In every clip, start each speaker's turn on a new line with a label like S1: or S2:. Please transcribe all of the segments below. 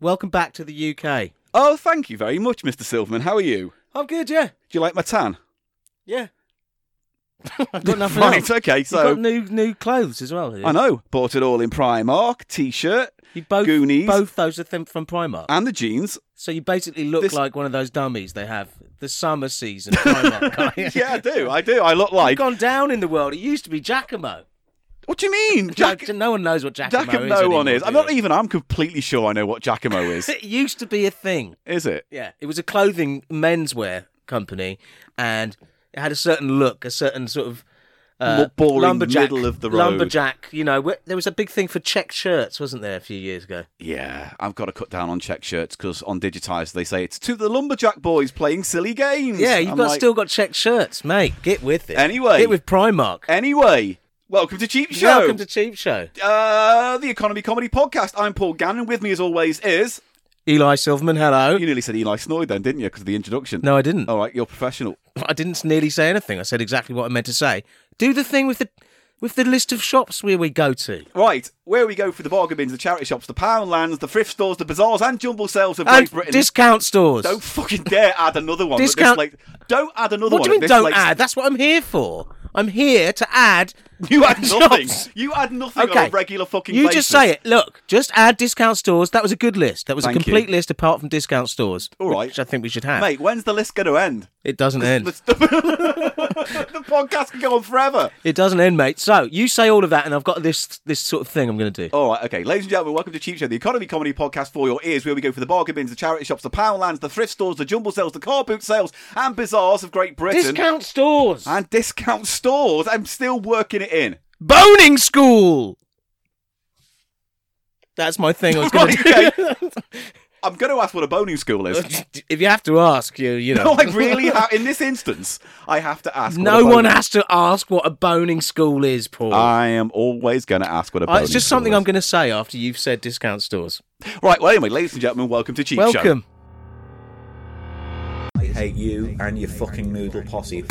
S1: Welcome back to the UK.
S2: Oh, thank you very much, Mr. Silverman. How are you?
S1: I'm good, yeah.
S2: Do you like my tan?
S1: Yeah. I've got nothing
S2: right,
S1: else.
S2: okay,
S1: You've
S2: so.
S1: got new new clothes as well.
S2: I know. Bought it all in Primark, t shirt,
S1: You both
S2: Goonies.
S1: both those are them from Primark.
S2: and the jeans.
S1: So you basically look
S2: This-
S1: like one of those dummies they have the summer season Primark guy.
S2: Yeah, I do. I do. I look like.
S1: You've gone down in the world. It used to be Giacomo.
S2: What do you mean? Jack,
S1: no, no one knows what Giacomo
S2: Jack of
S1: is.
S2: no one
S1: anymore,
S2: is.
S1: do
S2: I'm not
S1: they?
S2: even. I'm completely sure I know what Giacomo is.
S1: It used to be a thing.
S2: is it?
S1: Yeah, it was a clothing menswear company, and it had a certain look, a certain sort of uh,
S2: More boring,
S1: lumberjack,
S2: middle of the road.
S1: lumberjack. You know, wh- there was a big thing for check shirts, wasn't there, a few years ago?
S2: Yeah, I've got to cut down on check shirts because on Digitize they say it's to the lumberjack boys playing silly games.
S1: Yeah, you've
S2: I'm
S1: got
S2: like,
S1: still got check shirts, mate. Get with it.
S2: Anyway.
S1: get with Primark.
S2: Anyway, welcome to Cheap Show.
S1: Welcome to Cheap Show.
S2: uh, the Economy Comedy Podcast. I'm Paul Gannon. With me, as always, is
S1: Eli Silverman, hello.
S2: you nearly said Eli Snoyd then, didn't you? Because of the introduction.
S1: No, I didn't.
S2: All right, you're professional.
S1: I didn't nearly say anything. I said exactly what I meant to say. Do the thing with the with the list of shops where we go to.
S2: Right, where we go for the bargain bins, the charity shops, the pound lands, the thrift stores, the bazaars, and jumble sales of
S1: And
S2: Great Britain.
S1: discount stores.
S2: Don't fucking dare add another one. at this
S1: Discount-
S2: late- Don't add another
S1: what do
S2: one.
S1: you
S2: at
S1: mean
S2: this
S1: don't
S2: late-
S1: add? That's what I'm here for. I'm here to add.
S2: You add nothing.
S1: Jobs.
S2: You add nothing
S1: Okay.
S2: on a regular fucking
S1: You
S2: basis.
S1: just say it. Look, just add discount stores. That was a good list. That was
S2: Thank
S1: a complete
S2: you.
S1: list apart from discount stores.
S2: All right.
S1: Which I think we should have.
S2: Mate, when's the list going to end?
S1: it doesn't end.
S2: The, the podcast can go on forever.
S1: It doesn't end, mate. So you say all of that, and I've got this this sort of thing I'm going to do.
S2: All right, okay. Ladies and gentlemen, welcome to Cheap Show, the economy comedy podcast for your ears, where we go for the bargain bins, the charity shops, the pound lands, the thrift stores, the jumble sales, the car boot sales, and bazaars of Great Britain.
S1: Discount stores,
S2: And discount stores. I'm still working it in.
S1: boning school. That's my thing. I was going
S2: Right,
S1: to.
S2: I'm going to ask what a boning school is.
S1: do. if you have to ask, you you
S2: no,
S1: know.
S2: I really have. In this instance, I have to ask. what a
S1: No
S2: boning-
S1: one has to ask what a boning school is, Paul.
S2: I am always going to ask what
S1: Uh,
S2: a boning
S1: it's just
S2: school
S1: something
S2: is.
S1: I'm going to say after you've said discount stores.
S2: Right, well, anyway, ladies and gentlemen, welcome to Cheap Show.
S1: Welcome.
S3: I hate you and your fucking noodle posse.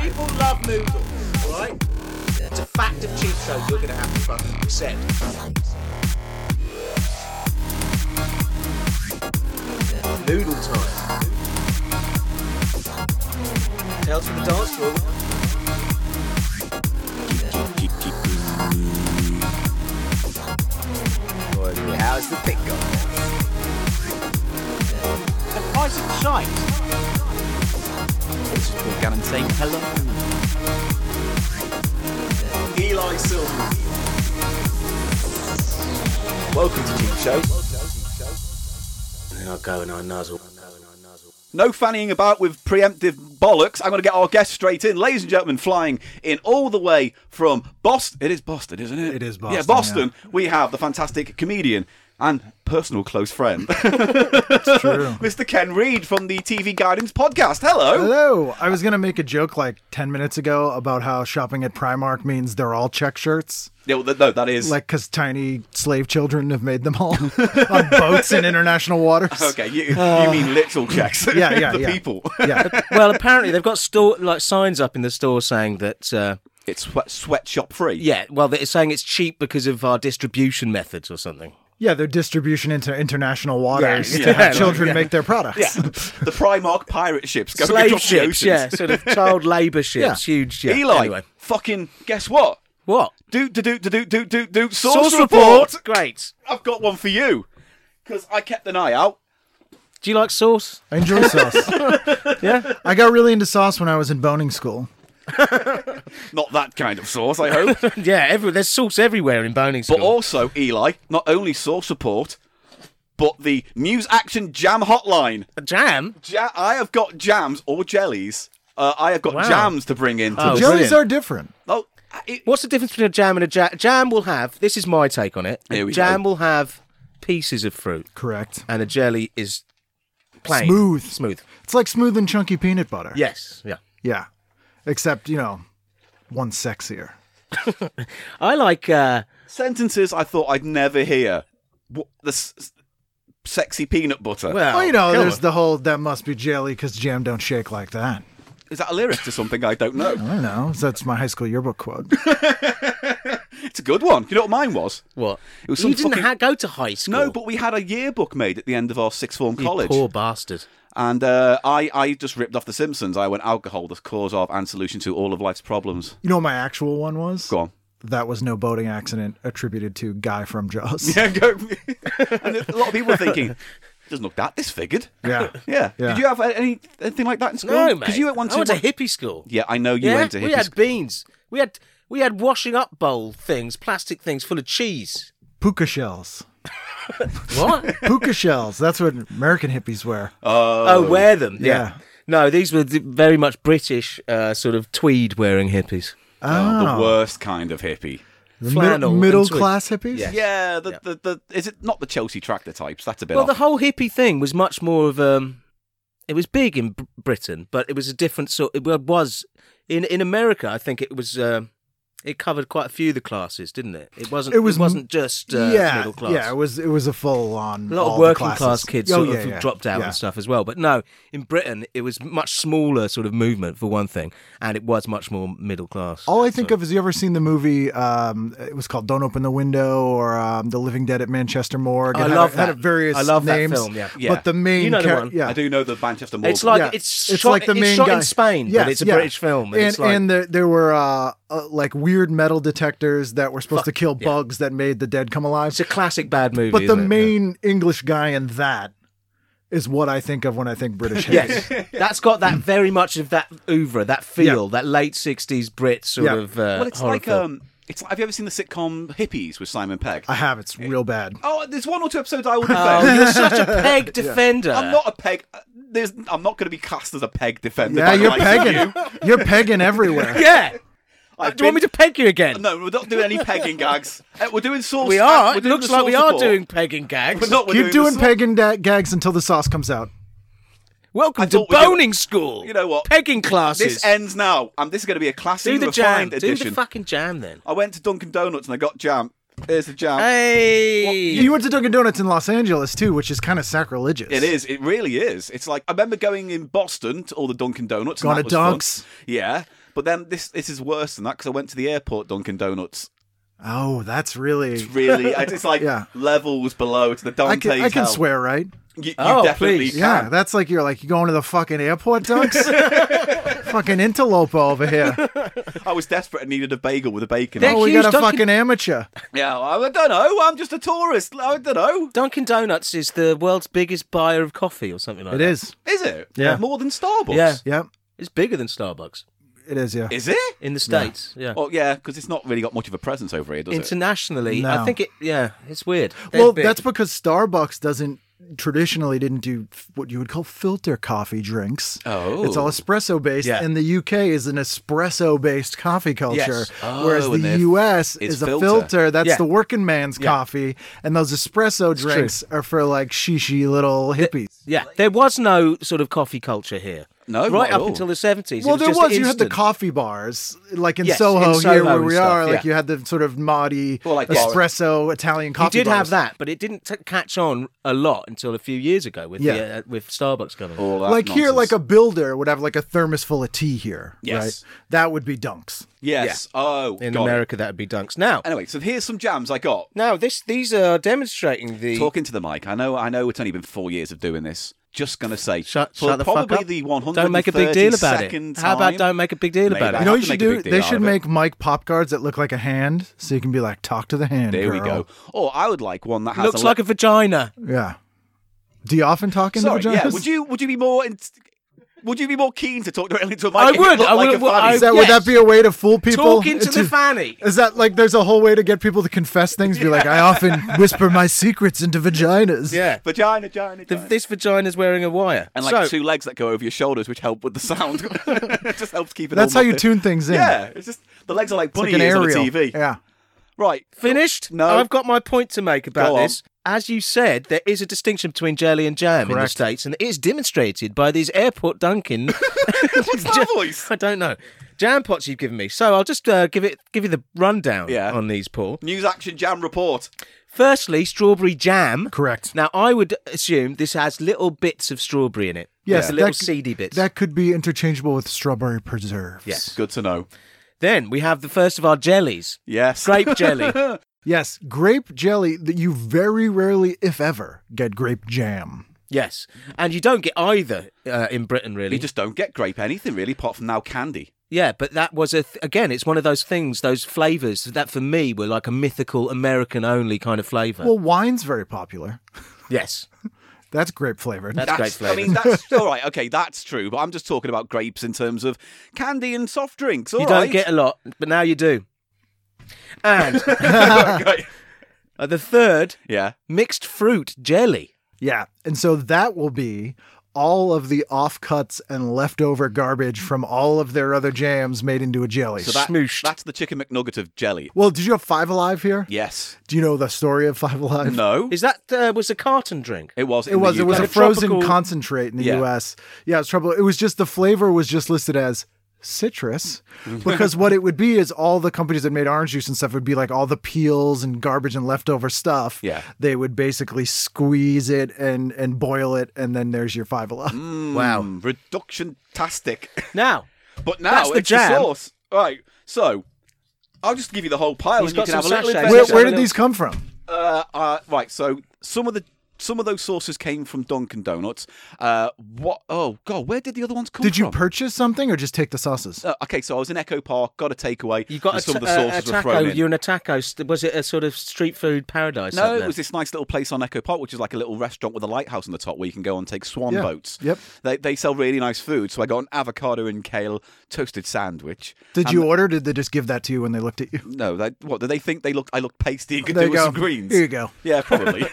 S1: People love noodles, all right? It's a fact of cheap show you're going to have to fucking accept. Noodle time. Tales from the dance floor.
S3: How's the pick going?
S1: The price of shite.
S3: This is Paul Gannon saying hello.
S2: Eli Silverman. Welcome to Cheap Show.
S1: And I go and I nuzzle.
S2: No fannying about with preemptive bollocks. I'm going to get our guest straight in. Ladies and gentlemen, flying in all the way from Boston. It is Boston, isn't it?
S4: It is
S2: Yeah,
S4: Boston,
S2: Boston. We have the fantastic comedian and personal close friend, Mr. Ken Reed from the TV Guidance podcast. Hello.
S4: Hello. I was gonna make a joke like ten minutes ago about how shopping at Primark means they're all check shirts,
S2: Yeah, well, th- no, that is.
S4: like because tiny slave children have made them all on boats in international waters.
S2: okay, you, you mean literal checks.
S4: Yeah, yeah,
S2: the
S4: yeah.
S2: people.
S4: Yeah.
S1: well, apparently they've got store like signs up in the store saying that uh,
S2: It's swe- sweatshop free.
S1: yeah, well they're saying it's cheap because of our distribution methods or something.
S4: Yeah, their distribution into international waters
S2: yeah,
S4: to have
S1: yeah.
S4: children make their products.
S2: Yeah. the Primark pirate ships going
S1: Slave
S2: across the
S1: ships,
S2: oceans.
S1: yeah, sort of child labour ships, huge. Yeah.
S2: Eli,
S1: anyway.
S2: fucking guess what?
S1: what?
S2: Do do do do do do do do source, report.
S1: Great.
S2: I've got one for you because I kept an eye out.
S1: Do you like sauce?
S4: I enjoy sauce.
S1: Yeah.
S4: I got really into sauce when I was in boning school.
S2: Not that kind of source, I hope.
S1: yeah. Every, there's sauce everywhere in boning school.
S2: but also, Eli, not only source support, but the News Action Jam Hotline.
S1: jam.
S2: Ja- I have got jams or jellies. Uh, I have got
S1: Wow.
S2: jams to bring in. To
S1: Oh,
S2: the-
S4: Jellies
S1: brilliant.
S4: are different.
S2: oh, it-
S1: What's the difference between a jam and a jam? Jam will have. This is my take on it.
S2: Here we
S1: jam
S2: go.
S1: will have pieces of fruit,
S4: Correct.
S1: and a jelly is plain,
S4: Smooth.
S1: smooth.
S4: It's like smooth and chunky peanut butter.
S1: Yes. Yeah.
S4: Yeah. Except, you know, one sexier.
S1: I like. uh
S2: sentences I thought I'd never hear. What, the s- s- sexy peanut butter.
S1: Well,
S4: Well, you know,
S1: go
S4: there's
S1: on.
S4: the whole that must be jelly because jam don't shake like that.
S2: Is that a lyric to something I don't know?
S4: I don't know. That's my high school yearbook quote.
S2: It's a good one. You know what mine was?
S1: What?
S2: It was some
S1: you didn't
S2: fucking-
S1: ha- go to high school.
S2: No, but we had a yearbook made at the end of our sixth form
S1: you
S2: college.
S1: poor bastard.
S2: And uh, I, I just ripped off The Simpsons. I went alcohol, the cause of and solution to all of life's problems.
S4: You know what my actual one was?
S2: Go on.
S4: That was no boating accident attributed to guy from Jaws.
S2: Yeah, go. and a lot of people were thinking, doesn't look that disfigured.
S4: Yeah.
S2: Yeah.
S4: Yeah.
S2: Did you have uh, any anything like that in school?
S1: No, mate.
S2: Because you went one
S1: I
S2: to.
S1: went to hippie school.
S2: yeah, I know you
S1: Yeah?
S2: went to hippie
S1: we had
S2: school.
S1: beans. We had we had washing up bowl things, plastic things full of cheese.
S4: Puka shells.
S1: What?
S4: Puka shells. That's what American hippies wear.
S1: oh, wear them. Yeah.
S4: Yeah.
S1: No, these were the very much British uh, sort of tweed wearing hippies.
S2: Oh, the worst kind of hippie.
S4: The
S1: flannel and
S4: middle
S1: tweed.
S4: class hippies?
S1: Yeah.
S2: Yeah, the, The, the is it not the Chelsea tractor types? That's a bit
S1: Well, the
S2: off.
S1: whole hippie thing was much more of um, it was big in Br- Britain, but it was a different sort. It was in in America. I think it was. Um, it covered quite a few of the classes, didn't it? It wasn't. It,
S4: It
S1: was,
S4: was
S1: wasn't just uh,
S4: yeah,
S1: middle class.
S4: yeah, it was it was a full on
S1: a lot of working class
S4: Oh,
S1: kids sort of dropped out and stuff as well. But no, in Britain, it was much smaller sort of movement for one thing, and it was much more middle class.
S4: All I think of is you ever seen the movie? Um, it was called "Don't Open the Window" or um, "The Living Dead at Manchester Morgue."
S1: I
S4: It had-
S1: love
S4: it had
S1: that.
S4: various
S1: I love that
S4: names,
S1: film, yeah.
S2: Yeah.
S4: But the main,
S1: You know the
S4: char-
S1: one.
S4: yeah,
S2: I do know the Manchester Morgue.
S1: It's like
S4: Yeah.
S1: it's, shot, it's shot in Spain,
S4: Yes,
S1: but it's a
S4: yeah.
S1: British film.
S4: And,
S1: it's like,
S4: and there, there were uh, uh, like weird metal detectors that were supposed to kill bugs that made the dead come alive.
S1: it's a classic bad movie.
S4: but the
S1: isn't it?
S4: main English guy in that is what I think of when I think British. hippies.
S1: Yes, that's got that very much of that oeuvre, that feel, that late '60s Brit sort
S4: Yeah.
S1: of. Uh,
S2: well, it's
S1: horror
S2: like
S1: film.
S2: um, it's like, have you ever seen the sitcom Hippies with Simon Pegg?
S4: I have. It's real bad.
S2: Oh, there's one or two episodes I will defend.
S1: Oh, you're such a peg defender.
S2: I'm not a peg. uh, There's, I'm not going to be cast as a peg defender.
S4: Yeah,
S2: by the
S4: you're
S2: likes of
S4: pegging. You're pegging everywhere.
S1: Yeah.
S2: I've
S1: Do you want me
S2: been-
S1: to peg you again?
S2: No, we're not doing any pegging gags. Uh, We're doing source.
S1: we are.
S2: We're
S1: It
S2: doing
S1: looks
S2: the
S1: like
S2: source
S1: we are
S2: support.
S1: doing pegging gags.
S2: We're not. We're doing,
S4: Keep doing
S2: the
S4: pagan da- gags until the sauce comes out.
S1: Welcome
S2: I
S1: to
S2: thought we did-
S1: boning school.
S2: You know what?
S1: Pegging classes.
S2: This ends now, and this is going to be a classy
S1: Do the jam.
S2: refined
S1: Do
S2: edition. Oh.
S1: the fucking jam then.
S2: I went to Dunkin' Donuts and I got jam. Here's the jam.
S1: Hey.
S4: You went to Dunkin' Donuts in Los Angeles too, which is kind of sacrilegious.
S2: It is. It really is. It's like I remember going in Boston to all the Dunkin' Donuts. and
S4: Gone
S2: that
S4: to
S2: was fun.
S4: Dunk's.
S2: Yeah, but then this this is worse than that because I went to the airport Dunkin' Donuts.
S4: Oh, that's really.
S2: Really, I- it's like
S4: Yeah.
S2: levels below to the
S4: I
S2: Dante's
S4: can, I can
S2: hell.
S4: swear, right?
S2: You, you
S1: Oh,
S2: definitely
S1: please.
S2: can.
S4: Yeah, that's like you're like you going to the fucking airport, ducks. fucking interloper over here.
S2: I was desperate and needed a bagel with a bacon.
S1: Thank
S2: on it.
S4: Oh, we
S1: Huge
S4: got a
S1: Dunkin'-
S4: fucking amateur.
S2: Yeah, I don't know. I'm just a tourist. I don't know.
S1: Dunkin' Donuts is the world's biggest buyer of coffee or something like
S4: It
S1: that.
S4: is.
S2: Is it?
S4: Yeah.
S2: More than Starbucks.
S1: Yeah.
S4: Yep,
S1: It's bigger than Starbucks
S4: it is. Yeah.
S2: Is it?
S1: in the States. Yeah.
S2: Oh yeah, because it's not really got much of a presence over here, does it?
S1: Internationally,
S4: No.
S1: I think it. Yeah, it's weird. They're
S4: well,
S1: big.
S4: that's because Starbucks doesn't traditionally didn't do f- what you would call filter coffee drinks.
S2: Oh.
S4: It's all espresso based,
S1: Yeah.
S4: and the UK is an espresso based coffee culture,
S2: Oh,
S4: whereas
S2: and
S4: the
S2: they're-
S4: US
S2: it's
S4: is a
S2: filter.
S4: filter. That's
S1: Yeah.
S4: the working man's coffee, and those espresso drinks are for like shishi little hippies.
S1: Yeah, there was no sort of coffee culture here.
S2: No, not
S1: right
S2: at
S1: up
S2: all.
S1: until the seventies.
S4: Well, there was. You had the
S1: coffee.
S4: coffee bars, like in
S1: Yes,
S4: Soho
S1: in
S4: here
S1: Soho
S4: where
S1: and
S4: we
S1: stuff,
S4: are. Like
S1: yeah.
S4: you had the sort of naughty
S2: Well, like bar-
S4: espresso Italian
S1: You
S4: coffee.
S1: did have
S4: bars.
S1: that, but it didn't t- catch on a lot until a few years ago with the,
S4: Yeah.
S1: uh, with Starbucks coming.
S2: All that
S4: Like here,
S2: nonsense.
S4: like a builder would have like a thermos full of tea here.
S2: Yes.
S4: Right? That would be dunks.
S2: yes. Oh,
S1: in
S2: got it.
S1: America, that would be dunks. Now,
S2: Anyway, so here's some jams I got.
S1: now this these are demonstrating the
S2: Talking to the mic, I know, I know, it's only been four years of doing this. Just gonna say,
S1: shut,
S2: for
S1: shut the
S2: probably
S1: fuck up.
S2: the 100.
S1: Don't make a big deal about it. How about don't make a big deal
S2: Maybe
S1: about it?
S2: that-
S4: You know
S2: have
S4: what you
S2: to
S4: should
S2: make a
S4: do?
S2: big
S4: They
S2: deal out
S4: should
S2: of it.
S4: make mic pop cards that look like a hand, so you can be like, "Talk to the hand."
S2: There we
S4: girl."
S2: go. Or I would like one that has
S1: Looks
S2: a
S1: like a vagina.
S4: Yeah. Do you often talk into
S2: Sorry,
S4: vaginas?
S2: yeah. Would you would you be more in, would you be more keen to talk directly to a mic?
S1: I
S2: if it
S1: would,
S2: looked
S1: I
S2: like
S1: would-
S2: a
S1: well,
S2: fanny?
S1: I-
S4: Is that would
S1: Yes.
S4: that be a way to fool people?
S1: Talking to
S4: Into-
S1: the fanny.
S4: Is that like there's a whole way to get people to confess things? Be like, I often whisper my secrets into vaginas.
S1: Yeah,
S2: vagina, vagina,
S1: the,
S2: vagina.
S1: this vagina's wearing a wire.
S2: and like
S1: so,
S2: two legs that go over your shoulders, which help with the sound. it just helps keep it.
S4: That's
S2: all
S4: how you
S2: muffled.
S4: tune things in.
S2: Yeah, it's just the legs are like
S4: It's
S2: bunny
S4: like an
S2: ears on a
S4: aerial.
S2: TV.
S4: Yeah.
S2: Right,
S1: finished.
S2: No.
S1: I've got my point to make about
S2: Go on.
S1: this. As you said, there is a distinction between jelly and jam in the
S4: Correct.
S1: states, and it is demonstrated by these airport Dunkin'.
S2: what's that voice?
S1: I don't know. jam pots you've given me. So I'll just uh, give it give you the rundown
S2: Yeah.
S1: on these, Paul.
S2: News Action Jam report.
S1: Firstly, strawberry jam.
S4: Correct.
S1: Now I would assume this has little bits of strawberry in it.
S4: Yes,
S1: the little
S4: that-
S1: seedy bits.
S4: That could be interchangeable with strawberry preserves.
S1: Yes.
S2: Good to know.
S1: Then we have the first of our jellies,
S2: Yes.
S1: grape jelly.
S4: Yes, grape jelly that you very rarely, if ever, get grape jam.
S1: Yes, and you don't get either uh, in Britain, really.
S2: You just don't get grape anything really, apart from now candy.
S1: Yeah, but that was a th- again. It's one of those things, those flavors that for me were like a mythical American only kind of flavor.
S4: Well, wine's very popular.
S1: yes,
S4: That's grape flavored.
S1: that's, great
S2: I
S1: flavor.
S2: mean, that's all right. Okay, that's true. But I'm just talking about grapes in terms of candy and soft drinks. All
S1: you
S2: right.
S1: don't get a lot, but now you do. And
S2: Okay.
S1: uh, the third
S2: yeah.
S1: mixed fruit jelly.
S4: Yeah. And so that will be all of the offcuts and leftover garbage from all of their other jams made into a jelly.
S2: So that,
S1: Smooshed.
S2: that's the chicken McNugget of jelly.
S4: well, did you have Five Alive here?
S2: Yes.
S4: Do you know the story of Five Alive?
S2: No.
S1: Is that uh, was a carton drink?
S2: It was.
S4: It was it was a
S1: Like a
S4: frozen
S1: tropical-
S4: concentrate in the
S2: Yeah.
S4: US. Yeah, it's trouble. It was just the flavor was just listed as citrus because what it would be is all the companies that made orange juice and stuff would be like all the peels and garbage and leftover stuff.
S2: Yeah.
S4: They would basically squeeze it and and boil it and then there's your Five Alive.
S1: Wow.
S2: Reduction tastic.
S1: Now
S2: Hmm, But now
S1: That's the
S2: it's the
S1: jam.
S2: sauce. Right. So I'll just give you the whole pile
S1: He's
S2: and you
S1: got
S2: can have a
S1: some
S2: little
S1: sachets.
S2: investigation.
S4: Where,
S1: so
S4: where
S1: I
S4: did
S1: know-
S4: these come from?
S2: Uh, uh, right. So some of the some of those sauces came from Dunkin' Donuts. Uh, what? Oh God, where did the other ones come
S4: Did
S2: from?
S4: you purchase something or just take the sauces?
S2: Uh, okay, so I was in Echo Park, got a takeaway.
S1: you got
S2: and
S1: a,
S2: some of
S1: ta- uh,
S2: the
S1: a, a
S2: sauces were
S1: taco.
S2: thrown in.
S1: You're in a taco. st- Was it a sort of street food paradise?
S2: No,
S1: up
S2: it
S1: there?
S2: was this nice little place on Echo Park, which is like a little restaurant with a lighthouse on the top where you can go and take swan
S4: Yeah.
S2: boats.
S4: Yep.
S2: They, they sell really nice food, so I got an avocado and kale toasted sandwich.
S4: Did you order? Did they just give that to you when they looked at you?
S2: No, they, what did they think? They looked. I looked pasty. and could
S4: There
S2: do
S4: you
S2: with
S4: go.
S2: some greens.
S4: Here you go.
S2: Yeah, probably.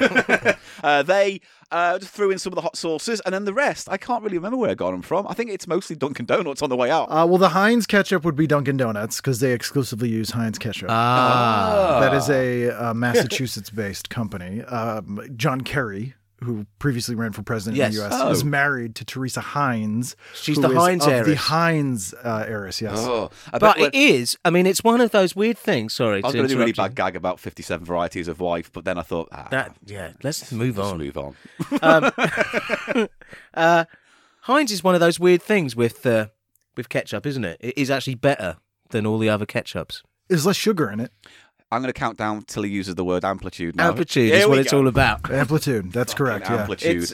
S2: uh, they uh, just threw in some of the hot sauces, and then the rest. I can't really remember where I got them from. I think it's mostly Dunkin' Donuts on the way out.
S4: Uh, well, the Heinz ketchup would be Dunkin' Donuts because they exclusively use Heinz ketchup.
S1: Ah.
S4: That is a uh, Massachusetts based company. Um, John Kerry, who previously ran for president
S1: Yes.
S4: in the US,
S2: Oh.
S4: is married to Teresa Hines.
S1: She's
S4: who
S1: the
S4: is
S1: Heinz
S4: of The
S1: heiress.
S4: Heinz uh, heiress, yes.
S2: Oh, I bet
S1: but
S2: we're-
S1: it is. I mean, it's one of those weird things. Sorry,
S2: I was
S1: to
S2: going to do a really
S1: interrupt
S2: bad gag about fifty-seven varieties of wife, but then I thought, ah,
S1: you. That yeah. Let's move
S2: let's
S1: on.
S2: move on.
S1: Heinz is one of those weird things with uh, with ketchup, isn't it? It is actually better than all the other ketchups.
S4: There's less sugar in it.
S2: I'm going to count down till he uses the word amplitude. Now.
S1: Amplitude
S2: Here
S1: is what
S2: we
S1: it's
S2: go.
S1: all about.
S4: Amplitude. That's correct. Yeah.
S2: Amplitude.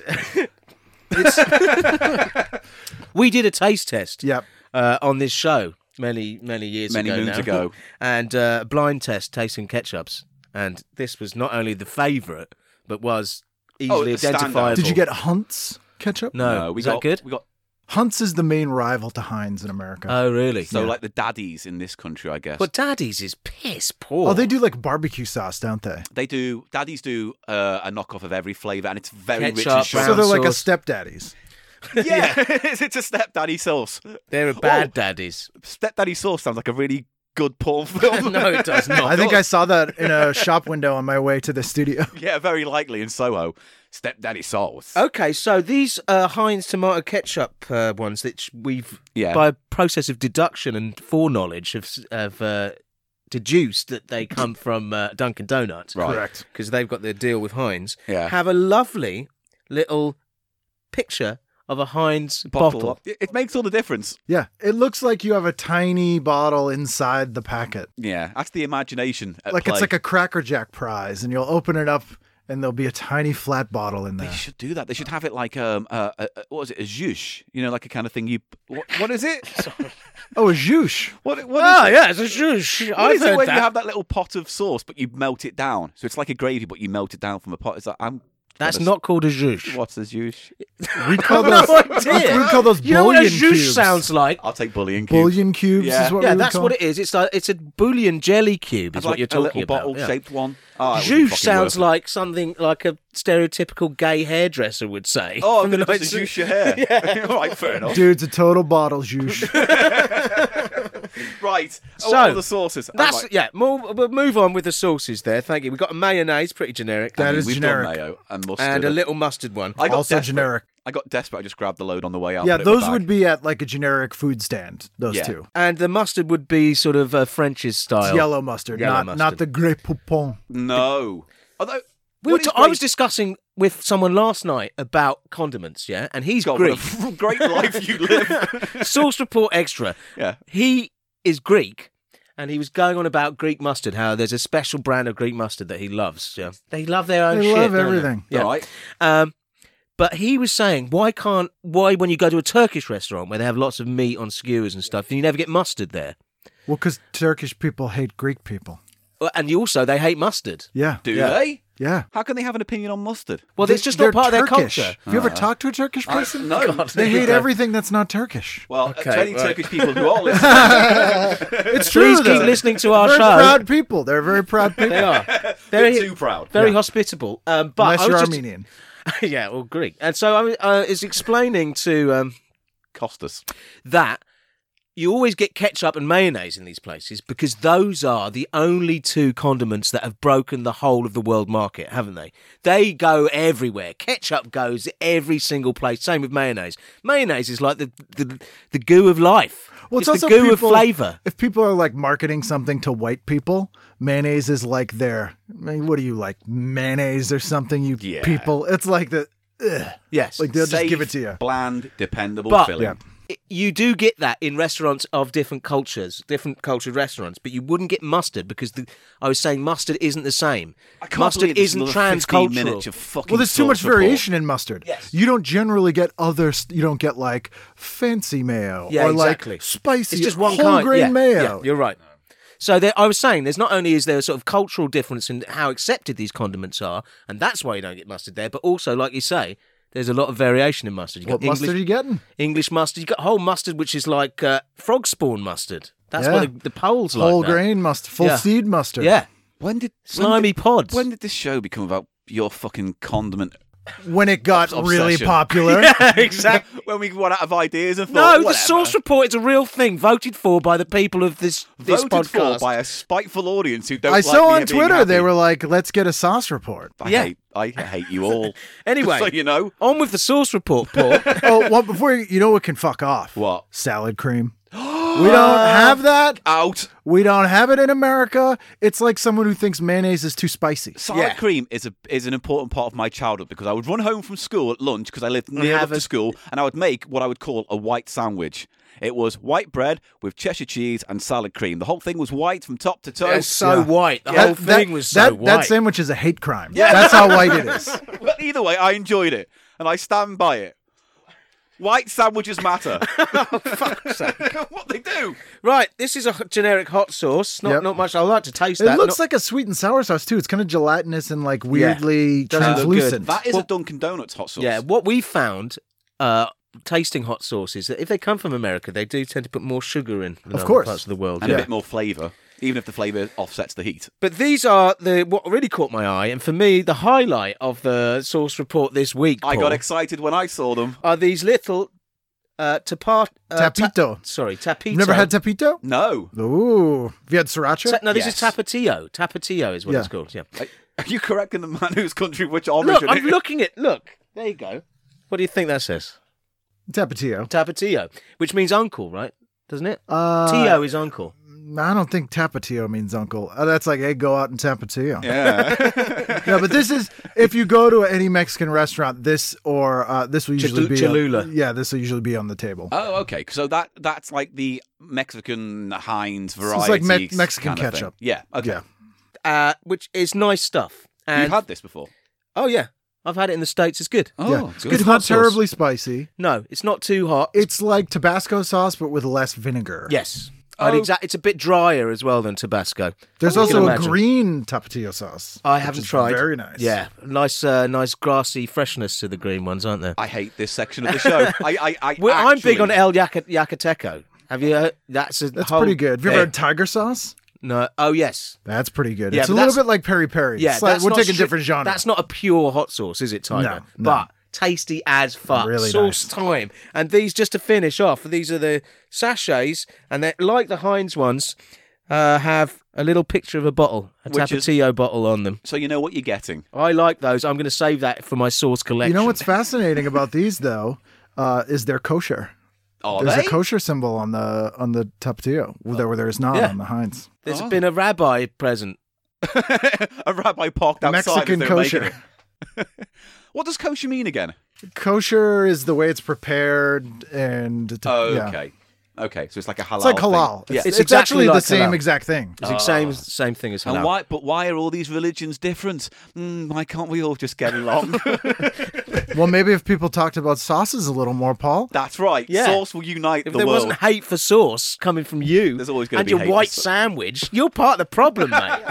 S1: We did a taste test
S4: Yep.
S1: uh, on this show many many years
S2: Many
S1: ago
S2: moons
S1: now.
S2: ago.
S1: and uh, a blind test tasting ketchups, and this was not only the favourite but was easily
S2: Oh, the standout.
S1: identifiable.
S4: Did you get Hunt's ketchup?
S1: no?
S2: No, we
S1: is
S2: got
S1: that good?
S2: We got
S4: Hunt's is the main rival to Heinz in America.
S1: Oh really?
S2: so like the daddies in this country, I guess.
S1: But Daddy's is piss poor.
S4: oh, they do like barbecue sauce, don't they?
S2: they do. Daddies do uh, a knockoff of every flavour, and it's very rich
S1: Ketchup,
S2: and
S4: so
S2: sugar.
S1: brown-
S4: they're like a
S1: sauce.
S4: stepdaddy's.
S2: yeah, it's, it's a stepdaddy sauce.
S1: They're
S2: Oh.
S1: a bad daddies.
S2: Stepdaddy sauce sounds like a really good porn film.
S1: no, it does not.
S4: I think I saw that in a shop window on my way to the studio.
S2: yeah, very likely in Soho. Stepdaddy sauce.
S1: Okay, so these uh, Heinz tomato ketchup uh, ones that we've,
S2: Yeah.
S1: by a process of deduction and foreknowledge, have, s- have uh, deduced that they come from uh, Dunkin' Donuts.
S2: Right.
S4: Correct.
S1: Because they've got their deal with Heinz.
S2: Yeah.
S1: Have a lovely little picture of a Heinz bottle.
S2: It, it makes all the difference.
S4: Yeah, it looks like you have a tiny bottle inside the packet.
S2: Yeah, that's the imagination. At
S4: like
S2: play.
S4: it's like a Cracker Jack prize, and you'll open it up, and there'll be a tiny flat bottle in
S2: They
S4: there.
S2: should do that. They should have it like um uh, uh, uh, what was it a zhoosh? You know, like a kind of thing you. What, what is it?
S4: Oh, a zhoosh.
S2: what what is
S1: Oh,
S2: it?
S1: yeah, it's a shush.
S2: What
S1: I've
S2: is it
S1: heard
S2: when
S1: that.
S2: you have that little pot of sauce, but you melt it down? So it's like a gravy, but you melt it down from a pot. It's like I'm.
S1: That's not called a zhoosh.
S2: What's a zhoosh?
S4: We call
S1: No
S4: those.
S1: idea.
S4: we call those
S1: You know what a
S4: bullion
S1: zhoosh
S4: cubes.
S1: sounds like?
S2: I'll take bullion cube.
S4: Bullion cubes
S2: Yeah.
S4: is what
S1: yeah,
S4: we would
S1: that's
S4: call.
S1: what it is. It's like it's a bouillon jelly cube,
S2: It's
S1: is
S2: like
S1: what you're
S2: a
S1: talking
S2: little
S1: about.
S2: bottle
S1: yeah.
S2: shaped one. Oh, it wouldn't
S1: Zhoosh
S2: fucking
S1: sounds
S2: work.
S1: like something like a stereotypical gay hairdresser would say.
S2: Oh, I'm
S1: From the
S2: gonna just
S1: nineties.
S2: zhoosh your hair. All right, fair enough.
S4: Dude's a total bottle zhoosh.
S2: right.
S1: So,
S2: Oh, what are the sources? I'm
S1: That's
S2: like,
S1: yeah. Move, we'll move on with the sauces there. Thank you. We've got a mayonnaise, pretty generic,
S4: That
S2: I mean,
S4: is
S2: we've
S4: generic.
S2: Done mayo and mustard.
S1: and a little mustard one.
S2: I got
S4: also
S2: desperate.
S4: generic.
S2: I got desperate. I just grabbed the load on the way out.
S4: Yeah,
S2: put it in my
S4: those
S2: bag.
S4: would be at like a generic food stand. Those
S2: Yeah.
S4: two.
S1: And the mustard would be sort of uh, French's
S4: It's
S1: style.
S4: yellow mustard,
S1: Yellow
S4: not not
S1: mustard.
S4: the Grey Poupon.
S2: no. Although
S1: We were
S2: what is
S1: ta- I
S2: great-
S1: was discussing with someone last night about condiments, yeah, and he's
S2: God,
S1: Greek.
S2: what a great life you live.
S1: Source report extra.
S2: yeah.
S1: He is Greek, and he was going on about Greek mustard. How there's a special brand of Greek mustard that he loves. Yeah, they love their own.
S4: They
S1: shit,
S4: love
S1: don't
S4: everything.
S1: Yeah.
S2: All right.
S1: Um, but he was saying, why can't why when you go to a Turkish restaurant where they have lots of meat on skewers and stuff, you never get mustard there,
S4: Well, because Turkish people hate Greek people.
S1: Well, and you also they hate mustard.
S4: Yeah,
S2: Do
S1: Yeah.
S2: they?
S4: yeah.
S2: How can they have an opinion on mustard?
S1: Well,
S4: They-
S1: it's just not part
S4: they're
S1: of their
S4: Turkish.
S1: culture.
S4: Have you ever talked to a Turkish
S2: I-
S4: person?
S2: no.
S4: They hate everything that's not Turkish.
S2: Well,
S1: Okay,
S2: to any
S1: right.
S2: Turkish people who are listening,
S4: It's
S1: Please
S4: though.
S1: keep listening to our
S4: Very
S1: show.
S4: proud people. They're very proud people.
S1: They are
S2: they're
S1: very
S2: too proud.
S1: very hospitable. Um, but
S4: Unless
S1: I was
S4: you're
S1: just-
S4: Armenian.
S1: yeah, or Greek. And so I was- uh, is explaining to um,
S2: Costas.
S1: that you always get ketchup and mayonnaise in these places because those are the only two condiments that have broken the whole of the world market, haven't they? They go everywhere. Ketchup goes every single place. Same with mayonnaise. Mayonnaise is like the the, the goo of life.
S4: Well, it's,
S1: the
S4: also
S1: goo
S4: people-
S1: of flavour.
S4: If people are like marketing something to white people, mayonnaise is like their. I mean, what do you like mayonnaise or something? You
S2: Yeah.
S4: people. It's like the. Ugh.
S1: Yes.
S4: Like they'll
S2: Safe,
S4: just give it to you.
S2: Bland, dependable
S1: But-
S2: filling.
S4: Yeah.
S1: It- you do get that in restaurants of different cultures, different cultured restaurants, but you wouldn't get mustard because the, I was saying mustard isn't the same.
S2: I can't
S1: mustard
S2: believe this
S1: isn't
S2: is another 15 minutes
S1: transcultural.
S2: of fucking
S4: Well, there's too much
S2: source report.
S4: variation in mustard.
S1: Yes.
S4: You don't generally get other. s- You don't get like fancy mayo
S1: Yeah,
S4: or
S1: exactly.
S4: like spicy.
S1: It's just one
S4: whole
S1: kind.
S4: grain
S1: yeah,
S4: mayo.
S1: yeah, you're right. So there, I was saying, there's not only is there a sort of cultural difference in how accepted these condiments are, and that's why you don't get mustard there. But also, like you say, there's a lot of variation in mustard. You
S4: what
S1: got English,
S4: mustard are you getting?
S1: English mustard. You got whole mustard, which is like uh, frog spawn mustard. That's
S4: Yeah.
S1: what the, the Poles like.
S4: Whole
S1: that.
S4: grain mustard, full
S1: Yeah.
S4: seed mustard.
S1: Yeah,
S2: When did when
S1: slimy
S2: did,
S1: pods.
S2: when did this show become about your fucking condiment?
S4: When it got
S2: Obs-
S4: really
S2: obsession.
S4: popular,
S2: exactly. when we run out of ideas and
S1: no,
S2: thought,
S1: the
S2: whatever.
S1: source report is a real thing, voted for by the people of this this
S2: voted
S1: podcast.
S2: for by a spiteful audience who don't.
S4: I
S2: like
S4: saw
S2: me
S4: on
S2: being
S4: Twitter they
S2: happy.
S4: were like, "Let's get a sauce report."
S2: I
S1: Yeah.
S2: hate, I hate you all.
S1: Anyway.
S2: so you know
S1: On with the source report, Paul.
S4: oh, well, before you, you know what can fuck off?
S2: What?
S4: Salad cream. we don't have that.
S2: out.
S4: We don't have it in America. It's like someone who thinks mayonnaise is too spicy.
S2: Salad
S1: Yeah.
S2: cream is a is an important part of my childhood because I would run home from school at lunch because I lived near
S1: have
S2: enough
S1: a-
S2: to school, and I would make what I would call a white sandwich. It was white bread with Cheshire cheese and salad cream. The whole thing was white from top to toe.
S1: It was so white. The whole thing was so
S4: that,
S1: white.
S4: That sandwich is a hate crime. That's how white it is.
S2: Well, either way, I enjoyed it, and I stand by it. White sandwiches matter. Oh, what they do?
S1: Right, this is a h- generic hot sauce. Not
S4: Yep.
S1: not much. I like to taste
S4: It
S1: that. not-
S4: looks like a sweet and sour sauce too. It's kind of gelatinous and like weirdly
S1: Doesn't look good.
S4: translucent.
S2: That is
S1: Well-
S2: a Dunkin' Donuts hot sauce.
S1: yeah. What we found uh, tasting hot sauces that if they come from America, they do tend to put more sugar in. than
S4: Of
S1: other
S4: course.
S1: parts of the world.
S2: and
S1: yeah.
S2: a bit more flavour, even if the flavour offsets the heat.
S1: But these are the what really caught my eye, and for me, the highlight of the source report this week.
S2: I
S1: Paul,
S2: got excited when I saw them.
S1: Are these little uh, tapat uh, ta-
S4: Tapito.
S1: sorry, tapito.
S4: You've never had tapito?
S2: No,
S4: Ooh. Have you had sriracha?
S1: Ta- no, this is
S2: Yes.
S1: tapatio. Tapatio is what
S4: Yeah.
S1: it's called. Yeah.
S2: are you correcting the man whose country which origin?
S1: Look,
S2: it
S1: I'm
S2: is?
S1: looking at. Look, there you go. What do you think that says?
S4: tapatio.
S1: Tapatio, which means uncle, right? Doesn't it?
S4: Uh,
S1: Tio is uncle.
S4: I don't think tapatio means uncle. Uh, That's like, hey, go out and tapatio.
S2: Yeah,
S4: no, but this is if you go to any Mexican restaurant, this or uh, this will usually be
S1: Cholula. Uh,
S4: yeah, this will usually be on the table.
S2: Oh, okay. So that that's like the Mexican Heinz variety.
S4: it's like Me-
S2: kind of
S4: Mexican
S2: thing.
S4: ketchup.
S2: Yeah. Okay.
S4: Yeah,
S1: uh, which is nice stuff. And
S2: You've had this before.
S1: oh yeah, I've had it in the states. It's good.
S2: Oh,
S4: yeah.
S2: good.
S4: It's
S1: hot
S4: not
S1: sauce.
S4: terribly spicy.
S1: No, it's not too hot.
S4: It's like Tabasco sauce, but with less vinegar.
S1: yes,
S2: Oh.
S1: I'd exa- it's a bit drier as well than Tabasco.
S4: There's
S1: I can
S4: also a
S1: imagine.
S4: green tapatio sauce.
S1: I
S4: which
S1: haven't
S4: is
S1: tried.
S4: Very nice.
S1: Yeah, nice, uh, nice grassy freshness to the green ones, aren't there?
S2: I hate this section of the show. I, I, I
S1: Well, I'm big on
S2: actually-
S1: El Yaca- Yacateco. Have you? Heard? That's a
S4: That's
S1: whole-
S4: pretty good. Have you ever
S1: Yeah.
S4: had tiger sauce?
S1: No. Oh yes.
S4: That's pretty good.
S1: Yeah,
S4: it's a
S1: but
S4: little
S1: that's-
S4: bit like peri peri.
S1: Yeah,
S4: It's like-
S1: that's
S4: we're
S1: not
S4: taking
S1: stri-
S4: different genre.
S1: That's not a pure hot sauce, is it, Tiger?
S4: No, no.
S1: But tasty as fuck.
S4: Really
S1: Sauce time. And these, just to finish off, these are the sachets, and they're like the Heinz ones, uh, have a little picture of a bottle, a
S2: Which is-
S1: Tapatio bottle on them.
S2: So you know what you're getting.
S1: I like those. I'm going to save that for my sauce collection.
S4: You know what's fascinating about these though uh, is they're kosher.
S2: Are
S4: There's
S2: they?
S4: a kosher symbol on the on the tapatio, there where there is not
S1: Yeah.
S4: on the Heinz.
S1: There's been a rabbi present.
S2: a rabbi parked outside as
S4: Mexican
S2: they were making
S4: kosher.
S2: it. What does kosher mean again?
S4: Kosher is the way it's prepared, and
S2: Oh,
S4: yeah.
S2: okay. Okay, so it's like a halal.
S4: it's like
S2: thing.
S4: halal.
S2: Yeah.
S4: It's, it's
S1: exactly
S4: actually the
S1: like
S4: same
S1: halal.
S4: exact thing.
S1: It's the same same thing as
S2: Ah. And
S1: halal.
S2: why? But why are all these religions different? Mm, why can't we all just get along?
S4: Well, maybe if people talked about sauces a little more, Paul.
S2: That's right.
S1: Yeah.
S2: Sauce will unite
S1: If
S2: the
S1: there
S2: world.
S1: wasn't hate for sauce coming from you,
S2: There's always gonna
S1: and
S2: be
S1: your
S2: hate for
S1: white
S2: sauce.
S1: sandwich, you're part of the problem, mate.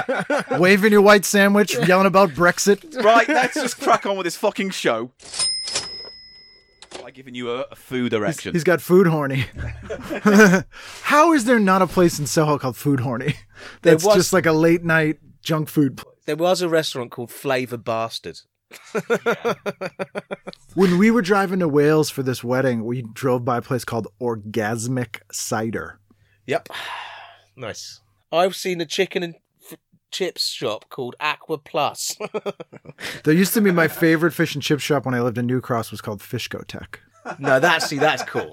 S4: Waving your white sandwich, yelling about Brexit.
S2: Right, let's just crack on with this fucking show. By giving you a, a food erection.
S4: He's got food horny. How is there not a place in Soho called Food Horny? That's
S1: was-
S4: just like a late night junk food. place.
S1: there was a restaurant called Flavor Bastard.
S4: When we were driving to Wales for this wedding, we drove by a place called Orgasmic Cider.
S1: Yep. Nice. I've seen a chicken and f- chips shop called Aqua Plus.
S4: There used to be my favorite fish and chip shop when I lived in New Cross was called Fishcotech.
S1: no, that's see, that's cool.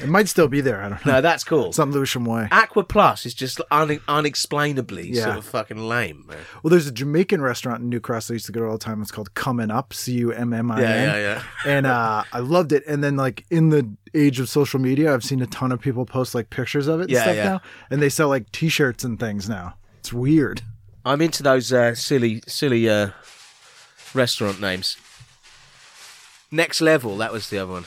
S4: It might still be there. I don't know.
S1: No, that's cool.
S4: Some Lewisham way.
S1: Aqua Plus is just un- unexplainably
S4: Yeah.
S1: sort of fucking lame. Man.
S4: Well, there's a Jamaican restaurant in New Cross I used to go to all the time. It's called Coming Up, C U M M I N.
S1: Yeah, yeah, yeah.
S4: and uh, I loved it. And then like in the age of social media, I've seen a ton of people post like pictures of it and
S1: Yeah,
S4: stuff
S1: yeah.
S4: now, and they sell like T-shirts and things now. It's weird.
S1: I'm into those uh, silly, silly uh, restaurant names. Next level. That was the other one.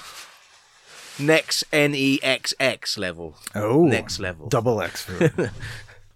S1: Next N E X X level.
S4: Oh,
S1: next level.
S4: double X food.
S1: That was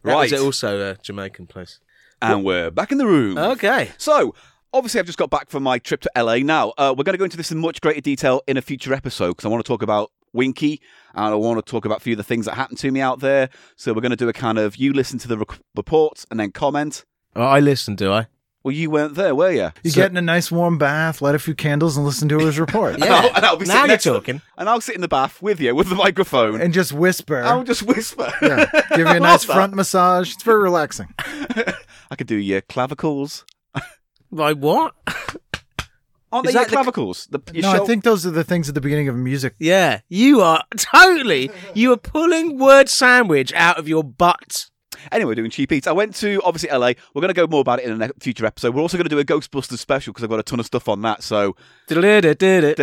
S2: Right.
S1: also a Jamaican place.
S2: and we're back in the room.
S1: Okay.
S2: So, obviously, I've just got back from my trip to LA. Now, uh, we're going to go into this in much greater detail in a future episode because I want to talk about Winky and I want to talk about a few of the things that happened to me out there. So, we're going to do a kind of you listen to the rec- reports and then comment.
S1: Oh, I listen, do I?
S2: Well, you weren't there, were you?
S4: You get in a nice warm bath, light a few candles, and listen to his report,
S2: And I'll, and I'll be
S1: Now
S2: sitting
S1: you're
S2: next to them.
S1: talking.
S2: And I'll sit in the bath with you with the microphone.
S4: and just whisper.
S2: I'll just whisper.
S4: yeah, give you
S2: I
S4: a nice
S2: love that.
S4: front massage. It's very relaxing.
S2: I could do your clavicles.
S1: Like what?
S2: Aren't
S1: Is
S2: they your
S1: that the-
S2: clavicles? The, your
S4: no,
S2: shou-
S4: I think those are the things at the beginning of music.
S1: Yeah, you are totally. You are pulling word sandwich out of your butt.
S2: Anyway, we're doing cheap eats. I went to obviously LA. We're going to go more about it in a ne- future episode. We're also going to do a Ghostbusters special because I've got a ton of stuff on that. So,
S1: Did it?
S2: did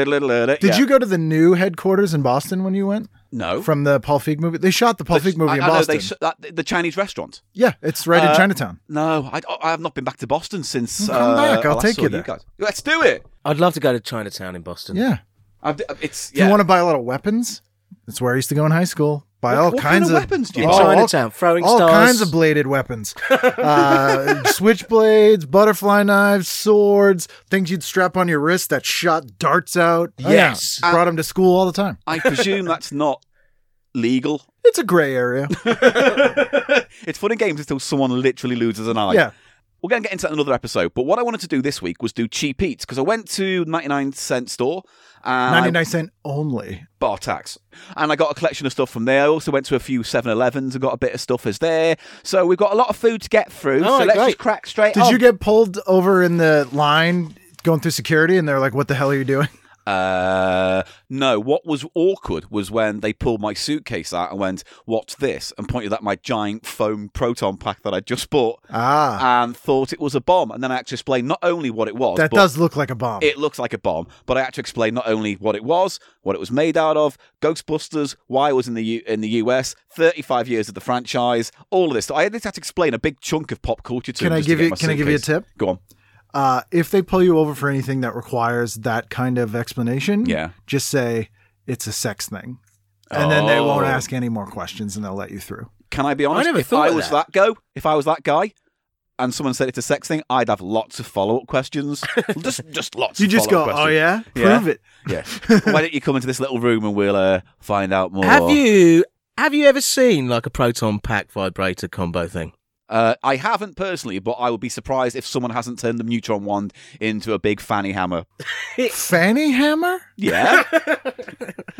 S4: Did you go to the new headquarters in Boston when you went
S2: No.
S4: from the Paul Feig movie? They shot the Paul Feig movie
S2: I,
S4: in
S2: I know
S4: Boston.
S2: Oh. they s- that, the Chinese restaurant.
S4: yeah, it's right
S2: Uh,
S4: in Chinatown.
S2: No, I, I have not been back to Boston since.
S4: Well, come
S2: uh,
S4: back. I'll
S2: I
S4: take
S2: saw
S4: you there.
S2: guys. Let's do it.
S1: I'd love to go to Chinatown in Boston.
S4: Yeah.
S2: I've, d- it's
S4: If
S2: yeah.
S4: you want to buy a lot of weapons, that's where I used to go in high school. Buy
S2: What-
S4: all
S2: what kind
S4: kinds
S2: of
S4: of
S2: weapons do you
S4: Oh,
S2: buy?
S4: all-
S1: Chinatown, throwing
S4: all
S1: stars.
S4: kinds of bladed weapons, uh, switchblades, butterfly knives, swords, things you'd strap on your wrist that shot darts out. Oh, yeah.
S1: Yes.
S4: brought them to school all the time.
S2: I presume that's not legal.
S4: It's a gray area.
S2: It's fun in games until someone literally loses an eye.
S4: yeah,
S2: We're going to get into that in another episode. But what I wanted to do this week was do cheap eats because I went to 99 cent store. And I-
S4: ninety nine cent only.
S2: bar tax. And I got a collection of stuff from there. I also went to a few 7 Elevens and got a bit of stuff as there. So we've got a lot of food to get through.
S1: All
S2: so
S1: right,
S2: let's
S1: great.
S2: just crack straight
S4: Did
S2: on.
S4: you get pulled over in the line going through security, and they're like, "What the hell are you doing?"
S2: uh, no, what was awkward was when they pulled my suitcase out and went, What's this? and pointed at my giant foam proton pack that I just bought
S4: Ah,
S2: and thought it was a bomb. And then I had to explain not only what it was,
S4: that
S2: but
S4: does look like a bomb.
S2: It looks like a bomb, but I had to explain not only what it was, what it was made out of, Ghostbusters, why it was in the U- in the US, 35 years of the franchise, all of this. So I just had to explain a big chunk of pop culture to
S4: Can
S2: him
S4: I
S2: just to
S4: give
S2: get
S4: you-
S2: my
S4: can I give you a
S2: suitcase.
S4: tip?
S2: Go on.
S4: uh, if they pull you over for anything that requires that kind of explanation,
S2: Yeah.
S4: just say it's a sex thing, and then they won't
S2: Oh.
S4: ask any more questions and they'll let you through.
S2: Can I be honest?
S1: never
S2: if
S1: thought
S2: I
S1: of
S2: was
S1: that.
S2: that. go, if I was that guy, and someone said it's a sex thing, I'd have lots of follow up questions. just just lots.
S4: You
S2: of
S4: just go,
S2: follow-up
S4: oh
S2: questions.
S4: yeah,
S2: Yeah.
S4: prove it.
S2: Yeah. Why don't you come into this little room and we'll uh, find out more?
S1: Have you have you ever seen like a proton pack vibrator combo thing?
S2: Uh, I haven't personally, but I would be surprised if someone hasn't turned the neutron wand into a big fanny hammer.
S4: Fanny hammer?
S2: Yeah,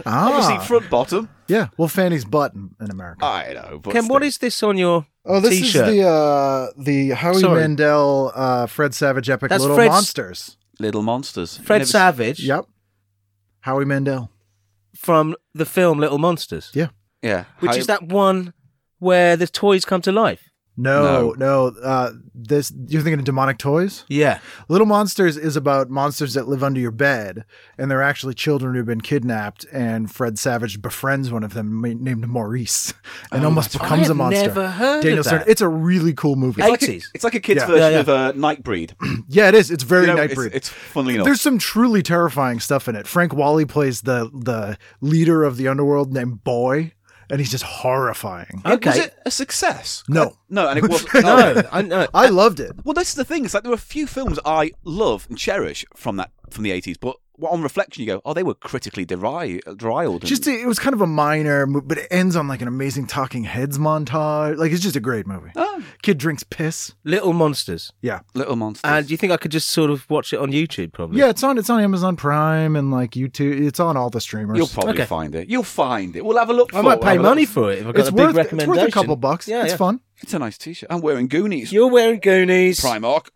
S4: Ah,
S2: obviously front bottom.
S4: yeah. Well, Fanny's butt in, in America.
S2: I know. But
S1: Ken, what
S2: still.
S1: is this on your
S4: Uh, oh, this
S1: t-shirt?
S4: is the uh, the Howie
S1: Sorry.
S4: Mandel, uh, Fred Savage epic
S1: That's
S4: Little
S1: Fred's-
S4: Monsters.
S2: Little Monsters?
S1: Fred
S2: Never-
S1: Savage
S4: Yep. Howie Mandel.
S1: from the film Little Monsters,
S4: Yeah.
S2: Yeah,
S1: which
S2: How-
S1: is that one where the toys come to life.
S4: No, no. uh, this you're thinking of demonic toys.
S1: Yeah.
S4: Little Monsters is about monsters that live under your bed, and they're actually children who've been kidnapped. And Fred Savage befriends one of them ma- named Maurice, and almost
S1: Oh, right.
S4: becomes
S1: I
S4: a
S1: have
S4: monster.
S1: never heard of
S4: Daniel Stern.
S1: that.
S4: It's a really cool movie.
S1: Hey.
S2: It's like a-
S1: 80s.
S2: It's like a kid's
S4: Yeah.
S2: version
S1: Yeah, yeah.
S2: of uh, Nightbreed. You
S4: yeah, it is. It's very
S2: know, it's,
S4: Nightbreed.
S2: it's funnily enough.
S4: There's some truly terrifying stuff in it. Frank Wally plays the the leader of the underworld named Boy, and he's just horrifying.
S2: And Was
S1: Okay.
S2: it a success? Uh,
S4: No.
S2: no, and it was
S1: No, I know.
S4: I loved it.
S2: Well, this is the thing. It's like there were a few films I love and cherish from that from the eighties, but on reflection, you go, "Oh, they were critically derided." derided
S4: Just
S2: and,
S4: it was kind of a minor, mo- but it ends on like an amazing Talking Heads montage. Like it's just a great movie.
S1: Uh.
S2: oh,
S4: Kid drinks piss.
S1: Little Monsters.
S4: Yeah,
S2: little monsters.
S1: And do you think I could just sort of watch it on YouTube? Probably.
S4: yeah. It's on. It's on Amazon Prime and like YouTube. It's on all the streamers.
S2: You'll probably
S1: Okay.
S2: find it. You'll find it. We'll have a look.
S1: I
S2: for it.
S1: might
S2: We'll
S1: pay
S2: have a look.
S1: money for it if I got
S4: it's
S1: a big
S4: worth it's
S1: recommendation.
S4: worth a couple bucks.
S1: Yeah,
S4: it's
S1: yeah.
S4: fun.
S2: It's a nice T-shirt. I'm wearing Goonies.
S1: You're wearing Goonies.
S2: Primark.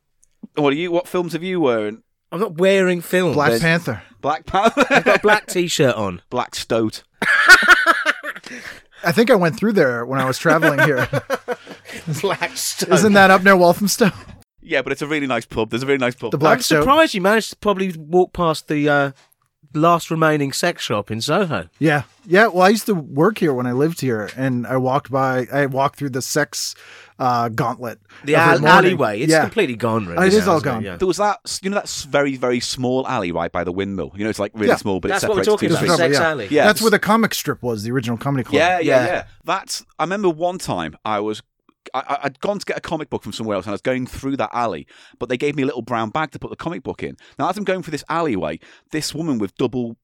S2: What are you? What films have you wearing?
S1: I'm not wearing films.
S4: Black
S1: There's-
S4: Panther.
S2: Black Panther.
S1: I've got a black t-shirt on.
S2: Black Stoat.
S4: I think I went through there when I was traveling here.
S1: Black stuff.
S4: Isn't that up near Walthamstow?
S2: Yeah, but it's a really nice pub. There's a really nice pub.
S4: The Black
S1: I'm
S4: Stoat.
S1: surprised you managed to probably walk past the uh, last remaining sex shop in Soho.
S4: Yeah. Yeah. Well, I used to work here when I lived here, and I walked by, I walked through the sex uh, gauntlet.
S1: The
S4: every
S1: al-
S4: morning.
S1: alleyway. It's
S4: yeah. Oh,
S1: completely gone, really.
S4: It is
S1: now,
S4: all
S1: isn't
S4: gone.
S1: Yeah.
S2: There was that, you know, that s- very, very small alley right by the windmill. You know, it's like really
S4: Yeah.
S2: small, but
S1: That's
S2: it
S1: what we're
S2: separates
S1: talking
S2: two
S1: about.
S2: things.
S4: Probably,
S1: Sex
S4: yeah.
S1: alley.
S2: Yeah.
S4: That's where the comic strip was, the original comedy club.
S2: Yeah, yeah,
S1: Yeah.
S2: yeah. That's. I remember one time I was. I, I- I'd gone to get a comic book from somewhere else, and I was going through that alley. But they gave me a little brown bag to put the comic book in. Now, as I'm going through this alleyway, this woman with double,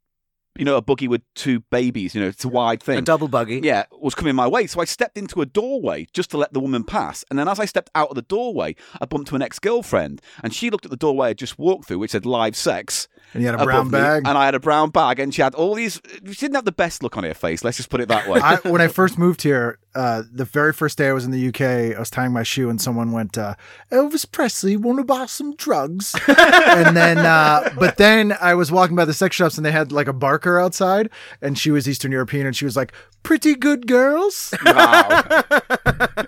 S2: you know, a buggy with two babies, you know, it's a wide
S1: A
S2: thing.
S1: double buggy.
S2: yeah, was coming my way. So I stepped into a doorway just to let the woman pass. And then as I stepped out of the doorway, I bumped to an ex girlfriend. And she looked at the doorway I just walked through, which said live sex.
S4: And you had a
S2: above
S4: brown
S2: me,
S4: bag.
S2: and I had a brown bag. And she had all these. She didn't have the best look on her face. Let's just put it that way.
S4: I, when I first moved here, uh, the very first day I was in the UK, I was tying my shoe and someone went, uh, Elvis Presley, want to buy some drugs? and then, uh, but then I was walking by the sex shops and they had like a barker outside and she was Eastern European and she was like, pretty good girls.
S2: Wow.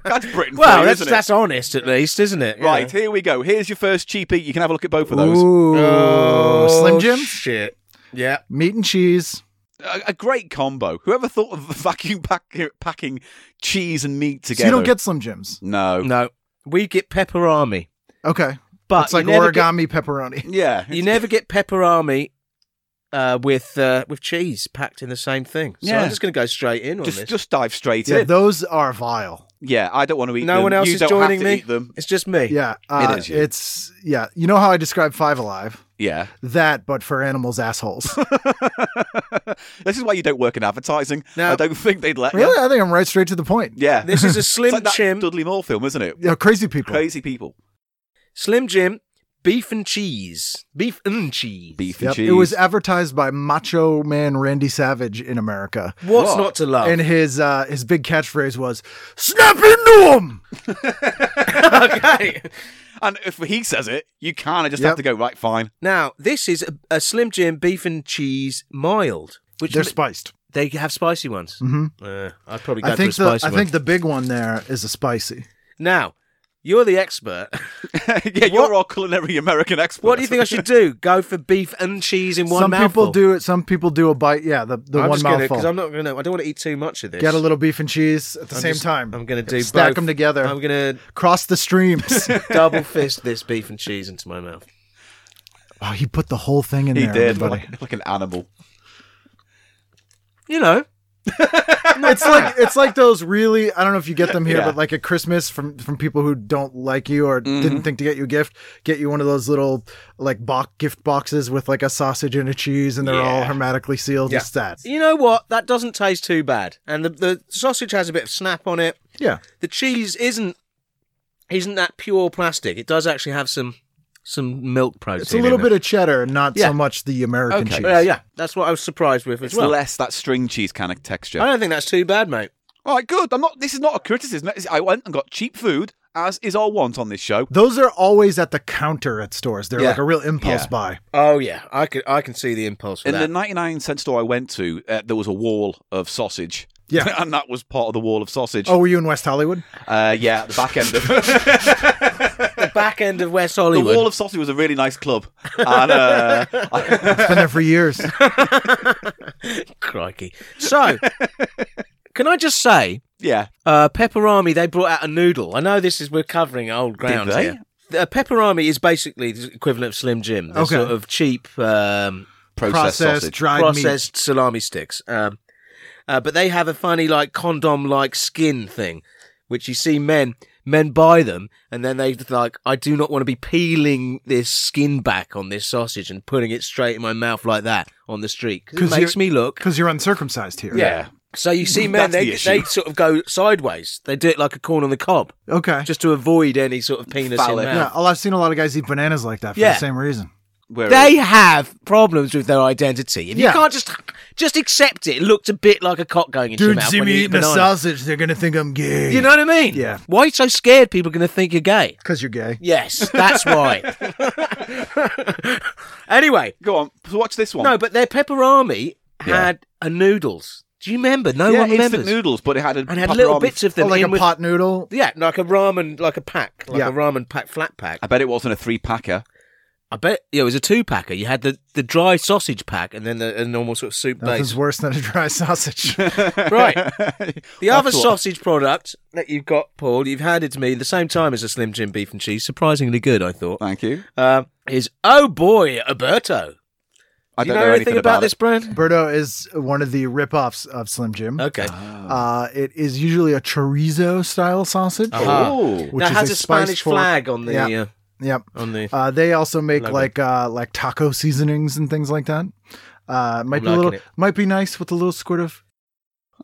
S2: that's Britain for
S1: Well,
S2: you,
S1: that's,
S2: isn't it?
S1: that's honest, at least, isn't it? Yeah.
S2: Right, here we go. Here's your first cheapie. You can have a look at both of those.
S4: Ooh.
S1: Oh,
S4: Slim Jim?
S1: Shit. Yeah.
S4: Meat and cheese.
S2: A, a great combo. Whoever thought of vacuum pack- packing cheese and meat
S4: So
S2: together?
S4: you don't get Slim Jims.
S2: No.
S1: No. We get pepperami.
S4: Okay.
S1: But
S4: it's like
S1: you never get-
S4: origami pepperoni.
S2: Yeah.
S1: you never get pepperami uh, with uh, with cheese packed in the same thing. So
S2: Yeah.
S1: I'm just going to go straight in on
S2: Just,
S1: this.
S2: just dive straight
S4: Yeah,
S2: in.
S4: those are vile.
S2: yeah, I don't want to eat
S1: no
S2: them.
S1: one else
S2: you
S1: is
S2: don't
S1: joining
S2: have to
S1: me.
S2: Eat them.
S1: It's just me.
S4: Yeah. Uh,
S2: is, yeah.
S4: It's, yeah. You know how I describe Five Alive?
S2: Yeah.
S4: That, but for animals' assholes.
S2: this is why you don't work in advertising.
S1: No.
S2: I don't think they'd let you.
S4: really? I think I'm right straight to the point.
S2: Yeah.
S1: This is a
S2: it's
S1: Slim
S2: like that
S1: Jim.
S2: Dudley Moore film, isn't it?
S4: Yeah, crazy people.
S2: Crazy people.
S1: Slim Jim, beef and cheese. Beef and cheese.
S2: Beef and
S4: Yep.
S2: cheese.
S4: It was advertised by Macho Man Randy Savage in America.
S1: What's
S2: What?
S1: not to love?
S4: And his uh, his big catchphrase was, snap into him!
S1: okay.
S2: and if he says it, you kind of just
S4: Yep.
S2: have to go, right, fine.
S1: Now, this is a, a Slim Jim beef and cheese mild, which
S4: They're
S1: m-
S4: spiced.
S1: they have spicy ones.
S2: Mm-hmm.
S4: hmm
S1: Uh, I'd probably go
S4: I think,
S1: for
S4: the,
S1: a
S4: I
S1: spicy one.
S4: think the big one there is a spicy.
S1: Now, you're the expert.
S2: yeah, you're our culinary American expert.
S1: What do you think I should do? Go for beef and cheese in one
S4: some
S1: mouthful?
S4: people do it. Some people do a bite. Yeah, the, the
S1: I'm
S4: one
S1: just gonna,
S4: mouthful.
S1: Because I'm not going to. I don't want to eat too much of this.
S4: Get a little beef and cheese at the
S1: I'm
S4: same
S1: just-
S4: time.
S1: I'm going to do
S4: stack
S1: both.
S4: them together.
S1: I'm going to
S4: Cross the streams.
S1: double fist this beef and cheese into my mouth.
S4: wow, Oh, he put the whole thing in
S2: He
S4: there.
S2: did,
S4: everybody.
S2: like, like an animal.
S1: You know,
S4: it's like it's like those really. I don't know if you get them here,
S2: Yeah.
S4: but like at Christmas from from people who don't like you or didn't think to get you a gift, get you one of those little like box gift boxes with like a sausage and a cheese, and they're all
S2: Yeah.
S4: hermetically sealed.
S1: Yeah.
S4: It's that.
S1: you know what? That doesn't taste too bad, and the, the sausage has a bit of snap on it.
S4: Yeah.
S1: The cheese isn't isn't that pure plastic. It does actually have some some milk protein.
S4: It's a little bit of cheddar, not
S1: Yeah.
S4: so much the American
S2: Okay.
S4: cheese.
S1: Yeah, yeah, that's what I was surprised with as
S2: It's
S1: well.
S2: less that string cheese kind of texture.
S1: I don't think that's too bad, mate.
S2: All right, good. I'm not. This is not a criticism. This- I went and got cheap food, as is our want on this show.
S4: Those are always at the counter at stores. They're
S2: Yeah.
S4: like a real impulse
S2: Yeah.
S4: buy.
S1: Oh yeah, I could I can see the impulse for
S2: In the
S1: that.
S2: 99 cent store I went to, uh, there was a wall of sausage.
S4: Yeah.
S2: and that was part of the wall of sausage.
S4: Oh, were you in West Hollywood?
S2: Uh, yeah, at the back end of
S1: The back end of West
S2: the
S1: Hollywood.
S2: wall of sausage was a really nice club, and uh,
S4: It's been there for years.
S1: Crikey. So, can I just say,
S2: yeah,
S1: uh, Pepperami, they brought out a noodle. I know this is, we're covering old ground
S2: they?
S1: here. Uh, pepperami is basically the equivalent of Slim Jim. They're
S4: Okay.
S1: sort of cheap, um,
S2: processed
S4: Processed,
S2: sausage.
S4: dried meat.
S1: processed salami sticks. Um, uh, but they have a funny, like, condom like skin thing, which you see men. Men buy them, and then they like. I do not want to be peeling this skin back on this sausage and putting it straight in my mouth like that on the street 'cause
S4: 'Cause
S1: it makes
S4: you're-
S1: me look
S4: Because you're uncircumcised here.
S2: yeah,
S1: So you see, men,
S2: That's
S1: they,
S2: the issue.
S1: they sort of go sideways. They do it like a corn on the cob,
S4: Okay.
S1: just to avoid any sort of penis
S2: Phallic.
S1: in
S4: yeah.
S1: mouth.
S4: well, I've seen a lot of guys eat bananas like that for
S1: Yeah.
S4: the same reason.
S2: Where
S1: They have problems with their identity. If you
S4: Yeah.
S1: can't just just accept it, it looked a bit like a cock going into your mouth when you eat a banana.
S4: sausage. They're going to think I'm gay.
S1: You know what I mean?
S4: Yeah.
S1: Why are you so scared people are going to think you're gay?
S4: Because you're gay.
S1: Yes, that's why. anyway,
S2: go on. So watch this one.
S1: no, but their pepperami had a noodles. Do you remember? No
S2: yeah,
S1: one
S2: instant
S1: remembers.
S2: noodles, but it had a
S1: and had little
S2: pepperoni-
S1: bits of them
S4: Oh, like
S1: in
S4: a
S1: with
S4: pot noodle.
S1: Yeah, like a ramen, like a pack, like
S4: Yeah.
S1: a ramen pack, flat pack.
S2: I bet it wasn't a three packer.
S1: I bet yeah, it was a two packer. You had the, the dry sausage pack and then the a normal sort of soup
S4: Nothing's
S1: base.
S4: worse than a dry sausage.
S1: right. The other
S2: what-
S1: sausage product that you've got, Paul, you've handed to me at the same time as a Slim Jim beef and cheese, surprisingly good, I thought,
S2: Thank you.
S1: um, is Oh Boy Alberto.
S2: I
S1: Do you
S2: don't
S1: know, anything
S2: anything
S1: about,
S2: about
S1: this
S2: it.
S1: brand?
S4: Berto is one of the rip-offs of Slim Jim.
S1: Okay.
S4: Uh, it is usually a chorizo style sausage.
S1: Uh-huh.
S2: Oh,
S4: Which
S1: now it
S4: is
S1: has
S4: a
S1: a Spanish
S4: spice fork.
S1: flag on the
S4: Yeah.
S1: uh,
S4: Yep.
S1: on the
S4: Uh, they also make
S1: Logo.
S4: like uh, like taco seasonings and things like that. Uh, might
S1: I'm
S4: be a little,
S1: liking it.
S4: might be nice with a little squirt of.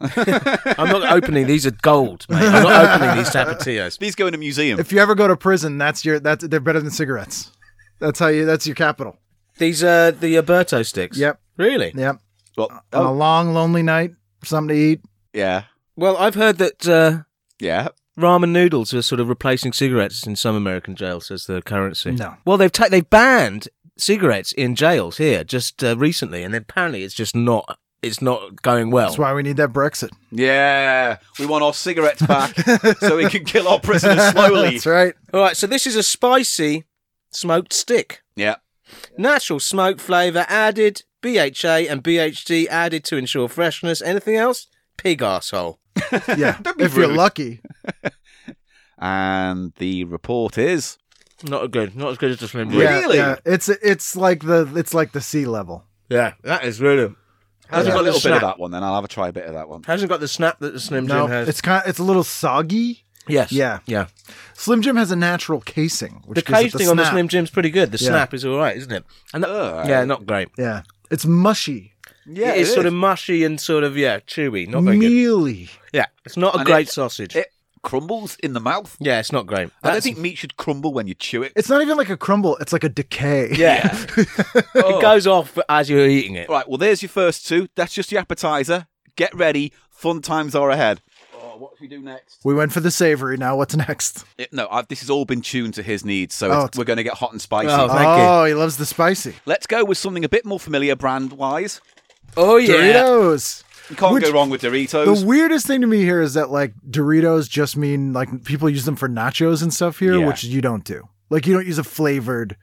S1: I'm not opening these are gold, mate. I'm not opening these tapatillos.
S2: these go in a museum.
S4: If you ever go to prison, that's your that's they're better than cigarettes. That's how you. That's your capital.
S1: These are the Alberto sticks.
S4: Yep.
S1: Really?
S4: Yep.
S2: well,
S4: On a
S2: oh,
S4: long lonely night, something to eat.
S2: yeah,
S1: Well, I've heard that uh,
S2: yeah.
S1: ramen noodles are sort of replacing cigarettes in some American jails as the currency.
S4: No.
S1: Well, they've ta- they've banned cigarettes in jails here just uh, recently, and apparently it's just not it's not going well.
S4: That's why we need that Brexit.
S2: Yeah, we want our cigarettes back so we can kill our prisoners slowly.
S4: that's right.
S1: All right, so this is a spicy smoked stick,
S2: Yeah,
S1: natural smoke flavor added, BHA and BHD added to ensure freshness. Anything else? Pig asshole.
S4: Yeah.
S2: be
S4: if you're
S2: rude.
S4: lucky,
S2: and the report is
S1: Not a good, not as good as the Slim Jim.
S4: Yeah,
S2: Really?
S4: yeah. It's it's like the it's like the sea level.
S1: yeah, that is really.
S2: I'll
S1: Hasn't
S2: have a
S1: got the
S2: little bit
S1: snap.
S2: of that one. Then I'll have a try a bit of that one.
S1: Hasn't got the snap that the Slim Jim
S4: No,
S1: has.
S4: it's kind. It's a little soggy.
S1: yes.
S4: Yeah.
S1: Yeah.
S4: Slim Jim has a natural casing, which
S1: the
S4: gives it
S1: cage thing on the
S4: snap.
S1: Slim Jim's pretty good. The
S4: Yeah.
S1: snap is all right, isn't it? And the,
S2: Ugh.
S1: yeah, not great.
S4: Yeah, it's mushy,
S2: Yeah,
S1: it's
S2: it
S1: sort
S2: is.
S1: of mushy and sort of yeah, chewy. Not very good.
S4: mealy.
S1: Yeah, it's not a
S2: And
S1: great
S2: it-
S1: sausage.
S2: it crumbles in the mouth.
S1: yeah, it's not great.
S2: I don't
S1: That's-
S2: think meat should crumble when you chew it.
S4: It's not even like a crumble. It's like a decay.
S1: yeah,
S2: oh.
S1: it goes off as you're eating it.
S2: Right, well, there's your first two. That's just your appetizer. Get ready. Fun times are ahead. Oh, what do we do next?
S4: We went for the savory. Now what's next?
S2: no, i this has all been tuned to his needs, so
S4: Oh,
S2: it's-
S4: it's-
S2: we're going to get hot and spicy.
S1: Oh. Thank you.
S4: oh, he loves the spicy
S2: Let's go with something a bit more familiar brand wise.
S1: Oh yeah,
S4: Doritos.
S2: You can't
S4: Which-
S2: go wrong with Doritos.
S4: The weirdest thing to me here is that like Doritos just mean like people use them for nachos and stuff here,
S2: Yeah.
S4: which you don't do. Like you don't use a flavored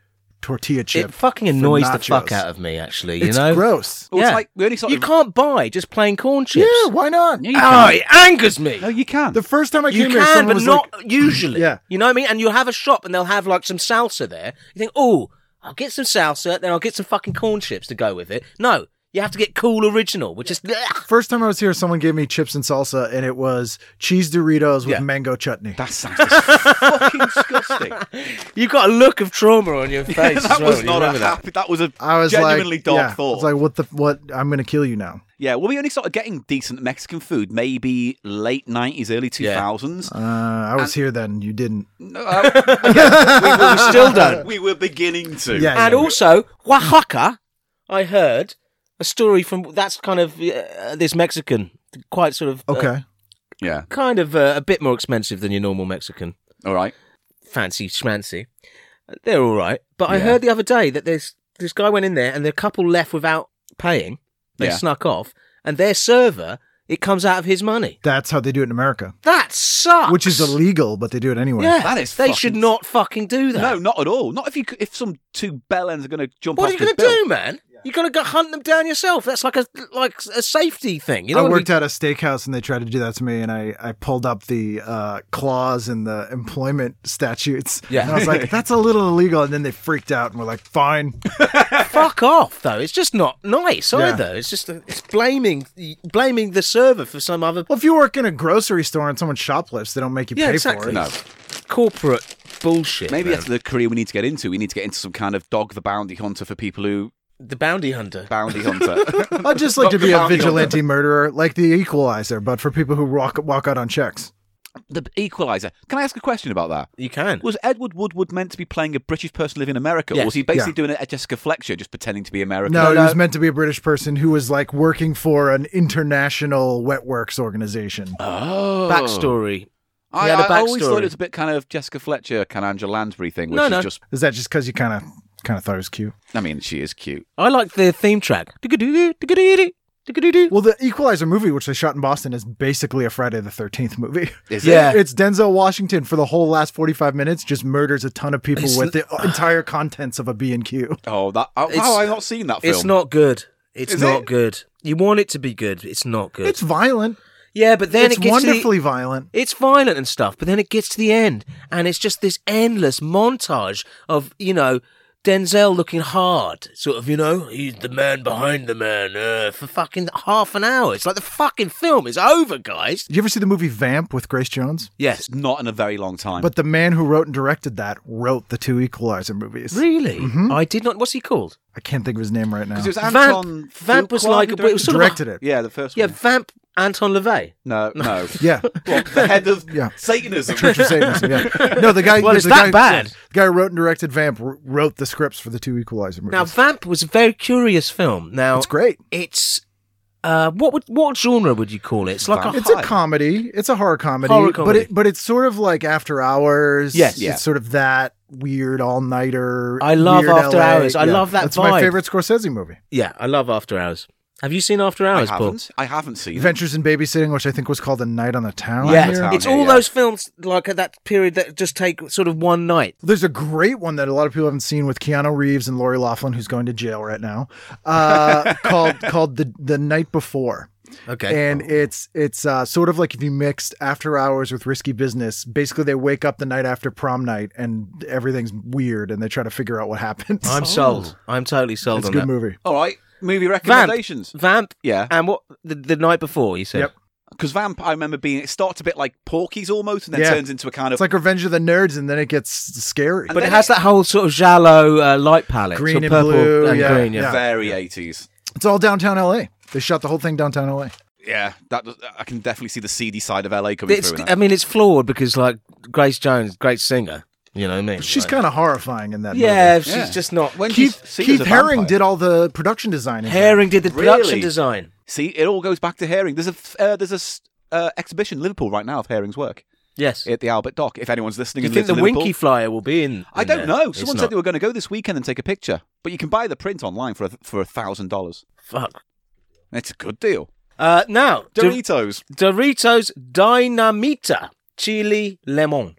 S4: tortilla chip.
S1: it fucking
S4: for
S1: annoys the
S4: nachos.
S1: fuck out of me. Actually, you
S4: it's
S1: know,
S4: gross.
S2: Well, it's
S1: yeah.
S2: like we only sort
S1: you
S2: of-
S1: can't buy just plain corn chips.
S4: Yeah, why not?
S2: Yeah, you
S1: Oh,
S2: can.
S1: it angers me.
S2: No, you can.
S4: The first time I
S1: You
S4: came here,
S1: can,
S4: someone
S1: but
S4: was
S1: not
S4: like,
S1: usually.
S4: Yeah.
S1: You know what I mean? And you'll have a shop and they'll have like some salsa there. You think, oh, I'll get some salsa, then I'll get some fucking corn chips to go with it. No, you have to get cool original, which is.
S4: First time I was here, someone gave me chips and salsa, and it was cheese Doritos with
S1: Yeah.
S4: mango chutney.
S2: that sounds dis- fucking disgusting.
S1: You've got a look of trauma on your face.
S2: that
S1: as well.
S2: was
S1: You
S2: not a
S1: remember that.
S2: happy. That was a
S4: I was
S2: genuinely
S4: like,
S2: dark
S4: yeah, I
S2: thought.
S4: was like, what the? What? I'm gonna kill you now.
S2: Yeah, well, we only started getting decent Mexican food maybe late nineties, early two thousands.
S4: Uh, I was here then. You didn't.
S2: No, I- yeah, we, were-
S1: We still don't.
S2: we were beginning to.
S4: Yeah.
S1: And also, Oaxaca, I heard a story from that's kind of uh, this Mexican, quite sort of uh,
S4: Okay.
S2: yeah.
S1: kind of uh, a bit more expensive than your normal Mexican.
S2: All right.
S1: fancy schmancy. They're all right. But I heard the other day that there's this guy went in there and the couple left without paying. They
S2: Yeah.
S1: snuck off, and their server it comes out of his money.
S4: That's how they do it in America,
S1: That sucks.
S4: which is illegal, but they do it anyway.
S1: Yeah,
S2: That is
S1: They
S2: fucking-
S1: should not fucking do that.
S2: No, not at all. Not if you c- if some two bell ends are going to jump.
S1: What
S2: off
S1: are you
S2: this
S1: going to
S2: bill.
S1: do, man? You got to go hunt them down yourself. That's like a like a safety thing. You know,
S4: I
S1: what
S4: worked
S1: mean?
S4: at a steakhouse and they tried to do that to me, and I, I pulled up the uh, clause in the employment statutes.
S1: Yeah.
S4: And I was like, that's a little illegal. And then they freaked out and were like, fine.
S1: fuck off though. It's just not nice
S4: Yeah.
S1: either. It's just it's blaming blaming the server for some other
S4: Well, if you work in a grocery store and someone shoplifts, they don't make you
S1: Yeah,
S4: pay for
S1: exactly.
S4: it.
S2: No.
S1: corporate bullshit.
S2: Maybe
S1: man.
S2: that's the career we need to get into. We need to get into some kind of dog the bounty hunter for people who
S1: the bounty hunter.
S2: bounty hunter.
S4: I'd just like to
S2: Not
S4: be
S2: the
S4: a
S2: bounty
S4: vigilante murderer, like the equalizer, but for people who walk, walk out on checks.
S2: the Equalizer. Can I ask a question about that?
S1: You can.
S2: Was Edward Woodward meant to be playing a British person living in America,
S1: Yes.
S2: or was he basically
S4: Yeah.
S2: doing a Jessica Fletcher, just pretending to be American?
S4: No, he was meant to be a British person who was like working for an international wet works organization.
S2: Oh.
S1: backstory.
S2: I,
S1: He had a
S2: I always thought
S1: backstory.
S2: it was a bit kind of Jessica Fletcher, kind of Angela Lansbury thing, which
S1: No,
S2: is
S1: no.
S2: just.
S4: Is that just because you kind of kind of thought it was cute?
S2: I mean, she is cute.
S1: I like the theme track.
S4: Well, the Equalizer movie, which they shot in Boston, is basically a Friday the Thirteenth movie.
S2: Is
S1: Yeah.
S2: it?
S4: It's Denzel Washington for the whole last forty-five minutes, just murders a ton of people
S1: It's-
S4: with the entire contents of a B and Q.
S2: Oh, that. Oh,
S1: It's-
S2: how have I not seen that film?
S1: It's not good. It's
S2: Is
S1: not
S2: it?
S1: good. You want it to be good. It's not good.
S4: It's violent.
S1: yeah, but then
S4: it's
S1: it gets To the,
S4: wonderfully violent.
S1: it's violent and stuff, but then it gets to the end, and it's just this endless montage of you know Denzel looking hard, sort of you know he's the man behind the man uh, for fucking half an hour. It's like the fucking film is over, guys.
S4: Did you ever see the movie Vamp with Grace Jones?
S1: Yes,
S2: Not in a very long time.
S4: But the man who wrote and directed that wrote the two Equalizer movies.
S1: really. I did not. What's he called?
S4: I can't think of his name right now.
S2: Because it was Anton.
S1: Vamp. Vamp was
S2: Fuqua who
S1: like it was
S2: directed
S1: sort of a-
S4: directed it.
S2: it. Yeah, the first
S1: Yeah,
S2: one.
S1: Vamp Anton LaVey.
S2: No, no.
S4: Yeah.
S2: Well, the head of
S4: Yeah.
S2: Satanism.
S4: Richard Satanism, yeah. No, the guy.
S1: Well, it's
S4: the
S1: that
S4: guy,
S1: bad.
S4: The guy who wrote and directed Vamp wr- wrote the scripts for the two Equalizer movies.
S1: Now, Vamp was a very curious film. Now,
S4: it's great.
S1: It's uh, what would what genre would you call it? It's like a
S4: It's a
S2: Hi.
S4: comedy. It's a horror comedy,
S1: Horror
S4: but
S1: comedy.
S4: it but it's sort of like after hours.
S1: Yes.
S2: Yeah.
S4: it's sort of that weird all nighter.
S1: I love After Hours. I love that
S4: That's
S1: vibe.
S4: my favorite Scorsese movie,
S1: yeah. I love After Hours. Have you seen After
S2: I
S1: Hours, Paul?
S2: haven't. I haven't seen. it.
S4: Adventures in Babysitting, which I think was called A Night on the Town.
S1: Yeah,
S4: here.
S2: Town.
S1: it's
S2: yeah,
S1: all
S2: yeah.
S1: those films like at that period that just take sort of one night.
S4: There's a great one that a lot of people haven't seen with Keanu Reeves and Lori Laughlin, who's going to jail right now, uh, called called the the night before.
S1: Okay,
S4: and it's it's uh, sort of like if you mixed after hours with risky business basically they wake up the night after prom night and everything's weird and they try to figure out what happened
S1: I'm sold. I'm totally sold
S4: it's a
S1: on
S4: good
S1: that.
S4: movie
S2: All right. Movie
S1: Vamp,
S2: recommendations.
S1: Vamp,
S2: Yeah.
S1: and what the, the night before you said.
S4: Yep.
S2: Because Vamp, I remember being it starts a bit like Porky's almost, and then
S4: Yeah.
S2: turns into a kind of
S4: it's like revenge of the nerds and then it gets scary
S1: But
S2: then
S1: it has
S2: it-
S1: that whole sort of Jalo uh, light palette,
S4: Green
S1: sort of
S4: and
S1: purple
S4: blue,
S1: and
S4: yeah,
S1: green. Yeah.
S4: yeah.
S2: very eighties.
S4: it's all downtown la they shot the whole thing downtown la
S2: Yeah, that was- I can definitely see the seedy side of LA coming
S1: It's,
S2: through. in
S1: I
S2: that.
S1: mean, it's flawed because like Grace Jones, great singer. You know what I mean?
S4: she's
S1: Like-
S4: kind of horrifying in that movie.
S1: Yeah, she's
S2: Yeah.
S1: just not.
S2: When do you
S4: keith,
S2: see her as
S4: keith
S2: a
S4: herring
S2: vampire?
S4: did all the production design in that.
S1: Herring did the production
S2: Really?
S1: design.
S2: See, it all goes back to Herring. There's a f- uh, there's a s- uh, exhibition in Liverpool right now of Herring's work
S1: Yes.
S2: at the Albert Dock. If anyone's listening,
S1: Do you think
S2: and lives
S1: the
S2: in Liverpool-
S1: Winky Flyer will be in?
S2: I
S1: in
S2: don't
S1: there?
S2: know.
S1: It's
S2: Someone
S1: not.
S2: said they were going to go this weekend and take a picture, but you can buy the print online for a, for a thousand dollars.
S1: Fuck.
S2: It's a good deal.
S1: Uh, now, Dor-
S2: Doritos.
S1: Doritos Dynamita Chili Lemon.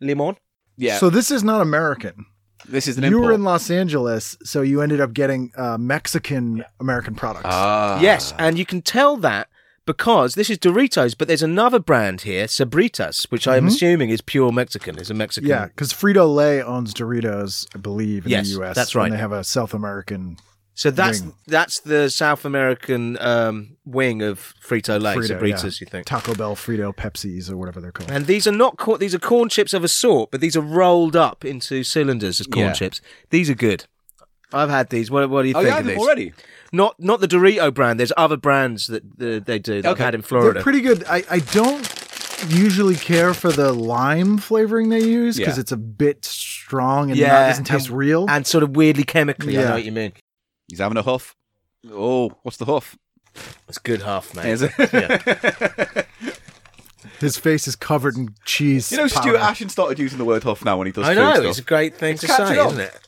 S1: Lemon?
S2: Yeah,
S4: so this is not american
S2: this is an
S4: you
S2: import.
S4: were in los angeles so you ended up getting uh, mexican american products
S2: Ah.
S1: Yes, and you can tell that because this is Doritos, but there's another brand here, Sabritas, which
S2: Mm-hmm.
S1: I am assuming is pure Mexican, is a Mexican.
S4: Yeah, because Frito Lay owns Doritos, I believe, in
S1: Yes,
S4: the U.S.
S1: that's right.
S4: And they have a South American.
S1: So that's
S4: Wing.
S1: that's the South American um, wing of Frito Lay
S4: Frito,
S1: Sabritas.
S4: yeah.
S1: You think?
S4: Taco Bell, Frito, Pepsis, or whatever they're called.
S1: And these are not cor- these are corn chips of a sort, but these are rolled up into cylinders as corn
S2: Yeah.
S1: chips. These are good. I've had these. What, what do you
S2: Oh,
S1: think
S2: yeah, I
S1: of
S2: have
S1: these?
S2: them already.
S1: Not not the Dorito brand. There's other brands that uh, they do that
S2: Okay.
S1: I've had in
S4: They're
S1: Florida.
S4: pretty good. I, I don't usually care for the lime flavoring they use because
S2: Yeah.
S4: it's a bit strong and
S1: Yeah,
S4: not, doesn't taste
S1: and-
S4: real.
S1: and sort of weirdly chemically. I
S4: Yeah.
S1: know what you mean.
S2: He's having a huff. Oh, what's the huff?
S1: It's good half, mate.
S2: Is it?
S4: His face is covered in cheese.
S2: You know,
S4: powder.
S2: Stuart Ashen started using the word huff now when he does
S1: I
S2: food
S1: know.
S2: stuff.
S1: It's a great thing to
S2: catching
S1: say,
S2: on.
S1: isn't it?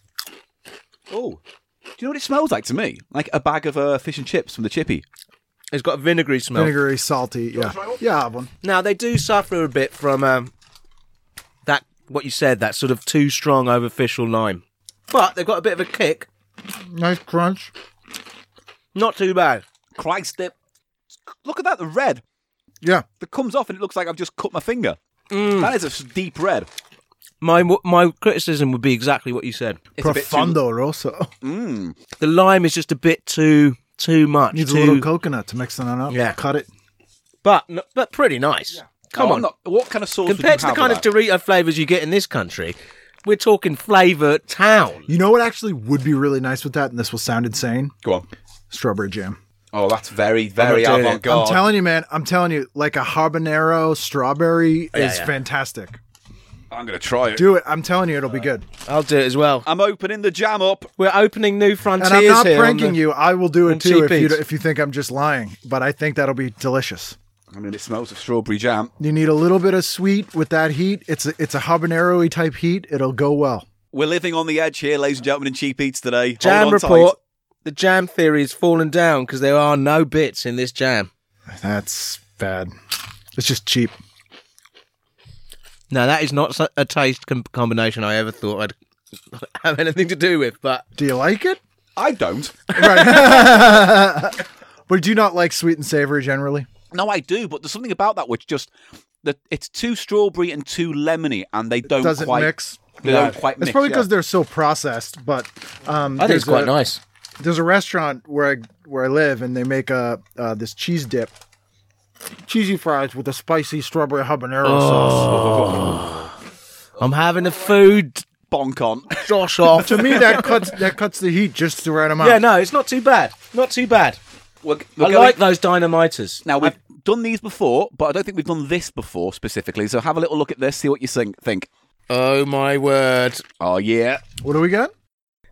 S2: Oh, do you know what it smells like to me? Like a bag of uh, fish and chips from the chippy.
S1: It's got a vinegary smell.
S4: vinegary, salty. Yeah, yeah, I have one.
S1: Now they do suffer a bit from um, that what you said, that sort of too strong overfish or lime, but they've got a bit of a kick.
S4: Nice crunch.
S1: Not too bad.
S2: Christ, it. Look at that, the red
S4: Yeah,
S2: that comes off, and it looks like I've just cut my finger.
S1: Mm.
S2: That is a s- deep red.
S1: My my criticism would be exactly what you said.
S2: It's a bit too-
S4: profundo rosso.
S1: Mm, The lime is just a bit too too much.
S4: Needs
S1: too,
S4: a little coconut to mix it on up.
S1: Yeah.
S4: cut it.
S1: but n- but pretty nice. Come
S2: Oh, I'm
S1: on.
S2: not- what kind of sauce? would you
S1: Compared to the
S2: have
S1: kind of
S2: with that?
S1: Dorito flavors you get in this country, we're talking flavor town.
S4: You know what actually would be really nice with that, and this will sound insane.
S2: Go on.
S4: Strawberry jam.
S2: Oh, that's very, very
S1: doing it.
S2: avant
S4: I'm
S2: garde.
S4: telling you, man. I'm telling you, like a habanero strawberry is
S1: yeah.
S4: fantastic.
S2: I'm going to try it.
S4: Do it. I'm telling you, it'll be good.
S1: I'll do it as well.
S2: I'm opening the jam up.
S1: We're opening new frontiers
S4: And I'm not
S1: here on
S4: pranking
S1: the-
S4: you. I will do
S1: on
S4: it too if you,
S1: cheapies.
S4: if you think I'm just lying. But I think that'll be delicious.
S2: I mean, it smells of strawberry jam.
S4: You need a little bit of sweet with that heat. It's a, it's a habanero-y type heat. It'll go well.
S2: We're living on the edge here, ladies and gentlemen, in cheap eats today. Hold
S1: Jam
S2: on
S1: report. The jam theory has fallen down because there are no bits in this jam.
S4: That's bad. It's just cheap.
S1: Now that is not su- a taste com- combination I ever thought I'd have anything to do with. But
S4: Do you like it?
S2: tight. I don't.
S4: But do you not like sweet and savory generally?
S2: No, I do, but there's something about that which just that it's too strawberry and too lemony, and they don't
S4: Doesn't
S2: quite
S4: mix.
S2: They don't quite mix.
S4: It's probably
S2: yeah.
S4: because they're so processed. But um,
S1: I think it's
S4: there's
S1: quite
S4: a-
S1: nice.
S4: there's a restaurant where I where I live, and they make a uh, this cheese dip, cheesy fries with a spicy strawberry habanero
S1: Oh.
S4: sauce.
S1: I'm having a food
S2: bonk on.
S1: josh off.
S4: To me, that cuts that cuts the heat just the right amount.
S1: yeah, no, it's not too bad. Not too bad.
S2: We're,
S1: I like those dynamiters.
S2: Now we've done these before, but I don't think we've done this before specifically. So have a little look at this, see what you think. Think.
S1: Oh my word!
S2: Oh yeah,
S4: What do we got?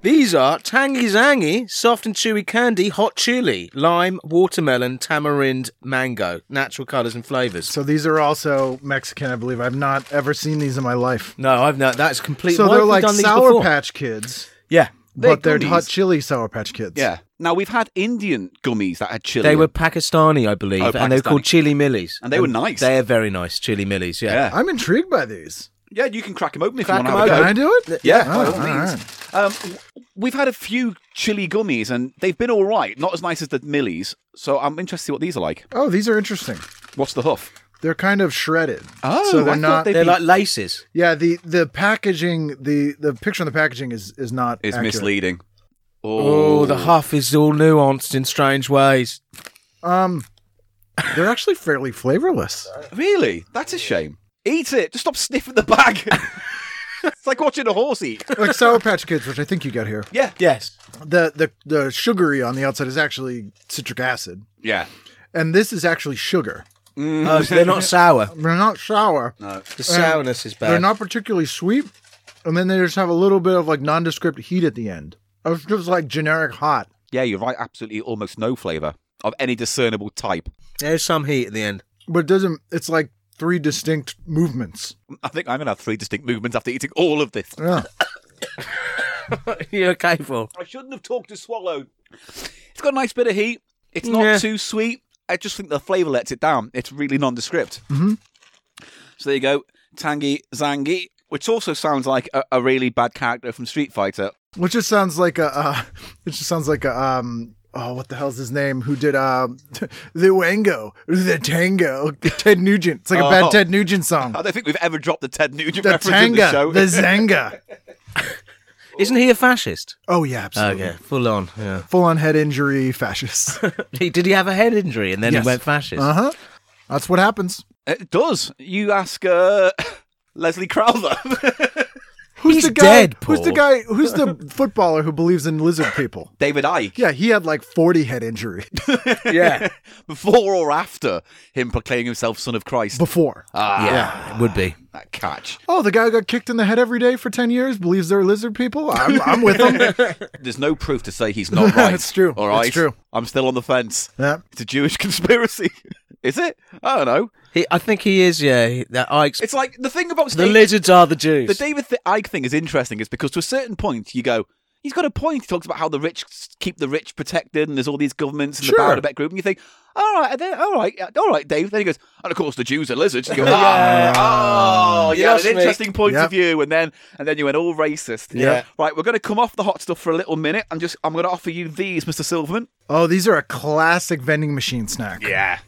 S1: These are tangy zangy, soft and chewy candy, hot chili, lime, watermelon, tamarind, mango, natural colours and flavours.
S4: So these are also Mexican, I believe. I've not ever seen these in my life.
S1: no, I've not. That's completely.
S4: So
S1: why
S4: they're
S1: have we
S4: like
S1: done these
S4: Sour
S1: before?
S4: Patch Kids,
S1: Yeah,
S4: but they're
S2: gummies.
S4: hot chili Sour Patch Kids.
S2: yeah. Now we've had Indian gummies that had chili.
S1: They
S2: in
S1: were
S2: them,
S1: Pakistani, I believe,
S2: Oh,
S1: and they were
S2: Pakistani.
S1: called chili millies.
S2: and they were nice.
S1: They are very nice, chili millies. Yeah.
S2: yeah,
S4: I'm intrigued by these.
S2: yeah. You can crack them open if
S1: Crack
S2: you
S1: 'em
S2: want to
S4: Can
S2: have a
S1: open.
S2: go.
S4: I do it?
S2: Yeah,
S4: Oh,
S2: by all
S4: all
S2: means. Um, w- we've had a few chili gummies, and they've been all right. Not as nice as the Millies. So I'm interested to see what these are like.
S4: Oh, these are interesting.
S2: What's the huff?
S4: They're kind of shredded.
S2: Oh,
S4: so they're
S2: I thought
S4: not.
S2: they'd
S1: They're
S2: be-
S1: like laces.
S4: Yeah, the the packaging, the the picture on the packaging is is not.
S2: It's
S4: accurate.
S2: misleading.
S1: Oh, the huff is all nuanced in strange ways.
S4: Um, they're actually fairly flavorless.
S2: Really? That's a shame. Eat it. Just stop sniffing the bag. it's like watching a horse eat.
S4: Like Sour Patch Kids, which I think you got here.
S2: Yeah.
S1: Yes.
S4: The the the sugary on the outside is actually citric acid,
S2: Yeah.
S4: and this is actually sugar.
S1: Oh, so they're not sour.
S4: They're not sour.
S1: The sourness is bad.
S4: They're not particularly sweet, and then they just have a little bit of like nondescript heat at the end. It's just like generic hot.
S2: Yeah, you're right. Absolutely almost no flavour of any discernible type.
S1: There's some heat at the end.
S4: but it doesn't it's like three distinct movements
S2: I think I'm going to have three distinct movements after eating all of this.
S4: yeah
S1: you okay for?
S2: I shouldn't have talked to Swallow. It's got a nice bit of heat. It's not
S1: Yeah.
S2: too sweet. I just think the flavour lets it down. It's really nondescript. Mm-hmm. So there you go. Tangy Zangy, which also sounds like a, a really bad character from Street Fighter.
S4: which just sounds like a uh, it just sounds like a um oh what the hell's his name who did um the wango the tango ted nugent it's like a
S2: Oh.
S4: bad ted nugent song
S2: I don't think we've ever dropped the Ted Nugent
S4: the
S2: reference in the
S4: tanga
S2: show.
S4: the zanga
S1: Isn't he a fascist?
S4: oh yeah absolutely
S1: Okay, full on. Yeah.
S4: full-on head injury fascist
S1: He, did he have a head injury and then
S4: Yes.
S1: he went fascist?
S4: uh-huh that's what happens
S2: It does. You ask uh, Leslie Crowther.
S4: who's who's
S1: He's
S4: the guy?
S1: dead,
S4: who's the
S1: Paul.
S4: guy? Who's the footballer who believes in lizard people?
S2: David Icke.
S4: Yeah, he had like forty head injury
S1: Yeah.
S2: Before or after him proclaiming himself son of Christ.
S4: before.
S2: ah,
S1: yeah. It would be.
S2: that catch.
S4: Oh, the guy who got kicked in the head every day for ten years believes they're lizard people. I'm, I'm with him.
S2: There's no proof to say he's not right.
S4: It's true.
S2: All right.
S4: It's true.
S2: I'm still on the fence.
S4: Yeah.
S2: It's a Jewish conspiracy. Is it? I don't know.
S1: He, I think he is, yeah. he- That Ike's.
S2: It's like the thing about
S1: the
S2: Steve-
S1: lizards are the Jews.
S2: The David Th- Icke thing is interesting, is because to a certain point you go, he's got a point. He talks about how the rich s- keep the rich protected, and there's all these governments and
S4: Sure.
S2: the Bilderberg group, and you think, all right, then, all right, uh, all right, Dave. Then he goes, and of course the Jews are lizards. You go,
S1: Yeah.
S2: ah, oh,
S1: You
S2: yeah,
S1: lost
S2: an
S1: me.
S2: interesting point
S4: Yep.
S2: of view, and then and then you went all racist.
S1: Yeah.
S2: right. We're going to come off the hot stuff for a little minute. I'm just I'm going to offer you these, Mr. Silverman.
S4: Oh, these are a classic vending machine snack.
S2: Yeah,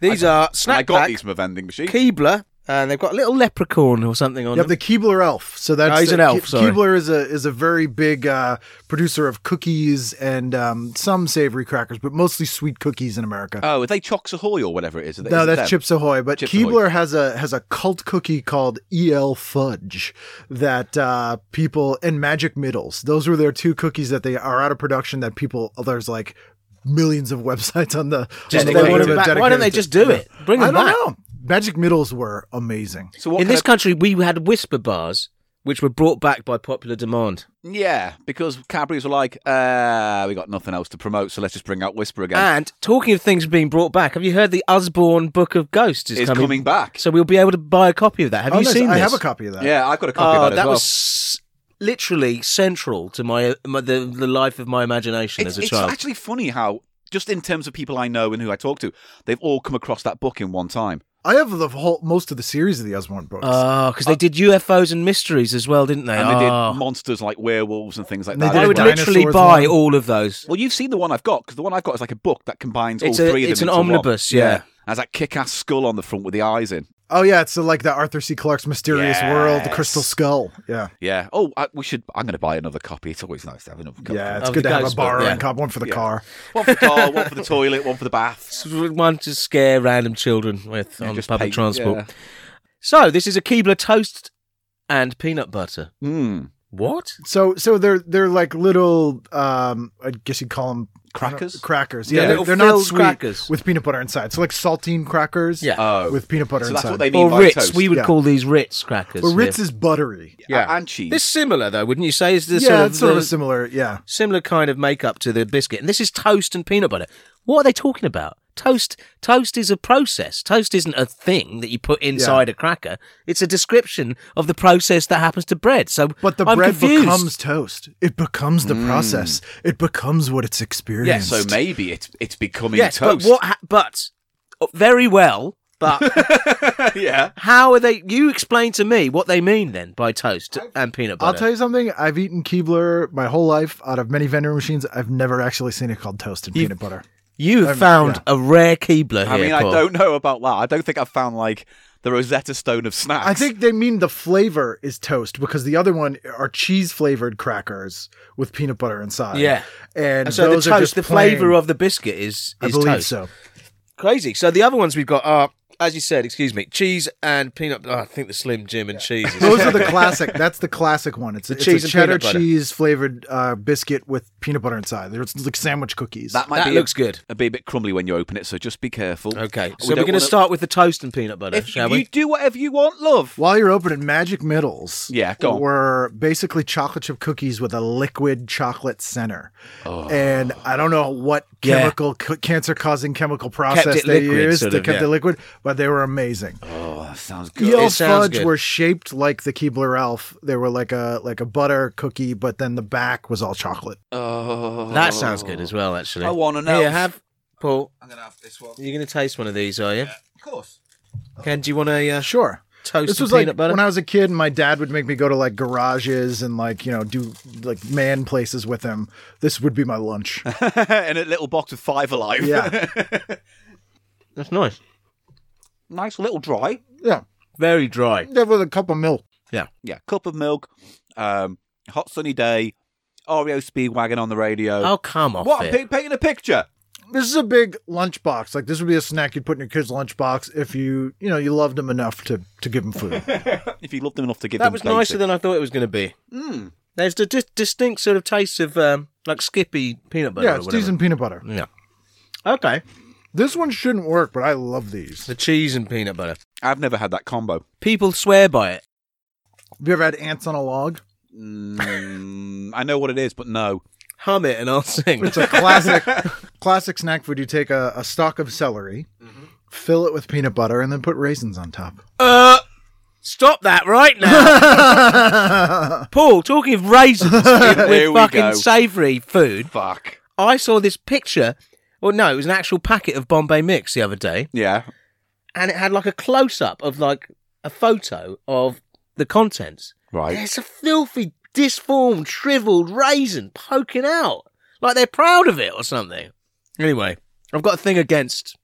S1: These are
S2: and I
S1: snack
S2: got
S1: pack,
S2: these from a vending machine.
S1: Keebler, and they've got a little leprechaun or something on
S4: You have
S1: them.
S4: the Keebler elf. So that's
S1: Oh, he's
S4: the-
S1: an elf,
S4: Ke-
S1: sorry.
S4: Keebler is a is a very big uh, producer of cookies and um, some savory crackers, but mostly sweet cookies in America.
S2: Oh, are they Chocs Ahoy or whatever it is? Is it- is
S4: no,
S2: it
S4: that's
S2: them?
S4: Chips Ahoy. But
S2: Chips Ahoy.
S4: Keebler has a has a cult cookie called El Fudge that uh, people and Magic Middles. Those were their two cookies that they are out of production. That people there's like millions of websites on the.
S1: Just
S4: on
S1: they
S4: the
S1: want
S4: web
S1: it
S4: that
S1: back.
S4: are
S1: Why don't they
S4: dedicated to-
S1: just do it? Bring
S4: I
S1: them
S4: don't
S1: back.
S4: know. Magic Middles were amazing.
S2: So what
S1: In
S2: kind
S1: this
S2: of-
S1: country, we had whisper bars, which were brought back by popular demand.
S2: Yeah, because Cadbury's were like, uh, we got nothing else to promote, so let's just bring out Whisper again.
S1: And talking of things being brought back, have you heard the Osborne Book of Ghosts is
S2: it's coming,
S1: coming,
S2: back.
S1: So we'll be able to buy a copy of that. Have
S4: Oh,
S1: you
S4: nice.
S1: seen
S4: I
S1: this?
S4: have a copy of that.
S2: yeah, I've got a copy
S1: Oh,
S2: of Uh, that,
S1: that
S2: as well.
S1: was s- literally central to my, my the, the life of my imagination
S2: It's,
S1: as a
S2: it's
S1: child.
S2: actually funny how, just in terms of people I know and who I talk to, they've all come across that book in one time.
S4: I have the whole most of the series of the Osborne books.
S1: Oh, because they did UFOs and mysteries as well, didn't they?
S2: And they did
S1: Oh.
S2: monsters like werewolves and things like
S4: And they
S2: that.
S4: did
S1: I
S2: as
S1: would
S2: well.
S4: dinosaurs
S1: literally buy
S4: one.
S1: all of those.
S2: well, you've seen the one I've got, because the one I've got is like a book that combines
S1: It's
S2: all
S1: a-
S2: three of them.
S1: it's an
S2: into one.
S1: omnibus, yeah.
S2: Has that kick ass skull on the front with the eyes in.
S4: oh yeah, it's uh, like the Arthur C. Clarke's Mysterious World, the Crystal
S2: Yes.
S4: Skull. Yeah,
S2: Yeah. Oh, I, we should. I'm going to buy another copy. It's always nice to have another copy.
S4: yeah, it's
S1: Of
S4: good
S1: the
S4: to have a
S1: ghost book,
S4: borrowing
S1: yeah.
S4: cop, one for the
S2: Yeah.
S4: car.
S2: One for the car, one for the toilet, one for the bath.
S1: One to scare random children with
S2: Yeah,
S1: on
S2: just
S1: public
S2: pay-
S1: transport.
S2: yeah.
S1: So this is a Keebler toast and peanut butter.
S2: Mm.
S1: What?
S4: So, so they're they're like little, um, I guess you'd call them
S2: Crackers?
S4: Crackers,
S1: Yeah,
S4: yeah, they're,
S1: little
S4: they're not
S1: filled
S4: sweet
S1: crackers.
S4: with peanut butter inside. So like saltine crackers,
S1: Yeah.
S2: Oh.
S4: with peanut butter
S2: so
S4: inside.
S2: that's what they mean
S1: Or
S2: by
S1: Ritz?
S2: toast.
S1: We would
S4: Yeah.
S1: call these Ritz crackers.
S4: but Ritz
S1: here.
S4: is buttery.
S2: yeah. and cheese.
S1: this similar though, wouldn't you say? Is this
S4: yeah,
S1: sort of,
S4: it's sort of
S1: the
S4: a similar. Yeah,
S1: similar kind of makeup to the biscuit? And this is toast and peanut butter. What are they talking about? Toast. Toast is a process. Toast isn't a thing that you put inside a cracker. It's a description of the process that happens to bread. So,
S4: but the
S1: I'm
S4: bread
S1: confused.
S4: becomes toast. It becomes the process. It becomes what it's experienced.
S2: Mm. so maybe it's it's becoming
S1: yes,
S2: toast.
S1: but what? Ha- but oh, very well. But
S2: yeah.
S1: How are they? You explain to me what they mean then by toast and peanut
S4: I'll
S1: butter.
S4: tell you something. I've eaten Keebler my whole life out of many vending machines. I've never actually seen it called toast and peanut butter.
S1: you
S4: Um,
S1: have found a rare Keebler here.
S2: I mean, I
S1: Paul.
S2: don't know about that. I don't think I've found like the Rosetta Stone of snacks.
S4: I think they mean the flavor is toast because the other one are cheese flavored crackers with peanut butter inside.
S1: Yeah.
S4: and
S1: And so the
S4: those are
S1: toast,
S4: just
S1: the
S4: plain-
S1: flavour of the biscuit is,
S4: I
S1: is
S4: believe
S1: toast.
S4: so.
S1: Crazy. So the other ones we've got are, as you said, excuse me, cheese and peanut. Oh, I think the Slim Jim and cheese. Is
S4: Those are the classic. That's the classic one. It's, it's
S1: cheese
S4: a
S1: and
S4: cheddar
S1: peanut butter.
S4: cheese flavored uh, biscuit with peanut butter inside. They're it's like sandwich cookies.
S2: that might
S1: that
S2: be
S1: looks good.
S2: A, be a bit crumbly when you open it, so just be careful.
S1: Okay,
S2: We
S1: so we're
S2: don't
S1: going to
S2: wanna-
S1: start with the toast and peanut butter,
S2: If
S1: shall
S2: you
S1: we?
S2: do whatever you want, love.
S4: While you're opening, Magic Middles
S2: Yeah, go on.
S4: were basically chocolate chip cookies with a liquid chocolate center. And I don't know what
S1: Oh. Yeah.
S4: chemical, cancer causing chemical process
S1: it
S4: they
S1: liquid,
S4: used
S1: sort
S4: to
S1: of,
S4: keep
S1: yeah.
S4: the liquid, but they were amazing.
S2: Oh, that sounds good.
S4: Eel
S1: It sounds
S4: fudge
S1: good.
S4: were shaped like the Keebler Elf. They were like a like a butter cookie, but then the back was all chocolate.
S2: Oh,
S1: That sounds good as well, actually.
S2: I want an elf.
S1: Here, have Paul.
S3: I'm gonna have this one.
S1: You're going to taste one of these, are you?
S3: Of course.
S1: Ken, do you want a uh,
S4: Sure.
S1: toast
S4: This
S1: and
S4: was
S1: peanut
S4: like
S1: butter?
S4: when I was a kid, and my dad would make me go to like garages and like you know do like man places with him. This would be my lunch.
S2: in a little box with five alive.
S4: Yeah.
S1: That's nice.
S2: nice little dry.
S4: yeah,
S1: Very dry.
S4: yeah, with a cup of milk.
S2: Yeah, cup of milk. Um, hot sunny day. Oreo Speedwagon on the radio.
S1: Oh, come off
S2: what?
S1: it.
S2: I'm painting a picture.
S4: this is a big lunchbox. Like this would be a snack you'd put in your kid's lunchbox if you, you know, you loved them enough to to give them food.
S2: if you loved them enough to give
S1: That
S2: them
S1: was
S2: basic.
S1: nicer than I thought it was going to be.
S3: Hmm.
S2: Mm.
S1: There's the dis- distinct sort of taste of um, like Skippy peanut butter.
S4: yeah,
S1: or
S4: it's
S1: whatever.
S4: cheese and peanut butter.
S1: Yeah. Okay.
S4: This one shouldn't work, but I love these.
S1: The cheese and peanut butter.
S2: I've never had that combo.
S1: People swear by it.
S4: Have you ever had ants on a log?
S2: Mm, I know what it is, but no.
S1: Hum it and I'll sing.
S4: It's a classic classic snack food. You take a, a stalk of celery,
S1: Mm-hmm.
S4: fill it with peanut butter, and then put raisins on top.
S1: uh, stop that right now, Paul. Talking of raisins with
S2: Here we go.
S1: fucking savoury food,
S2: Fuck.
S1: I saw this picture. Well, no, it was an actual packet of Bombay Mix the other day,
S2: Yeah.
S1: and it had like a close up of like a photo of the contents.
S2: Right.
S1: There's a filthy, disformed, shriveled raisin poking out. Like they're proud of it or something. Anyway, I've got a thing against.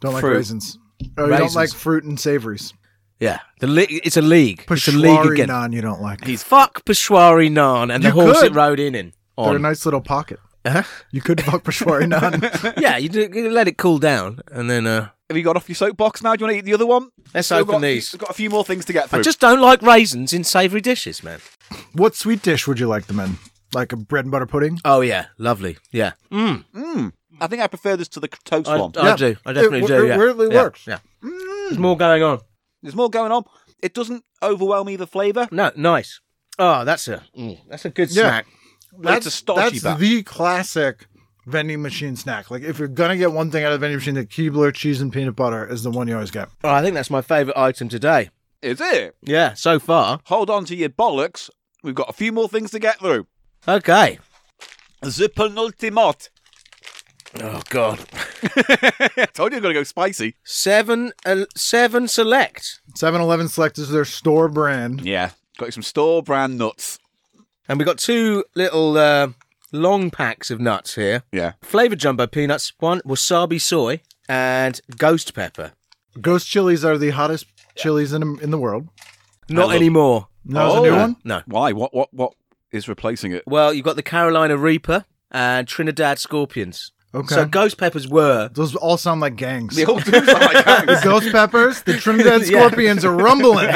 S4: don't like
S2: Fruit.
S4: raisins. Oh, you don't
S1: Raisins.
S4: like fruit and savories.
S1: Yeah, the li- it's a league. It's a league
S4: Peshwari
S1: against.
S4: naan you don't like.
S1: He's fuck Peshwari Naan and the
S4: You
S1: horse
S4: could.
S1: it rode in in.
S4: They're a
S1: On.
S4: nice little pocket.
S1: Uh-huh.
S4: You could fuck Peshwari naan.
S1: yeah, you, do, you let it cool down and then. uh
S2: Have you got off your soapbox now? Do you want to eat the other one?
S1: Let's
S2: Still
S1: open
S2: got,
S1: these.
S2: Got a few more things to get through.
S1: I just don't like raisins in savoury dishes, man.
S4: what sweet dish would you like them in? Like a bread and butter pudding?
S1: Oh yeah, lovely. Yeah, mm,
S2: Mm. I think I prefer this to the toast
S1: I,
S2: one.
S1: I
S4: Yeah.
S1: do. I definitely
S4: It-
S1: do.
S4: it
S1: yeah.
S4: weirdly
S1: Yeah,
S4: works. Mm.
S1: Yeah, there's more going on.
S2: There's more going on. It doesn't overwhelm either flavour.
S1: No, nice. Oh, that's a mm, that's a good
S4: Yeah.
S1: snack.
S2: It's a starchy
S4: that's
S2: bat.
S4: the classic vending machine snack. Like if you're gonna get one thing out of the vending machine, the Keebler cheese and peanut butter is the one you always get.
S1: Oh, I think that's my favourite item today.
S2: Is it?
S1: Yeah, so far.
S2: Hold on to your bollocks. We've got a few more things to get through.
S1: Okay.
S2: The penultimate.
S1: Oh God.
S2: I told you I'm going to go spicy.
S1: Seven, uh, seven select,
S4: 7-Eleven Select is their store brand.
S2: Yeah. Got you some store brand nuts.
S1: and we got two little uh, long packs of nuts here.
S2: Yeah.
S1: Flavored jumbo peanuts. One wasabi soy and ghost pepper.
S4: Ghost chilies are the hottest chilies in in the world.
S1: Not
S2: love-
S1: anymore.
S4: And That was
S2: Oh.
S4: a new one.
S1: No.
S2: Why? What? What? What is replacing it?
S1: Well, you've got the Carolina Reaper and Trinidad Scorpions.
S4: Okay.
S1: So ghost peppers were.
S4: Those all sound like gangs.
S2: The old dudes are like
S4: The
S2: gangs.
S4: Ghost Peppers, the Trinidad
S1: Yeah.
S4: Scorpions are rumbling.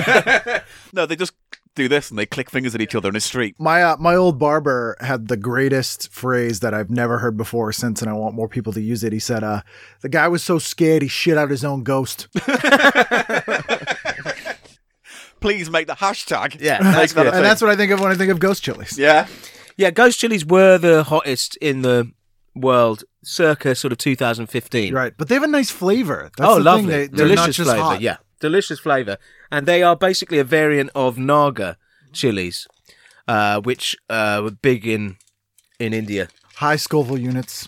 S2: No, they just do this and they click fingers at each other in a street.
S4: My uh, my old barber had the greatest phrase that I've never heard before or since, and I want more people to use it. He said, uh, "The guy was so scared he shit out his own ghost."
S2: Please make the hashtag.
S1: Yeah,
S2: Make
S1: that's
S2: that a
S1: good.
S4: and
S2: thing.
S4: that's what I think of when I think of ghost chilies.
S2: yeah.
S1: Yeah, ghost chilies were the hottest in the world circa sort of 2015.
S4: Right, but they have a nice flavor. That's
S1: oh,
S4: the
S1: lovely.
S4: Thing. They, they're
S1: Delicious
S4: not just
S1: flavor.
S4: hot.
S1: Yeah. Delicious flavor. And they are basically a variant of Naga chilies, uh, which uh, were big in in India.
S4: High Scoville units.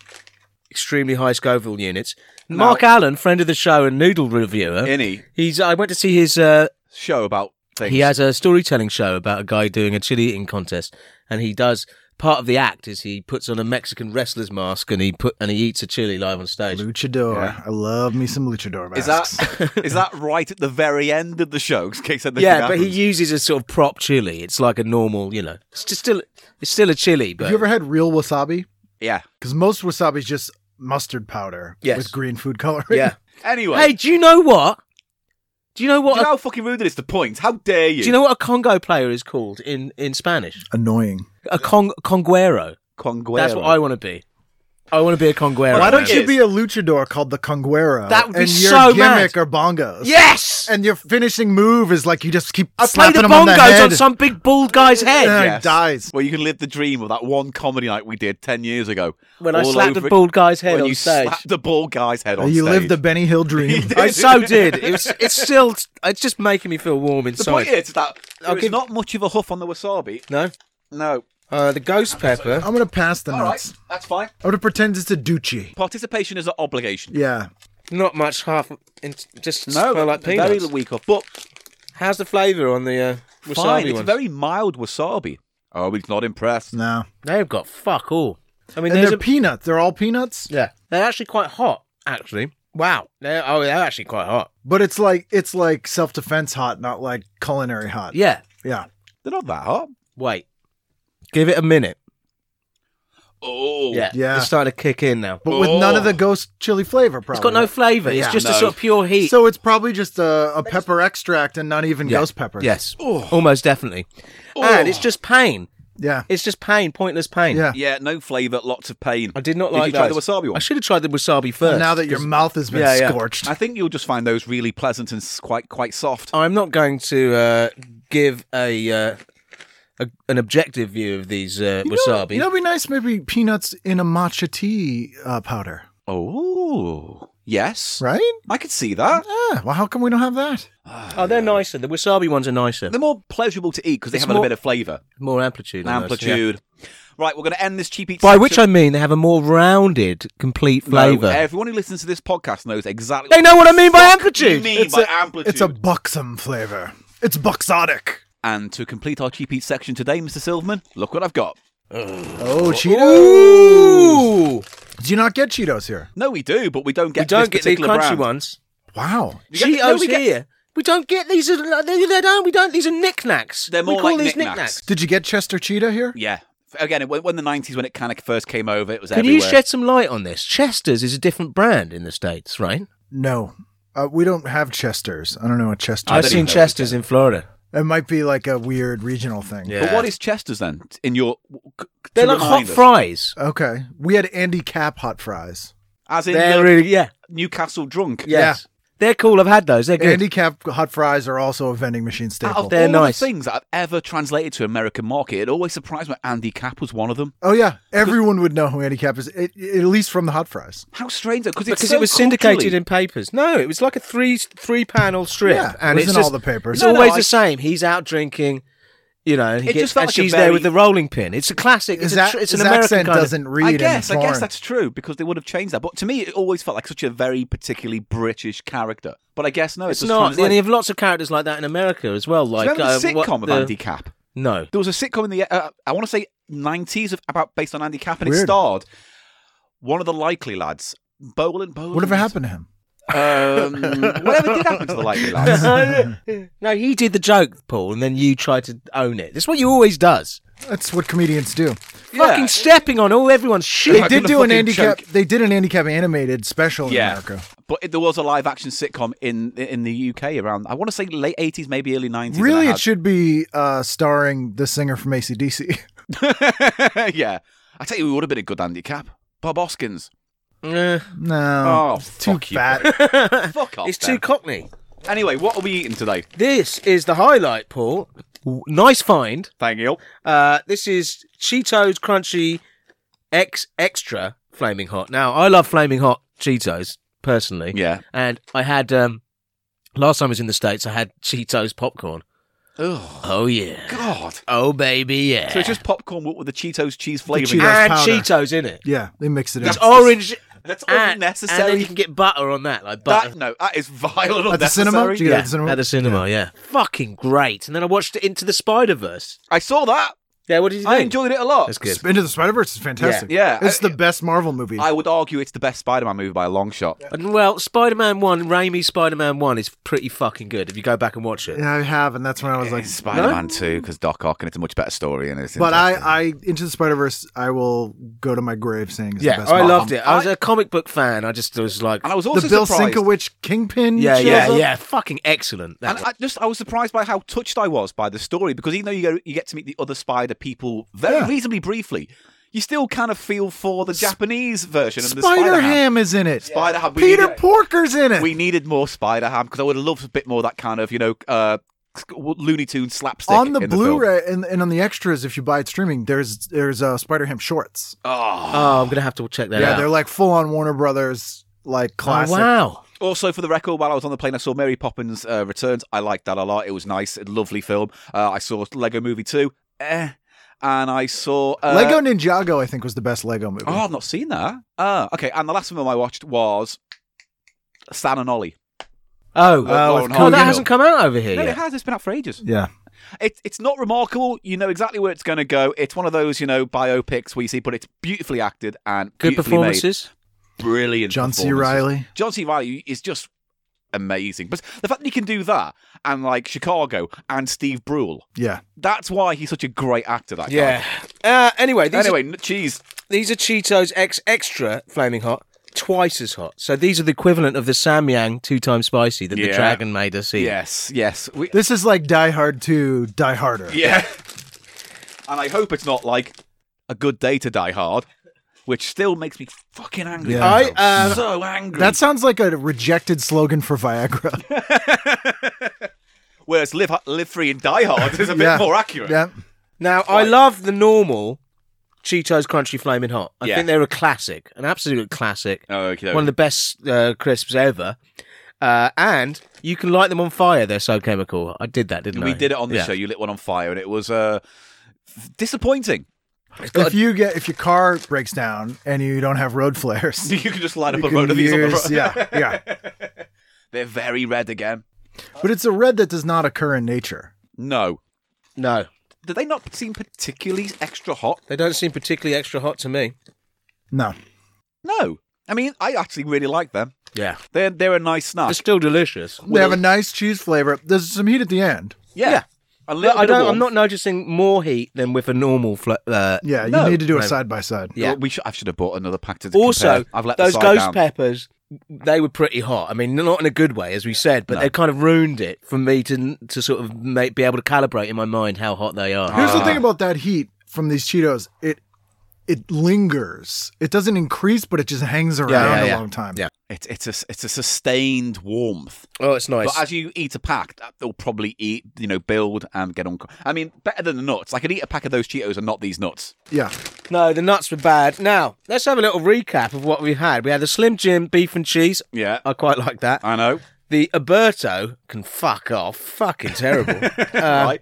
S1: Extremely high Scoville units. Mark Allen, friend of the show and noodle reviewer,
S2: Any
S1: he's I went to see his uh,
S2: show about things.
S1: He has a storytelling show about a guy doing a chili eating contest, and he does part of the act is he puts on a Mexican wrestler's mask and he put and he eats a chili live on stage.
S4: Luchador.
S2: Yeah.
S4: I love me some luchador
S2: Is
S4: masks.
S2: that is that right at the very end of the show? In case anything
S1: yeah, but he
S2: happens?
S1: uses a sort of prop chili. It's like a normal, you know, it's just still it's still a chili, but
S4: Have you ever had real wasabi?
S2: yeah.
S4: Because most wasabi is just mustard powder
S1: Yes.
S4: with green food coloring.
S1: yeah.
S2: Anyway,
S1: hey, do you know what? Do you know
S2: do
S1: what?
S2: you know
S1: a,
S2: how fucking rude it is to point? How dare you?
S1: do you know what a Congo player is called in in Spanish?
S4: Annoying.
S1: A con conguero.
S2: Conguero.
S1: That's what I want to be. I want to be a conguero.
S4: Why don't
S1: man.
S4: you be a luchador called the conguero?
S1: That would be
S4: and your
S1: so
S4: gimmick
S1: mad.
S4: are bongos.
S1: Yes.
S4: And your finishing move is like you just keep
S1: I play
S4: slapping
S1: the
S4: him on the
S1: bongos
S4: head.
S1: on, some big bald guy's head.
S4: Yeah.
S2: Yes.
S4: dies.
S2: Well, you can live the dream of that one comedy night we did ten years ago.
S1: When I
S2: All
S1: slapped
S2: over-
S1: a bald guy's head
S2: when
S1: on
S2: you
S1: stage.
S2: slapped the bald guy's head on
S4: Oh, you
S2: stage.
S4: live the Benny Hill dream.
S1: I so did. It was, it's still. It's just making me feel warm
S2: The
S1: inside.
S2: point is that
S1: I'll
S2: there's
S1: give-
S2: not much of a huff on the wasabi.
S1: no.
S2: No.
S1: Uh, the ghost pepper.
S4: I'm gonna pass the
S2: All right,
S4: nuts.
S2: that's fine.
S4: I'm gonna pretend it's a ducci.
S2: Participation is an obligation.
S4: Yeah.
S1: Not much half. In, just
S2: No,
S1: smell like
S2: very
S1: peanuts.
S2: weak off, but
S1: How's the flavour on the uh, wasabi
S2: fine. It's
S1: ones?
S2: very mild wasabi. Oh, he's not impressed.
S4: No.
S1: They've got fuck all. I mean,
S4: And
S1: there's
S4: they're
S1: a,
S4: peanuts. They're all peanuts.
S1: yeah. They're actually quite hot. Actually. Wow. They're, oh, they're actually quite hot.
S4: But it's like it's like self defense hot, not like culinary hot.
S1: Yeah.
S4: Yeah.
S2: They're not that hot.
S1: Wait. Give it a minute.
S2: oh,
S1: Yeah,
S4: Yeah.
S1: It's starting to kick in now.
S4: but with none of
S2: Oh.
S4: the ghost chili flavor. Probably
S1: It's got no flavour. It's
S4: Yeah.
S1: just a
S2: No.
S1: sort of pure heat.
S4: So it's probably just a, a pepper extract and not even
S1: Yeah.
S4: ghost pepper.
S1: yes, almost definitely. And it's just pain.
S4: Yeah.
S1: It's just pain, pointless pain.
S4: Yeah.
S2: yeah, no flavour, lots of pain.
S1: I did not
S2: Did
S1: like
S2: you try the
S1: those.
S2: wasabi one?
S1: I should have tried the wasabi first.
S4: now that your mouth has been
S1: Yeah, yeah.
S4: scorched.
S2: I think you'll just find those really pleasant and s- quite quite soft.
S1: I'm not going to uh, give a, uh, a an objective view of these uh, wasabi.
S4: You know, it'd be nice maybe peanuts in a matcha tea uh, powder,
S2: Oh, yes,
S4: right?
S2: I could see that.
S4: Yeah. Ah, Well, how come we don't have that?
S1: oh, they're nicer. The wasabi ones are nicer.
S2: They're more pleasurable to eat because they
S1: It's
S2: have a
S1: more-
S2: bit of flavour,
S1: More amplitude. on those, yeah.
S2: amplitude. Right, we're going to end this cheap eat.
S1: By which I
S2: section.
S1: mean they have a more rounded, complete
S2: No,
S1: flavour.
S2: everyone who listens to this podcast knows exactly.
S1: they know what I mean by
S2: you
S1: amplitude.
S2: mean
S4: It's
S2: by
S4: a-
S2: amplitude.
S4: It's a buxom flavor. It's buxotic.
S2: And to complete our cheap eat section today, Mr. Silverman, look what I've got.
S4: Oh,
S1: Ooh,
S4: Cheetos! Do you not get Cheetos here?
S2: No, we do, but we don't get.
S1: we don't
S2: this
S1: get the
S2: particular
S1: crunchy
S2: brand.
S1: ones.
S4: Wow.
S2: We get-
S1: Cheetos
S2: no, we get-
S1: here. We don't get these. Are, they, they don't. We don't. These are knickknacks.
S2: They're more
S1: we call
S2: like
S1: these
S2: knickknacks.
S4: Did you get Chester Cheetah here?
S2: Yeah. Again, when, when the '90s, when it kind of first came over, it was
S1: Can
S2: everywhere.
S1: you shed some light on this? Chester's is a different brand in the states, right?
S4: No. Uh, we don't have Chesters. I don't know what Chester
S1: I've
S4: is.
S1: seen
S2: know.
S1: Chester's in Florida.
S4: It might be like a weird regional thing.
S1: Yeah.
S2: But what is Chester's then? In your to
S1: They're like hot
S2: remind us?
S1: fries.
S4: Okay. We had Andy Cap hot fries.
S2: as in
S1: They're
S2: the
S1: really yeah,
S2: Newcastle drunk.
S1: yes. They're cool. I've had those. They're good.
S4: Andy Cap hot fries are also a vending machine
S2: Out
S4: staple.
S2: of
S1: They're
S2: all
S1: nice.
S2: the things that I've ever translated to American market, it always surprised me. Andy Cap was one of them.
S4: Oh yeah, everyone would know who Andy Cap is, at, at least from the hot fries.
S2: How strange though, because
S1: because it was syndicated in papers. No, it was like a three three panel strip,
S4: Yeah,
S1: and
S4: it was
S1: it's
S4: in all
S1: just-
S4: the papers.
S1: It's
S2: No, no,
S1: always
S2: I-
S1: the same. He's out drinking, you know, and, he
S2: It
S1: gets,
S2: just felt
S1: and
S2: like a
S1: she's
S2: very-
S1: there with the rolling pin. It's a classic. It's,
S4: His,
S1: a
S4: ac-
S1: tr- it's an
S4: his
S1: American
S4: accent
S1: kind of-
S4: doesn't read.
S2: I
S4: and
S2: guess, I guess
S4: it's foreign.
S2: that's true because they would have changed that. But to me, it always felt like such a very particularly British character. But I guess no,
S1: It's
S2: it's
S1: not. And you have lots of characters like that in America as well. Like
S2: Remember the
S1: uh, what
S2: sitcom of
S1: the-
S2: Andy Cap?
S1: No,
S2: There was a sitcom in the uh, I want to say nineties about based on Andy Cap, and it
S4: Weird.
S2: starred one of the likely lads, Bolin. Bolin.
S4: Whatever happened to him?
S2: Um, whatever did happen to the likely lads?
S1: no, he did the joke, Paul, and then you tried to own it. That's what you always does.
S4: That's what comedians do.
S1: Fucking stepping on all everyone's shit.
S4: They
S2: gonna
S4: did do an
S2: fucking
S4: Andy Cap.
S2: choke.
S4: They did an Andy Cap animated special in
S2: Yeah.
S4: America.
S2: But it, there was a live action sitcom in in the UK around I want to say late eighties, maybe early nineties.
S4: Really, it should be uh, starring the singer from ACDC.
S2: yeah. I tell you, who would have been a good handicap. Bob Hoskins.
S1: Eh,
S4: no,
S2: Oh,
S4: it's too
S2: fuck you.
S4: fat.
S2: Fuck off.
S1: it's too cockney.
S2: anyway, what are we eating today?
S1: This is the highlight, Paul. W- Nice find.
S2: Thank you.
S1: Uh, this is Cheetos Crunchy X Extra Flaming Hot. Now, I love Flaming Hot Cheetos personally.
S2: Yeah.
S1: And I had um, last time I was in the states, I had Cheetos popcorn.
S2: Oh
S1: Oh yeah.
S2: God.
S1: Oh baby, yeah.
S2: So it's just popcorn with the Cheetos cheese
S4: Cheetos.
S2: flavoring.
S4: Cheetos
S1: and
S4: powder.
S1: Cheetos in it.
S4: Yeah, they mixed it
S1: It's
S4: up.
S1: orange.
S2: That's
S1: and, And then
S2: unnecessary.
S1: you can get butter on that, like butter.
S2: that, no, that is vile and
S4: At the cinema?
S2: unnecessary.
S4: Do you get it at the cinema?
S1: at the cinema, yeah. Fucking great. And then I watched it into the Spider Verse.
S2: I saw that.
S1: Yeah, what did you think?
S2: I enjoyed it a lot.
S1: That's good.
S4: Into the Spider Verse is fantastic.
S2: Yeah, yeah.
S4: it's the best Marvel movie.
S2: I would argue it's the best Spider-Man movie by a long shot.
S1: And, well, Spider Man 1, Raimi's Spider Man 1 is pretty fucking good if you go back and watch it.
S4: yeah, I have, and that's when I was like,
S2: It's Spider-Man 2 because Doc Ock and it's a much better story and it's
S4: But I,
S2: interesting.
S4: I into the Spider Verse, I will go to my grave saying, it's the
S1: Yeah,
S2: oh,
S4: best
S1: I
S4: Marvel
S1: loved it. I was a comic book fan. I just was like,
S2: and I was also
S4: the Bill
S2: surprised.
S4: Sinkowicz Kingpin.
S1: yeah, yeah,
S4: shows up.
S1: yeah, fucking excellent. That
S2: And
S1: one.
S2: I just I was surprised by how touched I was by the story because even though you go, you get to meet the other spider people very
S4: Yeah.
S2: reasonably briefly, you still kind of feel for the Japanese version of the
S4: Spider
S2: Spider-Ham.
S4: Ham is in it.
S2: Spider Ham. We,
S4: Peter
S2: needed,
S4: Porker's in it.
S2: we needed more Spider Ham because I would have loved a bit more of that kind of you know uh, Looney Tunes slapstick
S4: on the
S2: in film.
S4: Blu-ray and, and on the extras, if you buy it streaming, there's there's uh, Spider Ham shorts.
S2: Oh.
S4: Um,
S1: oh, I'm gonna have to check that
S4: yeah,
S1: out.
S4: they're like full on Warner Brothers like
S1: oh,
S4: classic.
S1: wow.
S2: Also, for the record, while I was on the plane, I saw Mary Poppins uh, Returns. I liked that a lot. It was nice, a lovely film. Uh, I saw Lego Movie Two, eh, and I saw uh,
S4: Lego Ninjago, I think, was the best Lego movie.
S2: Oh, I've not seen that. Ah, okay. And the last film I watched was Stan and Ollie.
S1: Oh,
S2: Uh,
S4: Oh,
S2: Lauren
S4: of
S1: oh,
S2: Hardy.
S4: course.
S1: that hasn't come out over here
S2: No, it
S1: yet.
S2: has. It's been out for ages.
S4: Yeah,
S2: It, it's not remarkable. You know exactly where it's going to go. It's one of those, you know, biopics where you see, but it's beautifully acted and
S1: Good
S2: beautifully made.
S1: performances.
S2: Brilliant.
S4: John C.
S2: performances.
S4: Riley.
S2: John C. Riley is just amazing. But the fact that he can do that and like Chicago and Steve Brule,
S4: Yeah,
S2: that's why he's such a great actor. That guy.
S1: Uh, anyway, these are-
S2: Anyway, n- cheese.
S1: these are Cheetos X Extra Flaming Hot, twice as hot. So these are the equivalent of the Samyang two times spicy that the
S2: Yeah.
S1: dragon made us eat.
S2: Yes, yes. We,
S4: This is like Die Hard 2, Die Harder.
S2: yeah. and I hope it's not like a good day to die hard, which still makes me fucking angry.
S4: Yeah.
S2: I'm
S4: I, um,
S2: so angry.
S4: That sounds like a rejected slogan for Viagra.
S2: Whereas live live free and die hard is a bit
S4: Yeah.
S2: more accurate.
S4: yeah.
S1: Now I love the normal Cheetos Crunchy Flaming Hot. I
S2: Yeah.
S1: think they're a classic, an absolute classic,
S2: Oh, okay.
S1: one of the best uh, crisps ever. Uh, and you can light them on fire; they're so chemical. I did that, didn't I?
S2: We did it on the
S1: Yeah.
S2: show. You lit one on fire, and it was uh, disappointing.
S4: If you get if your car breaks down and you don't have road flares,
S2: You can just light up a
S4: you
S2: load
S4: can
S2: of these on the
S4: use-
S2: front.
S4: yeah, yeah.
S2: They're very red again.
S4: But it's a red that does not occur in nature.
S2: No.
S1: No,
S2: Do they not seem particularly extra hot?
S1: they don't seem particularly extra hot to me.
S4: No.
S2: No. I mean, I actually really like them.
S1: Yeah,
S2: They're they're a nice
S1: they're
S2: snack.
S1: still delicious.
S4: They have a nice cheese flavor. There's some heat at the end.
S2: yeah.
S1: yeah.
S2: A little
S1: Look, I
S2: bit of
S1: don't, I'm
S2: warmth.
S1: not noticing more heat than with a normal. Fl- uh,
S4: Yeah, you
S2: No.
S4: need to do it
S1: No.
S4: side by side.
S1: Yeah.
S2: Well, we should, I should have bought another pack to to
S1: Also,
S2: compare. I've let the
S1: those
S2: side
S1: ghost
S2: down.
S1: peppers, they were pretty hot. I mean, not in a good way, as we said, but they kind of ruined it for me to to sort of make, be able to calibrate in my mind how hot they are.
S4: Here's the thing about that heat from these Cheetos. It it lingers. It doesn't increase, but it just hangs around
S1: yeah,
S4: a
S1: yeah.
S4: long time.
S1: Yeah.
S2: It's it's a it's a sustained warmth.
S1: Oh, it's nice.
S2: But as you eat a pack, that- they'll probably eat, you know, build and get on. I mean, better than the nuts. I could eat a pack of those Cheetos and not these nuts.
S4: Yeah.
S1: no, the nuts were bad. Now let's have a little recap of what we had. We had the Slim Jim beef and cheese.
S2: Yeah,
S1: I quite like
S4: Uh,
S1: that.
S2: I know.
S1: The Alberto can fuck off. Fucking terrible. Uh,
S2: right,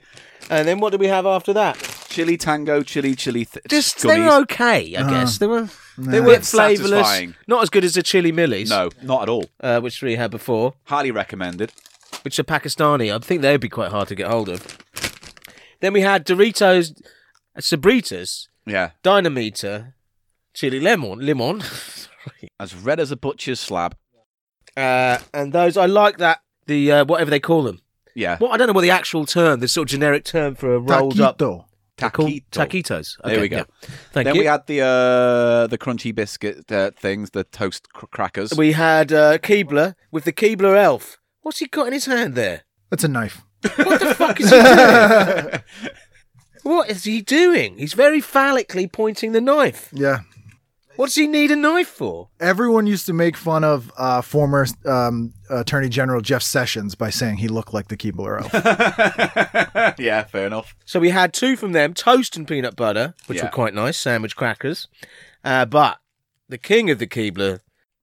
S1: and then what did we have after that?
S2: chili tango, chili chili. Th-
S1: Just
S2: gummies.
S1: they were okay, I guess. They were they
S4: Ah. Nah.
S1: were flavourless.
S2: Satisfying.
S1: Not as good as the chili millies,
S2: no, not at all.
S1: uh, which we had before.
S2: Highly recommended.
S1: which are Pakistani. I think they'd be quite hard to get hold of. Then we had Doritos, Sabritas,
S2: Yeah,
S1: Dynameter, Chili Lemon, Limon,
S2: as red as a butcher's slab.
S1: uh, and those. I like that the uh, whatever they call them.
S2: Yeah,
S1: Well, I don't know what the actual term, the sort of generic term for a rolled up
S4: Taquito.
S1: they're called
S2: taquito.
S1: taquitos.
S2: There we go.
S1: yeah. Thank
S2: Then
S1: you.
S2: we had the uh, the crunchy biscuit uh, things, the toast cr- crackers.
S1: we had uh, Keebler with the Keebler elf. What's he got in his hand there?
S4: That's a knife.
S1: What the fuck is he doing? what is he doing? He's very phallically pointing the knife.
S4: Yeah.
S1: What does he need a knife for?
S4: Everyone used to make fun of uh, former um, Attorney General Jeff Sessions by saying he looked like the Keebler elf.
S2: yeah, fair enough.
S1: So we had two from them: toast and peanut butter, which
S2: Yeah.
S1: were quite nice, sandwich crackers. Uh, but the king of the Keebler: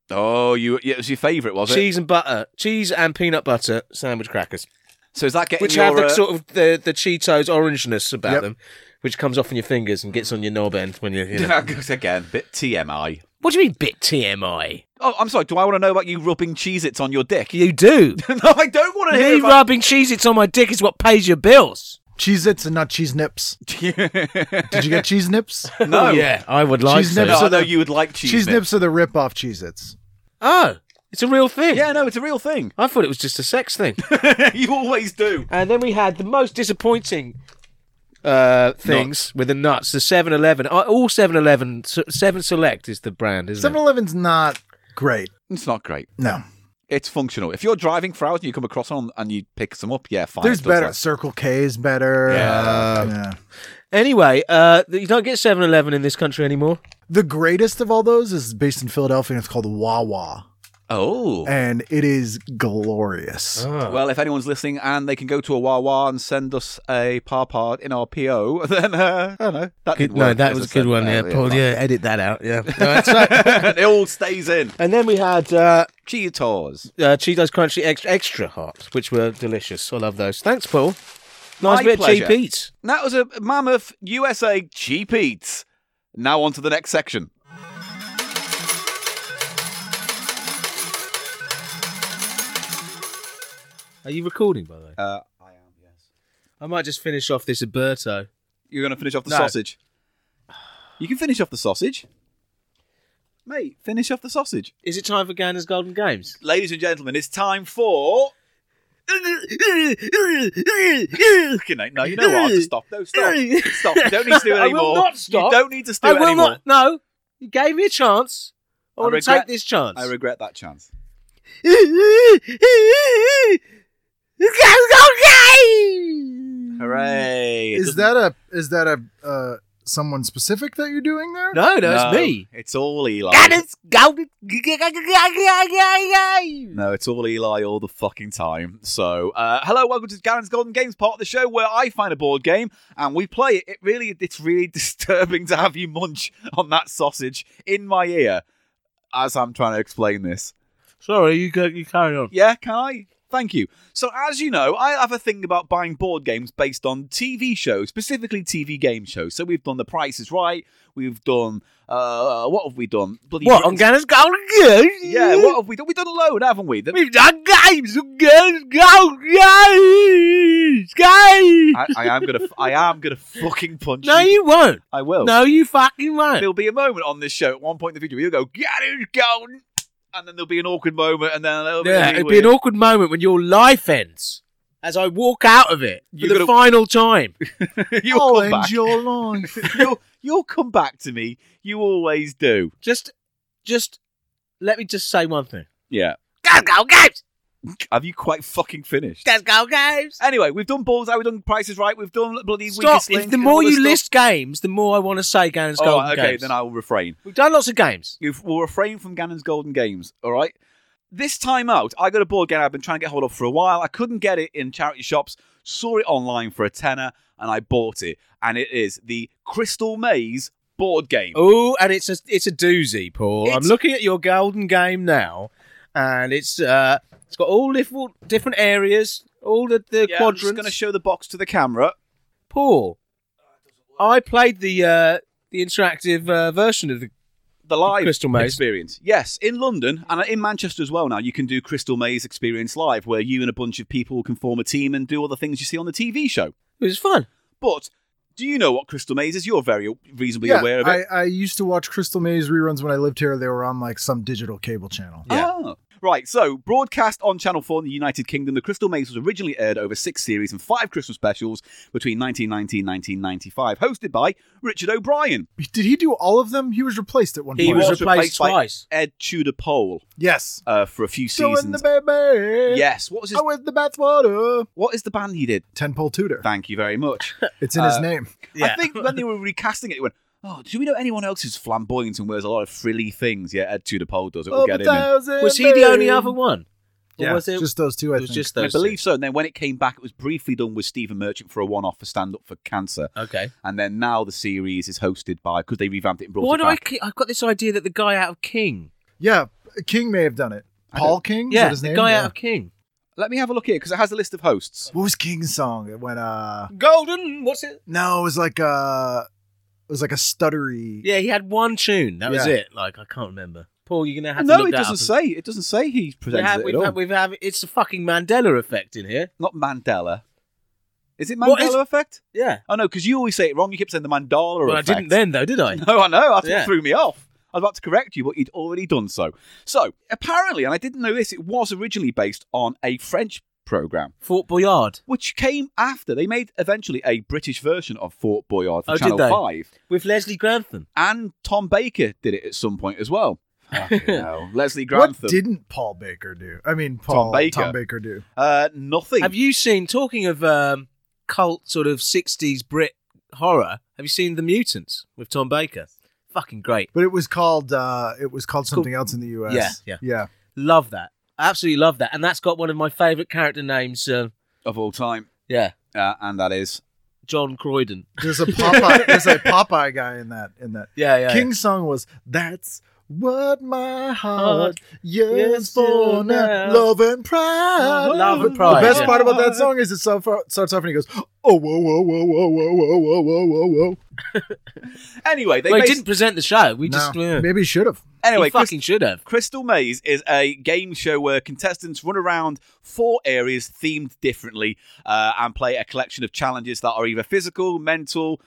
S2: Oh, you yeah, it was your favourite, was it?
S1: cheese and butter, cheese and peanut butter sandwich crackers,
S2: So is that getting
S1: which
S2: your,
S1: have the
S2: uh,
S1: sort of the, the Cheetos orangeness about
S4: Yep.
S1: them, which comes off on your fingers and gets on your knob end when you're. You know.
S2: again bit TMI?
S1: what do you mean, bit TMI?
S2: Oh, I'm sorry. Do I want to know about you rubbing Cheez-Its on your dick?
S1: You do.
S2: no, I don't want to
S1: Me
S2: hear about.
S1: rubbing Cheez-Its on my dick is what pays your bills.
S4: cheese its and not cheese nips. Did you get cheese nips?
S2: no,
S1: Oh, yeah, I would like
S4: Cheese
S1: to.
S4: nips
S2: no, I
S4: So
S2: know
S4: the-
S2: you would like cheese.
S4: cheese
S2: nips.
S4: nips are the rip off cheese its.
S1: Oh, it's a real thing.
S2: Yeah, no, it's a real thing.
S1: I thought it was just a sex thing.
S2: you always do.
S1: And then we had the most disappointing uh, things with the nuts. The 7 Eleven. All 7 Eleven. 7 Select is the brand, isn't
S4: 7
S1: it?
S4: Eleven's not great.
S2: It's not great.
S4: No.
S2: It's functional. If you're driving for hours and you come across on and you pick some up, yeah, fine.
S4: There's
S2: it does
S4: better.
S2: that.
S4: Circle K is better.
S2: Yeah.
S4: Uh, yeah.
S1: Anyway, uh, you don't get 7 Eleven in this country anymore.
S4: The greatest of all those is based in Philadelphia and it's called Wawa.
S2: Oh.
S4: And it is glorious.
S2: Well, if anyone's listening and they can go to a Wawa and send us a parpard in our PO, then uh, I don't know. That didn't
S1: no,
S2: work,
S1: that
S2: as
S1: was a
S2: I
S1: good
S2: said
S1: one. Yeah,
S2: earlier.
S1: Paul, yeah, edit that out. Yeah. Alright, so-
S2: it all stays in.
S1: and then we had uh,
S2: Cheetos.
S1: uh, Cheetos Crunchy extra, extra Hot, which were delicious. I love those. Thanks, Paul. Nice
S2: My
S1: bit
S2: pleasure.
S1: cheap eats.
S2: That was a mammoth USA cheap eats. Now on to the next section.
S1: Are you recording, by the way?
S2: Uh,
S1: I might just finish off this Alberto.
S2: You're going to finish off the
S1: No.
S2: sausage. You can finish off the sausage. Mate, finish off the sausage.
S1: Is it time for Gander's Golden Games?
S2: Ladies and gentlemen, it's time for. Okay, no, no, you know what? I'll just stop. No, stop. Stop. You don't need to do it
S1: I will
S2: anymore.
S1: not stop.
S2: You don't need to do
S1: I
S2: it
S1: will
S2: anymore.
S1: not. No, You gave me a chance. I
S2: I
S1: want to
S2: regret-
S1: take this chance.
S2: I regret that chance. Hooray! It
S4: Is
S2: doesn't-
S4: that a is that a uh, someone specific that you're doing there?
S1: no, no, it's
S2: No,
S1: me.
S2: It's all Eli.
S1: is golden. No.
S2: No, it's all Eli all the fucking time. So, uh, hello, welcome to Garen's Golden Games, part of the show where I find a board game and we play it. It really, it's really disturbing to have you munch on that sausage in my ear as I'm trying to explain this.
S1: Sorry, you go. You carry on.
S2: Yeah, can I? Thank you. So, as you know, I have a thing about buying board games based on TV shows, specifically TV game shows. So, we've done The Price is Right. We've done, uh, what have we done? Bloody
S1: What
S2: Britain's-
S1: on Garen's golden games?
S2: yeah, what have we done? We've done a load, haven't we? The-
S1: We've done games on Garen's golden games. Games.
S2: I, I am gonna, I am gonna fucking punch
S1: No,
S2: you.
S1: you won't.
S2: I will.
S1: No, you fucking won't.
S2: There'll be a moment on this show at one point in the future where you'll go, "Get it, golden," and then there'll be an awkward moment, and then it'll
S1: Yeah,
S2: be,
S1: it'd be an awkward moment when your life ends. As I walk out of it for
S2: You're
S1: the
S2: gonna-
S1: final time.
S2: awkward. you'll
S4: I'll
S2: come
S4: end
S2: back.
S4: your life.
S2: you'll, you'll come back to me. You always do.
S1: Just, just let me just say one thing.
S2: Yeah.
S1: Go, go, games!
S2: Have you quite fucking finished?
S1: Let's go, games!
S2: Anyway, we've done Bullseye, we've done Prices Right, we've done bloody
S1: Stop!
S2: Weakest
S1: If
S2: Link
S1: the
S2: and
S1: more
S2: all this
S1: you
S2: stuff.
S1: list games, the more I want to say Gannon's
S2: oh,
S1: Golden
S2: okay,
S1: Games.
S2: then I will refrain.
S1: We've done lots of games.
S2: You've, we'll refrain from Gannon's Golden Games, all right? This time out, I got a board game I've been trying to get hold of for a while. I couldn't get it in charity shops, saw it online for a tenner, and I bought it. And it is the Crystal Maze board game.
S1: Oh, and it's a it's a doozy, Paul. I'm
S2: It's-
S1: looking at your Golden Game now, and it's uh it's got all different different areas, all the the
S2: Yeah, I'm
S1: quadrants.
S2: just going to show the box to the camera.
S1: Paul, I played the uh, the interactive uh, version of the.
S2: The live
S1: Crystal Maze.
S2: experience. Yes, in London and in Manchester as well now, you can do Crystal Maze Experience Live, where you and a bunch of people can form a team and do all the things you see on the TV show.
S1: It was fun.
S2: But do you know what Crystal Maze is? You're very reasonably
S4: yeah,
S2: aware of it.
S4: I, I used to watch Crystal Maze reruns when I lived here. They were on like some digital cable channel.
S1: Yeah.
S2: Ah. Right, so broadcast on Channel 4 in the United Kingdom, The Crystal Maze was originally aired over six series and five Christmas specials between 1990 and 1995, hosted by Richard O'Brien.
S4: Did he do all of them? He was replaced at one
S1: He
S4: point.
S1: was replaced
S2: by
S1: twice.
S2: Ed Tudor Pole
S4: yes.
S2: uh, for a few
S4: So in the
S2: seasons.
S4: baby.
S2: yes, what was his,
S4: Oh, with the bathwater.
S2: what is the band he did?
S4: Tenpole Tudor.
S2: Thank you very much.
S4: It's in
S1: Uh,
S4: his name.
S2: I think when they were recasting it, they went, oh, do we know anyone else who's flamboyant and wears a lot of frilly things? Yeah, Ed Tudor Pole does it. We'll
S4: Of
S2: get
S4: a
S2: him in.
S4: thousand
S1: was he the only
S4: days.
S1: other one? Or
S4: Yeah,
S1: was it,
S4: just those two. I
S1: it was
S4: think.
S1: just
S2: I
S1: those.
S2: believe so. And then when it came back, it was briefly done with Stephen Merchant for a one-off for Stand Up for Cancer.
S1: Two. Okay.
S2: and then now the series is hosted by because they revamped it and brought
S1: Why
S2: it
S1: do I?
S2: back.
S1: keep- I've got this idea that the guy out of King,
S4: yeah, King may have done it.
S2: I
S4: Paul King. Is
S1: yeah,
S4: that his
S1: the
S4: name?
S1: guy
S4: Yeah.
S1: out of King,
S2: Let me have a look here because it has a list of hosts.
S4: What was King's song? It went uh
S1: Golden. What's it?
S4: no, it was like uh it was like a stuttery.
S1: Yeah, he had one tune. That was
S4: Yeah.
S1: it. Like I can't remember. Paul, you're gonna have to
S2: No,
S1: look
S2: it
S1: that
S2: doesn't
S1: up.
S2: say. It doesn't say he
S1: We
S2: presents
S1: have,
S2: it
S1: we've,
S2: at all.
S1: had, we've had, it's a fucking Mandela effect in here.
S2: Not Mandela. Is it
S1: What
S2: Mandela
S1: is-
S2: effect?
S1: Yeah.
S2: Oh no, because you always say it wrong. You kept saying the Mandala
S1: Well, I
S2: effect.
S1: didn't then, though, did I?
S2: No, I know. That's what
S1: Yeah.
S2: threw me off. I was about to correct you, but you'd already done so. So apparently, and I didn't know this, it was originally based on a French program,
S1: Fort Boyard
S2: which came after. They made eventually a British version of Fort Boyard for
S1: Oh, did
S2: Channel
S1: they?
S2: Five.
S1: with Leslie Grantham.
S2: and Tom Baker did it at some point as well. Fucking hell. Leslie
S4: What
S2: Grantham.
S4: didn't Paul Baker do? I mean, Paul
S2: Baker.
S4: Tom Baker do.
S2: uh, nothing.
S1: Have you seen? Talking of um, cult sort of '60s Brit horror, have you seen The Mutants with Tom Baker? Fucking great.
S4: But it was called uh it was called something else in the US.
S1: Yeah,
S4: Yeah.
S1: Love that. Absolutely love that. And that's got one of my favourite character names. Uh,
S2: of all time?
S1: yeah,
S2: Uh, and that is.
S1: John Croydon.
S4: There's a Popeye there's a Popeye guy in that in that.
S1: Yeah, yeah.
S4: King's song was that's what my heart
S1: Heart
S4: yearns
S1: years
S4: for
S1: to
S4: now.
S1: now.
S4: Love and pride.
S1: Love and pride,
S4: The best
S1: yeah. Uh-huh.
S4: part about that song is it so far, starts off and he goes, oh, whoa, whoa, whoa, whoa, whoa, whoa, whoa, whoa, whoa, whoa.
S2: Anyway, they
S1: Well, he
S2: based-
S1: didn't present the show. We
S4: No,
S1: just yeah.
S4: maybe he should have.
S2: Anyway,
S1: he fucking should have.
S2: Crystal Maze is a game show where contestants run around four areas themed differently uh, and play a collection of challenges that are either physical, mental.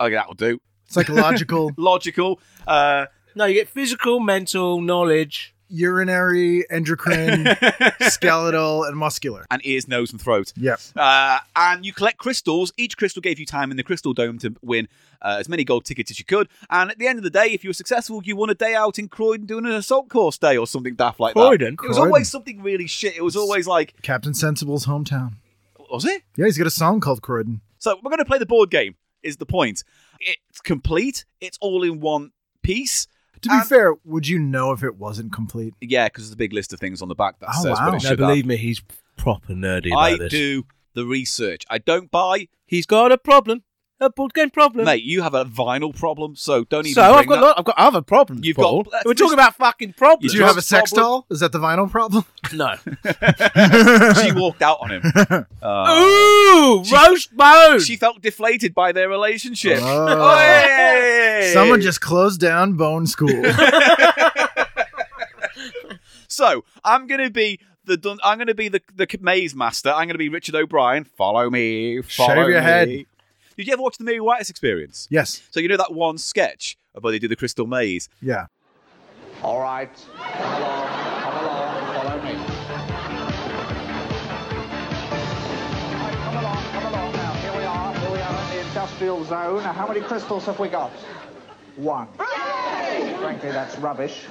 S2: Okay, that will do.
S4: Psychological.
S2: Logical. Uh,
S1: No, you get physical, mental, knowledge,
S4: urinary, endocrine, skeletal, and muscular.
S2: and ears, nose, and throat.
S4: Yep.
S2: Uh, and you collect crystals. Each crystal gave you time in the crystal dome to win uh, as many gold tickets as you could. And at the end of the day, if you were successful, you won a day out in Croydon doing an assault course day or something daft like
S1: Croydon?
S2: that. It was
S4: Croydon.
S2: always something really shit. It was always like,
S4: Captain Sensible's hometown.
S2: was it?
S4: Yeah, he's got a song called Croydon.
S2: So we're going to play the board game. Is the point? It's complete. It's all in one piece.
S4: To be
S2: Um,
S4: fair, would you know if it wasn't complete?
S2: Yeah, because there's a big list of things on the back that
S4: Oh,
S2: says
S4: wow.
S2: what
S4: No,
S2: it
S1: No,
S2: should have.
S1: believe me, he's proper nerdy about
S2: I
S1: this.
S2: do the research. I don't buy
S1: He's got a problem, a board game problem.
S2: Mate, you have a vinyl problem, so don't even.
S1: so
S2: bring
S1: I've got
S2: that-
S1: lot, I've got other problems.
S2: You've
S1: Paul.
S2: got-
S1: we're talking about fucking problems.
S4: Did you have a
S2: drugs
S4: sex
S2: problem?
S4: doll? Is that the vinyl problem?
S1: no.
S2: She walked out on him. Uh,
S1: Ooh, roast bone.
S2: she felt deflated by their relationship.
S4: Oh.
S2: Hey!
S4: Someone just closed down Bone School.
S2: So I'm gonna be the dun- I'm gonna be the the maze master. I'm gonna be Richard O'Brien. Follow me. Follow
S4: Shave your
S2: me.
S4: head.
S2: Did you ever watch the Mary White's Experience?
S4: yes.
S2: So you know that one sketch of where they do the crystal maze.
S4: Yeah.
S5: All right. Come along. Come along. Follow me. Come along. Come along now. Here we are. Here we are in the industrial zone. Now, how many crystals have we got? One. Frankly, that's rubbish.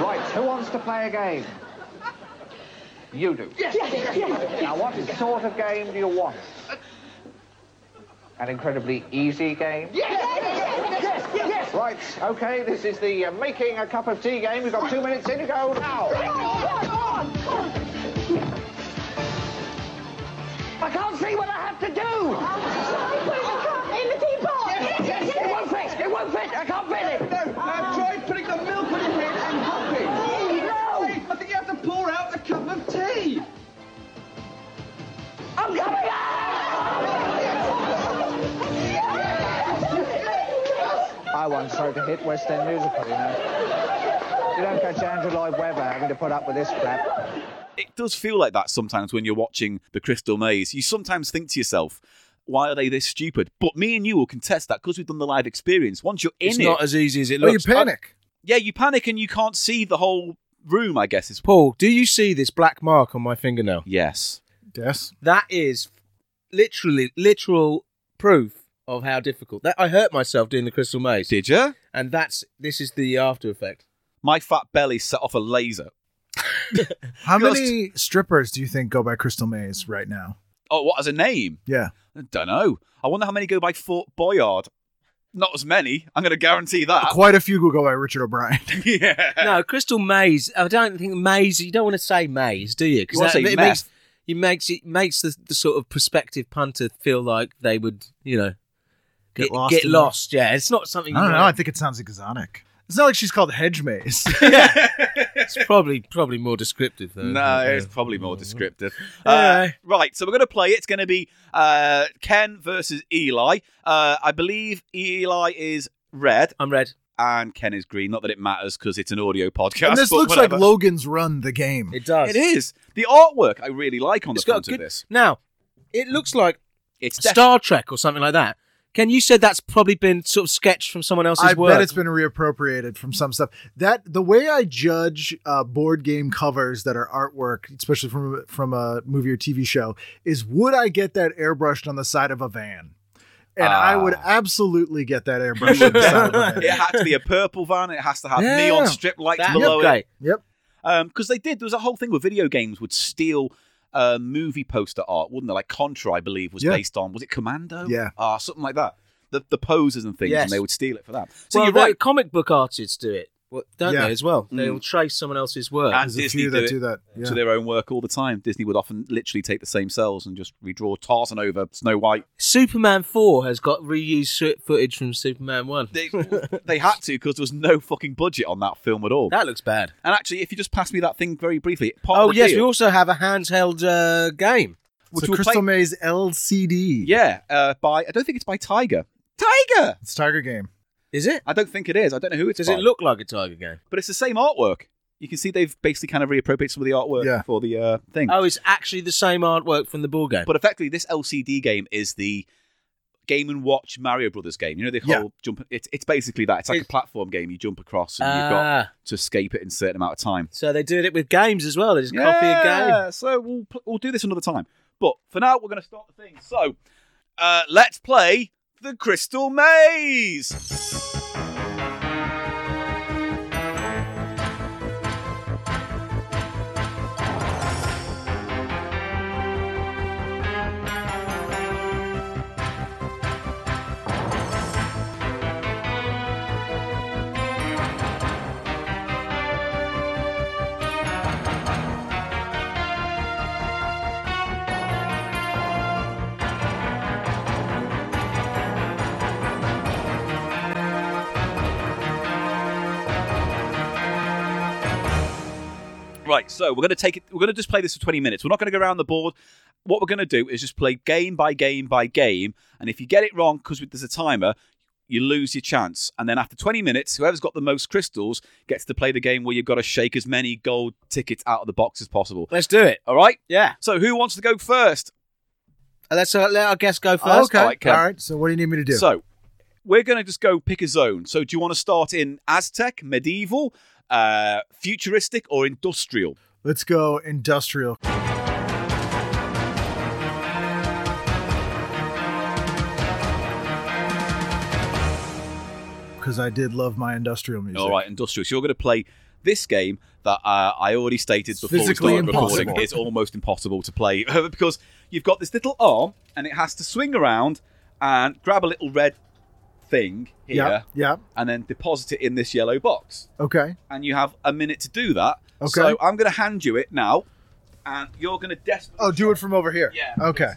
S5: Right. Who wants to play a game? You do. Yes. Now, what sort of game do you want? An incredibly easy game? Right, okay, this is the uh, making a cup of tea game. We've got two minutes in to go now.
S6: I can't see what I have to do. in the teapot. It won't fit. It won't fit. I can't fit it.
S5: No, now try putting the milk on your head and hopping.
S6: No.
S5: I think you have to pour out a cup of tea.
S6: I'm coming out.
S5: I once wrote a hit West End musical, you know. You don't catch Andrew Lloyd Webber having to put up with this crap.
S2: It does feel like that sometimes when you're watching the crystal maze. You sometimes think to yourself. Why are they this stupid? But me and you will contest that because we've done the live experience. Once you're in
S1: it's
S2: it,
S1: not as easy as it
S4: Oh, you
S1: looks.
S4: panic.
S2: yeah, you panic and you can't see the whole room. I guess is
S1: Paul, do you see this black mark on my fingernail?
S2: yes.
S4: Yes.
S1: That is literally literal proof of how difficult. That I hurt myself doing the crystal maze,
S2: Did you?
S1: and that's this is the after effect.
S2: My fat belly set off a laser.
S4: How
S2: Ghost.
S4: many strippers do you think go by Crystal Maze right now?
S2: Oh, what as a name?
S4: Yeah.
S2: I don't know. I wonder how many go by Fort Boyard. Not as many. I'm going to guarantee that.
S4: Quite a few go by Richard O'Brien.
S2: yeah.
S1: No, crystal maze. I don't think maze. You don't want to say maze, do you?
S2: You
S1: that-
S2: wanna say
S1: it
S2: meth.
S1: makes it makes it makes the, the sort of prospective punter feel like they would, you know,
S4: Get lost
S1: Get
S4: in it.
S1: lost. Yeah, it's not
S4: I
S1: something.
S4: don't
S1: you
S4: know. I think it sounds exotic. It's not like she's called Hedge Maze.
S1: It's probably probably more descriptive though.
S2: No, it's probably more descriptive. Uh,
S1: Yeah.
S2: right, so we're going to play. It's going to be uh, Ken versus Eli. Uh, I believe Eli is red
S1: I'm red.
S2: and Ken is green. Not that it matters because it's an audio podcast.
S4: and this
S2: but
S4: looks
S2: whatever.
S4: like Logan's Run, the game.
S1: It does.
S2: It is the artwork I really like on
S1: It's got
S2: the
S1: a
S2: front
S1: good.
S2: of this.
S1: Now, it looks like
S2: It's def-
S1: Star Trek or something like that. Ken, you said that's probably been sort of sketched from someone else's
S4: I
S1: work.
S4: bet it's been reappropriated from some stuff. That the way I judge uh, board game covers that are artwork, especially from from a movie or TV show, is would I get that airbrushed on the side of a van? And I
S2: Ah.
S4: would absolutely get that airbrushed on the side of a van.
S2: it had to be a purple van. It has to have
S4: Yeah.
S2: neon strip lights
S1: That'd
S2: below
S1: look
S2: it.
S1: great.
S4: Yep.
S2: because Um, they did. There was a whole thing where video games would steal uh, movie poster art, wouldn't they? Like Contra, I believe, was
S4: Yeah.
S2: based on was it Commando?
S4: Yeah.
S2: ah, something like that. The the poses and things,
S1: Yes.
S2: and they would steal it for that. So
S1: well,
S2: you're
S1: no,
S2: right.
S1: Comic book artists do it, well, don't
S4: Yeah.
S1: they? As well,
S2: Mm.
S1: they'll trace someone else's work.
S2: And
S4: There's a
S2: Disney
S4: few
S2: do
S4: that
S2: it
S4: do that. Yeah.
S2: to their own work all the time. Disney would often literally take the same cells and just redraw Tarzan over Snow White.
S1: Superman Four has got reused su- footage from Superman One.
S2: They, they had to because there was no fucking budget on that film at all.
S1: That looks bad.
S2: and actually, if you just pass me that thing very briefly, part of
S1: Oh
S2: the
S1: yes,
S2: deal,
S1: we also have a handheld uh, game.
S2: which
S4: It's a
S2: we'll play-
S4: Crystal Maze LCD.
S2: yeah, uh, by I don't think it's by Tiger. Tiger.
S4: It's Tiger Game.
S1: Is it?
S2: I don't think it is. I don't know who it's
S1: Does
S2: by.
S1: it look like a Tiger game?
S2: but it's the same artwork. You can see they've basically kind of reappropriated some of the artwork
S4: Yeah.
S2: for the uh, thing.
S1: Oh, it's actually the same artwork from the board game.
S2: But effectively, this LCD game is the Game and Watch Mario Brothers game. You know the whole
S4: Yeah.
S2: jump. It's it's basically that. It's like a platform game. You jump across and you've got
S1: Ah.
S2: to escape it in a certain amount of time.
S1: So they did it with games as well. They just copy a game.
S2: Yeah, So we'll pl- we'll do this another time. But for now, we're going to start the thing. So uh, let's play the Crystal Maze. Right. So we're going to take it. We're going to just play this for twenty minutes. We're not going to go around the board. What we're going to do is just play game by game by game. And if you get it wrong, because there's a timer. You lose your chance, and then after 20 minutes, whoever's got the most crystals gets to play the game where you've got to shake as many gold tickets out of the box as possible.
S1: Let's do it.
S2: All right.
S1: Yeah.
S2: So who wants to go first?
S1: And Let's uh, let our guest go first.
S4: okay.
S2: all right, Kev.
S4: all right. So what do you need me to do?
S2: So we're going to just go pick a zone. So do you want to start in Aztec, medieval, uh, futuristic, or industrial?
S4: Let's go industrial. Because I did love my industrial music.
S2: All right, industrial. So you're going to play this game that uh, I already stated before
S4: physically
S2: we started recording.
S4: impossible.
S2: It's almost impossible to play because you've got this little arm and it has to swing around and grab a little red thing here
S4: Yeah. Yeah.
S2: and then deposit it in this yellow box.
S4: Okay.
S2: And you have a minute to do that.
S4: Okay.
S2: So I'm going to hand you it now and you're going to desperately.
S4: Oh, do it from over here.
S2: Yeah.
S4: Okay.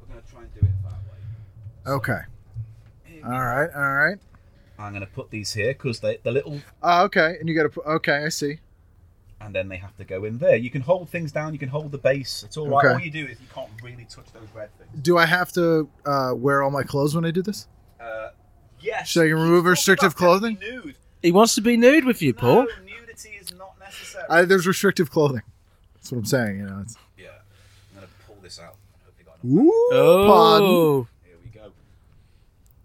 S2: We're going to try and do it that way.
S4: Okay. All right. All right.
S2: I'm going to put these here because they, they're little
S4: Uh, okay. And you got to. put Okay. I see.
S2: and then they have to go in there. You can hold things down, you can hold the base. It's all right.
S4: Okay.
S2: All you do is you can't really touch those red things.
S4: Do I have to uh, wear all my clothes when I do this?
S2: Uh, yes.
S4: So you remove
S2: Talk about
S4: restrictive
S2: getting
S4: clothing?
S2: Nude.
S1: He wants to be nude with you, Paul.
S2: No, nudity is not necessary.
S4: I, there's restrictive clothing. That's what I'm saying. You know. It's,
S2: Yeah. I'm going to pull this out. I hope they got enough.
S4: ooh. pardon.
S1: Oh,
S2: Here we go.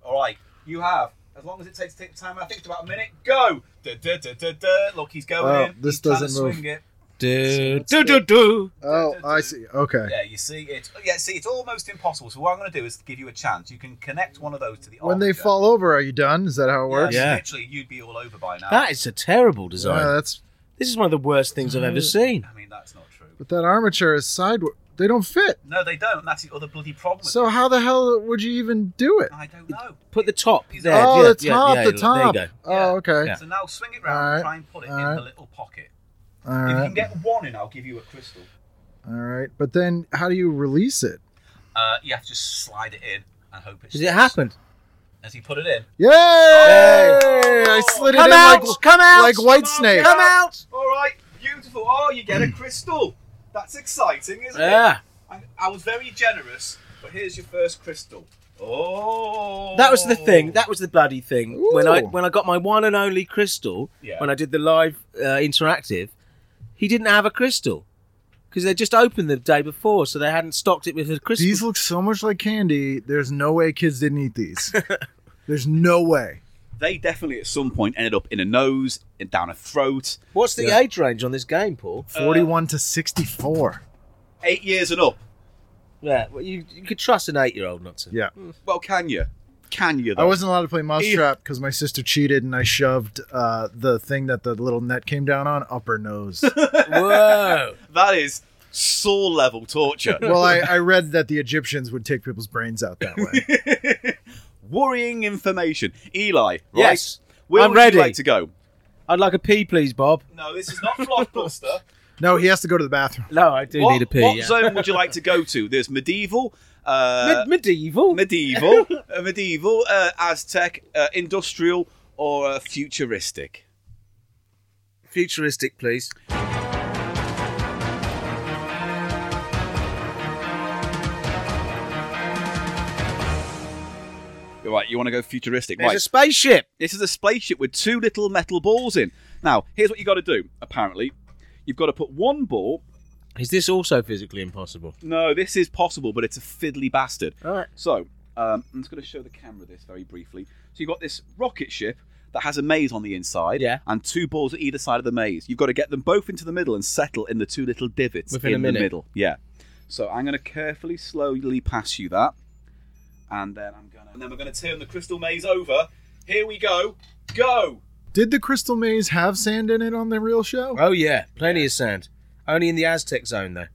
S2: All right. You have. As long as it takes to take the time, I think it's about a minute. Go. Da, da, da, da, da. Look, he's going
S4: Oh,
S2: in.
S4: this
S2: he's trying to
S4: doesn't move.
S2: Swing it.
S1: do do do do.
S4: Oh, I see. Okay.
S2: Yeah, you see, it's oh, yeah. See, it's almost impossible. So what I'm going to do is give you a chance. You can connect one of those to the.
S4: When they
S2: object.
S4: fall over, are you done? Is that
S2: Oh,
S4: how it
S2: Yeah,
S4: works?
S1: Yeah.
S2: literally, you'd be all over by now.
S1: That is a terrible
S4: Yeah,
S1: design.
S4: that's.
S1: this is one of the worst things I've ever seen.
S2: I mean, that's not true.
S4: But that armature is sideward. They don't fit.
S2: No, they don't. That's the other bloody problem.
S4: So how the hell would you even do it?
S2: I don't know.
S1: Put the top there.
S4: oh,
S1: yeah,
S4: the
S1: yeah,
S4: top,
S1: yeah,
S4: the top.
S1: There you go.
S2: Yeah.
S4: Oh, okay.
S1: Yeah.
S2: So now swing it round and
S4: Alright,
S2: try and put it in
S4: alright.
S2: the little pocket.
S4: All
S2: If you
S4: right.
S2: can get one in, I'll give you a crystal.
S4: All right. But then, how do you release it?
S2: Uh, you have to just slide it in and hope it.
S1: Does it
S2: sticks.
S1: happen?
S2: As he put it in.
S4: Yay! I slid
S1: Come
S4: it in
S1: out!
S4: like
S1: come out!
S4: like White Snake.
S1: Come out!
S2: All right, beautiful. Oh, you get a crystal. That's exciting, isn't it?
S1: Yeah.
S2: I, I was very generous, but here's your first crystal. Oh.
S1: That was the thing. That was the bloody thing. When I
S4: Ooh.
S1: when I got my one and only crystal,
S2: Yeah.
S1: when I did the live uh, interactive, he didn't have a crystal because they just opened the day before, so they hadn't stocked it with a crystal.
S4: These look so much like candy. There's no way kids didn't eat these. There's no way.
S2: They definitely at some point ended up in a nose and down a throat.
S1: What's the
S4: Yeah.
S1: age range on this game, Paul?
S2: Uh,
S4: 41 to 64.
S2: Eight years and up.
S1: Yeah, well, you, you could trust an eight-year-old not to.
S4: Yeah.
S2: Well, can you? Can you? Though?
S4: I wasn't allowed to play Mousetrap because my sister cheated and I shoved uh, the thing that the little net came down on up her nose.
S1: Whoa!
S2: That is soul level torture.
S4: well, I, I read that the Egyptians would take people's brains out that way.
S2: Worrying information. Eli, right?
S1: Yes,
S2: Where
S1: I'm
S2: would
S1: ready.
S2: you like to go?
S1: I'd like a pee, please, Bob.
S2: No, this is not Blockbuster.
S4: no, he has to go to the bathroom.
S1: No, I do
S2: what
S1: need a pee.
S2: what
S1: yeah.
S2: zone would you like to go to? There's medieval, uh,
S1: Mid- medieval.
S2: medieval, uh, medieval, uh, Aztec, uh, industrial, or uh, futuristic.
S1: Futuristic, please.
S2: Right, you want to go futuristic,
S1: There's
S2: right?
S1: a spaceship.
S2: This is a spaceship with two little metal balls in. Now, here's what you got to do. Apparently, you've got to put one ball.
S1: Is this also physically impossible? Oh.
S2: No, this is possible, but it's a fiddly bastard.
S1: All right.
S2: So Um, I'm just going to show the camera this very briefly. So you've got this rocket ship that has a maze on the inside,
S1: Yeah.
S2: and two balls at either side of the maze. You've got to get them both into the middle and settle in the two little divots
S1: Within a
S2: in the
S1: minute.
S2: middle. Yeah. So I'm going to carefully, slowly pass you that, and then I'm going to, and then we're going to turn the crystal maze over. Here we go, go.
S4: Did the Crystal Maze have sand in it on the real show?
S1: Oh yeah, plenty of sand. Only in the Aztec zone though.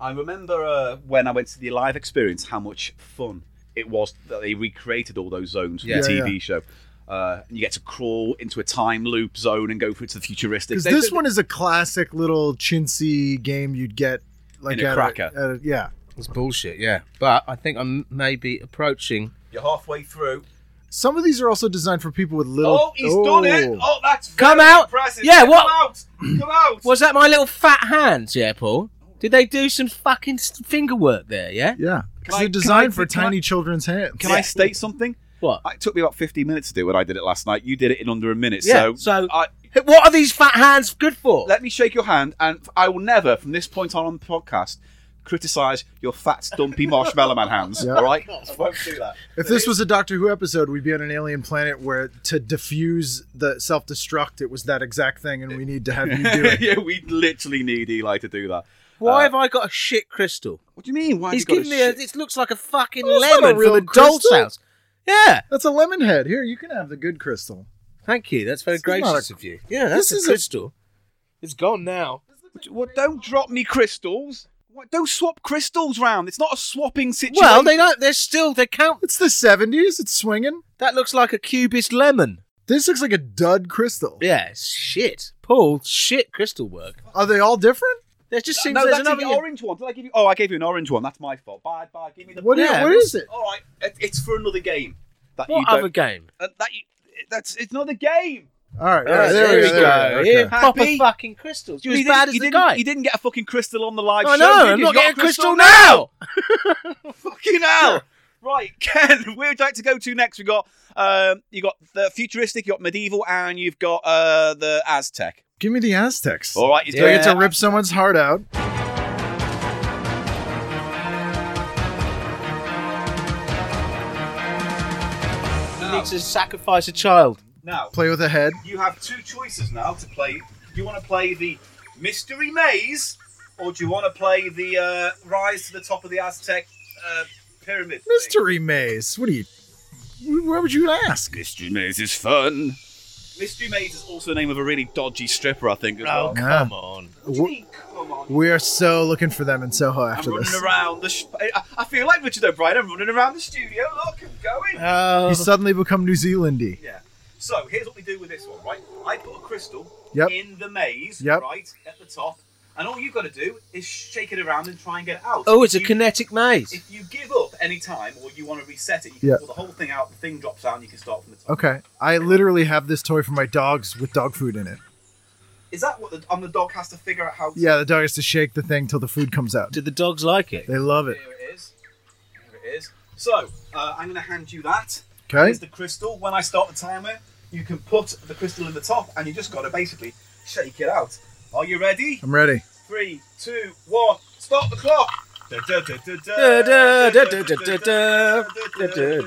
S2: I remember uh, when I went to the live experience, how much fun it was that they recreated all those zones from
S1: Yeah.
S2: the
S4: Yeah,
S2: TV show. Uh, and you get to crawl into a time loop zone and go through to the futuristic.
S4: Because
S2: They-
S4: this
S2: they-
S4: one is a classic little chintzy game you'd get like
S2: In a
S4: at
S2: cracker.
S4: at a- yeah.
S1: It's bullshit, yeah. But I think I'm maybe approaching.
S2: you're halfway through.
S4: Some of these are also designed for people with little.
S2: Oh, he's done it! Oh, that's
S1: Come
S2: very
S1: out.
S2: Impressive.
S1: Yeah,
S2: Come
S1: what-
S2: out! Come out!
S1: Was that my little fat hands? Yeah, Paul. Did they do some fucking s- finger work there? Yeah.
S4: Yeah,
S2: I-
S4: because they're
S2: can I-
S4: designed for
S2: can I-
S4: tiny children's hands.
S2: Can I state something?
S1: What?
S2: It took me about 15 minutes to do what I did it last night. You did it in under a minute.
S1: Yeah,
S2: So,
S1: so-
S2: I,
S1: Hey, What are these fat hands good for?
S2: let me shake your hand, and I will never, from this point on on the podcast, criticise your fat, stumpy marshmallow man hands.
S4: Yeah.
S2: All right?
S3: I won't do that.
S4: If this was a Doctor Who episode, we'd be on an alien planet where to defuse the self-destruct, it was that exact thing, and we need to have you do it.
S2: yeah, we literally need Eli to do that.
S1: Why
S2: Uh,
S1: have I got a shit crystal?
S2: What do you mean? Why
S1: He's
S2: have you
S1: giving
S2: got
S1: me a.
S2: shit-
S1: It looks like a fucking
S4: It's not a
S1: lemon
S4: real
S1: from a doll's
S4: crystal.
S1: house. Yeah.
S4: That's a lemon head. Here, you can have the good crystal.
S1: Thank you. That's very
S4: This is not
S1: gracious
S4: a-
S1: of you. Yeah, that's
S4: this
S1: a
S4: is a-
S1: crystal. It's gone now.
S2: Well, don't drop me crystals. What- Don't swap crystals round. It's not a swapping situation.
S1: Well, they don't. They're still. They count.
S4: It's the '70s. It's swinging.
S1: That looks like a cubist lemon.
S4: This looks like a dud crystal.
S1: Yeah. it's Shit. Paul. Shit. Crystal work.
S4: Are they all different?
S1: There just seems
S2: No,
S1: there's
S2: that's
S1: another.
S2: the orange one. Did I give you? Oh, I gave you an orange one. That's my fault. Bye, bye. Give me the.
S4: What,
S1: Yeah,
S4: yeah, what
S1: it
S4: is it?
S2: All right, it- it's for another game. That you
S1: What
S2: don't.
S1: other game?
S2: uh, that you, that's it's another game.
S4: All right, all
S1: All
S4: right,
S1: right,
S4: there, we go. okay.
S1: Here, proper
S2: Happy?
S1: fucking crystals. You're
S2: You
S1: as
S2: didn't-
S1: bad as
S2: you
S1: the
S2: didn't-
S1: guy.
S2: You didn't get a fucking crystal on the live
S1: I
S2: show.
S1: know.
S2: did
S1: I'm
S2: you?
S1: not
S2: You got
S1: getting a crystal
S2: now.
S1: now.
S2: Fucking hell! right, Ken, where would you like to go to next? We got um, you got the futuristic, you got medieval, and you've got uh, the Aztec.
S4: Give me the Aztecs.
S2: All right, he's
S4: Do I get
S2: going
S4: to rip someone's heart out?
S1: You need to sacrifice a child.
S2: now.
S4: Play with a head.
S2: You have two choices now to play. Do you want to play the mystery maze, or do you want to play the uh, rise to the top of the Aztec uh, pyramid? thing?
S4: Mystery maze. What do you? Where would you ask?
S2: Mystery maze is fun. Mystery maze is also the name of a really dodgy stripper, I think. As well.
S4: come
S1: on.
S2: Come on.
S4: We are so looking for them in Soho
S2: I'm
S4: after
S2: running
S4: this.
S2: around the. Sh- I, I feel like Richard O'Brien. I'm running around the studio. Look, I'm going.
S1: Oh.
S4: You suddenly become New Zealandy.
S2: Yeah. So here's what we do with this one, right? I put a crystal
S4: Yep.
S2: in the maze,
S4: Yep.
S2: right at the top, and all you've got to do is shake it around and try and get it out.
S1: Oh, it's a
S2: If you-
S1: kinetic maze.
S2: If you give up any time or you want to reset it, you can
S4: Yep.
S2: pull the whole thing out. The thing drops out, and you can start from the top.
S4: Okay, I literally have this toy for my dogs with dog food in it.
S2: Is that what the, um, the dog has to figure out how? to
S4: Yeah, the dog has to shake the thing till the food comes out.
S1: Did the dogs like it?
S4: They love it.
S2: Here it is. Here it is. So uh, I'm going to hand you that.
S4: Okay.
S2: Here's the crystal. When I start the timer, you can put the crystal in the top, and you just got to basically shake it out. Are you ready?
S4: I'm ready.
S2: Three, two, one. Start the clock. So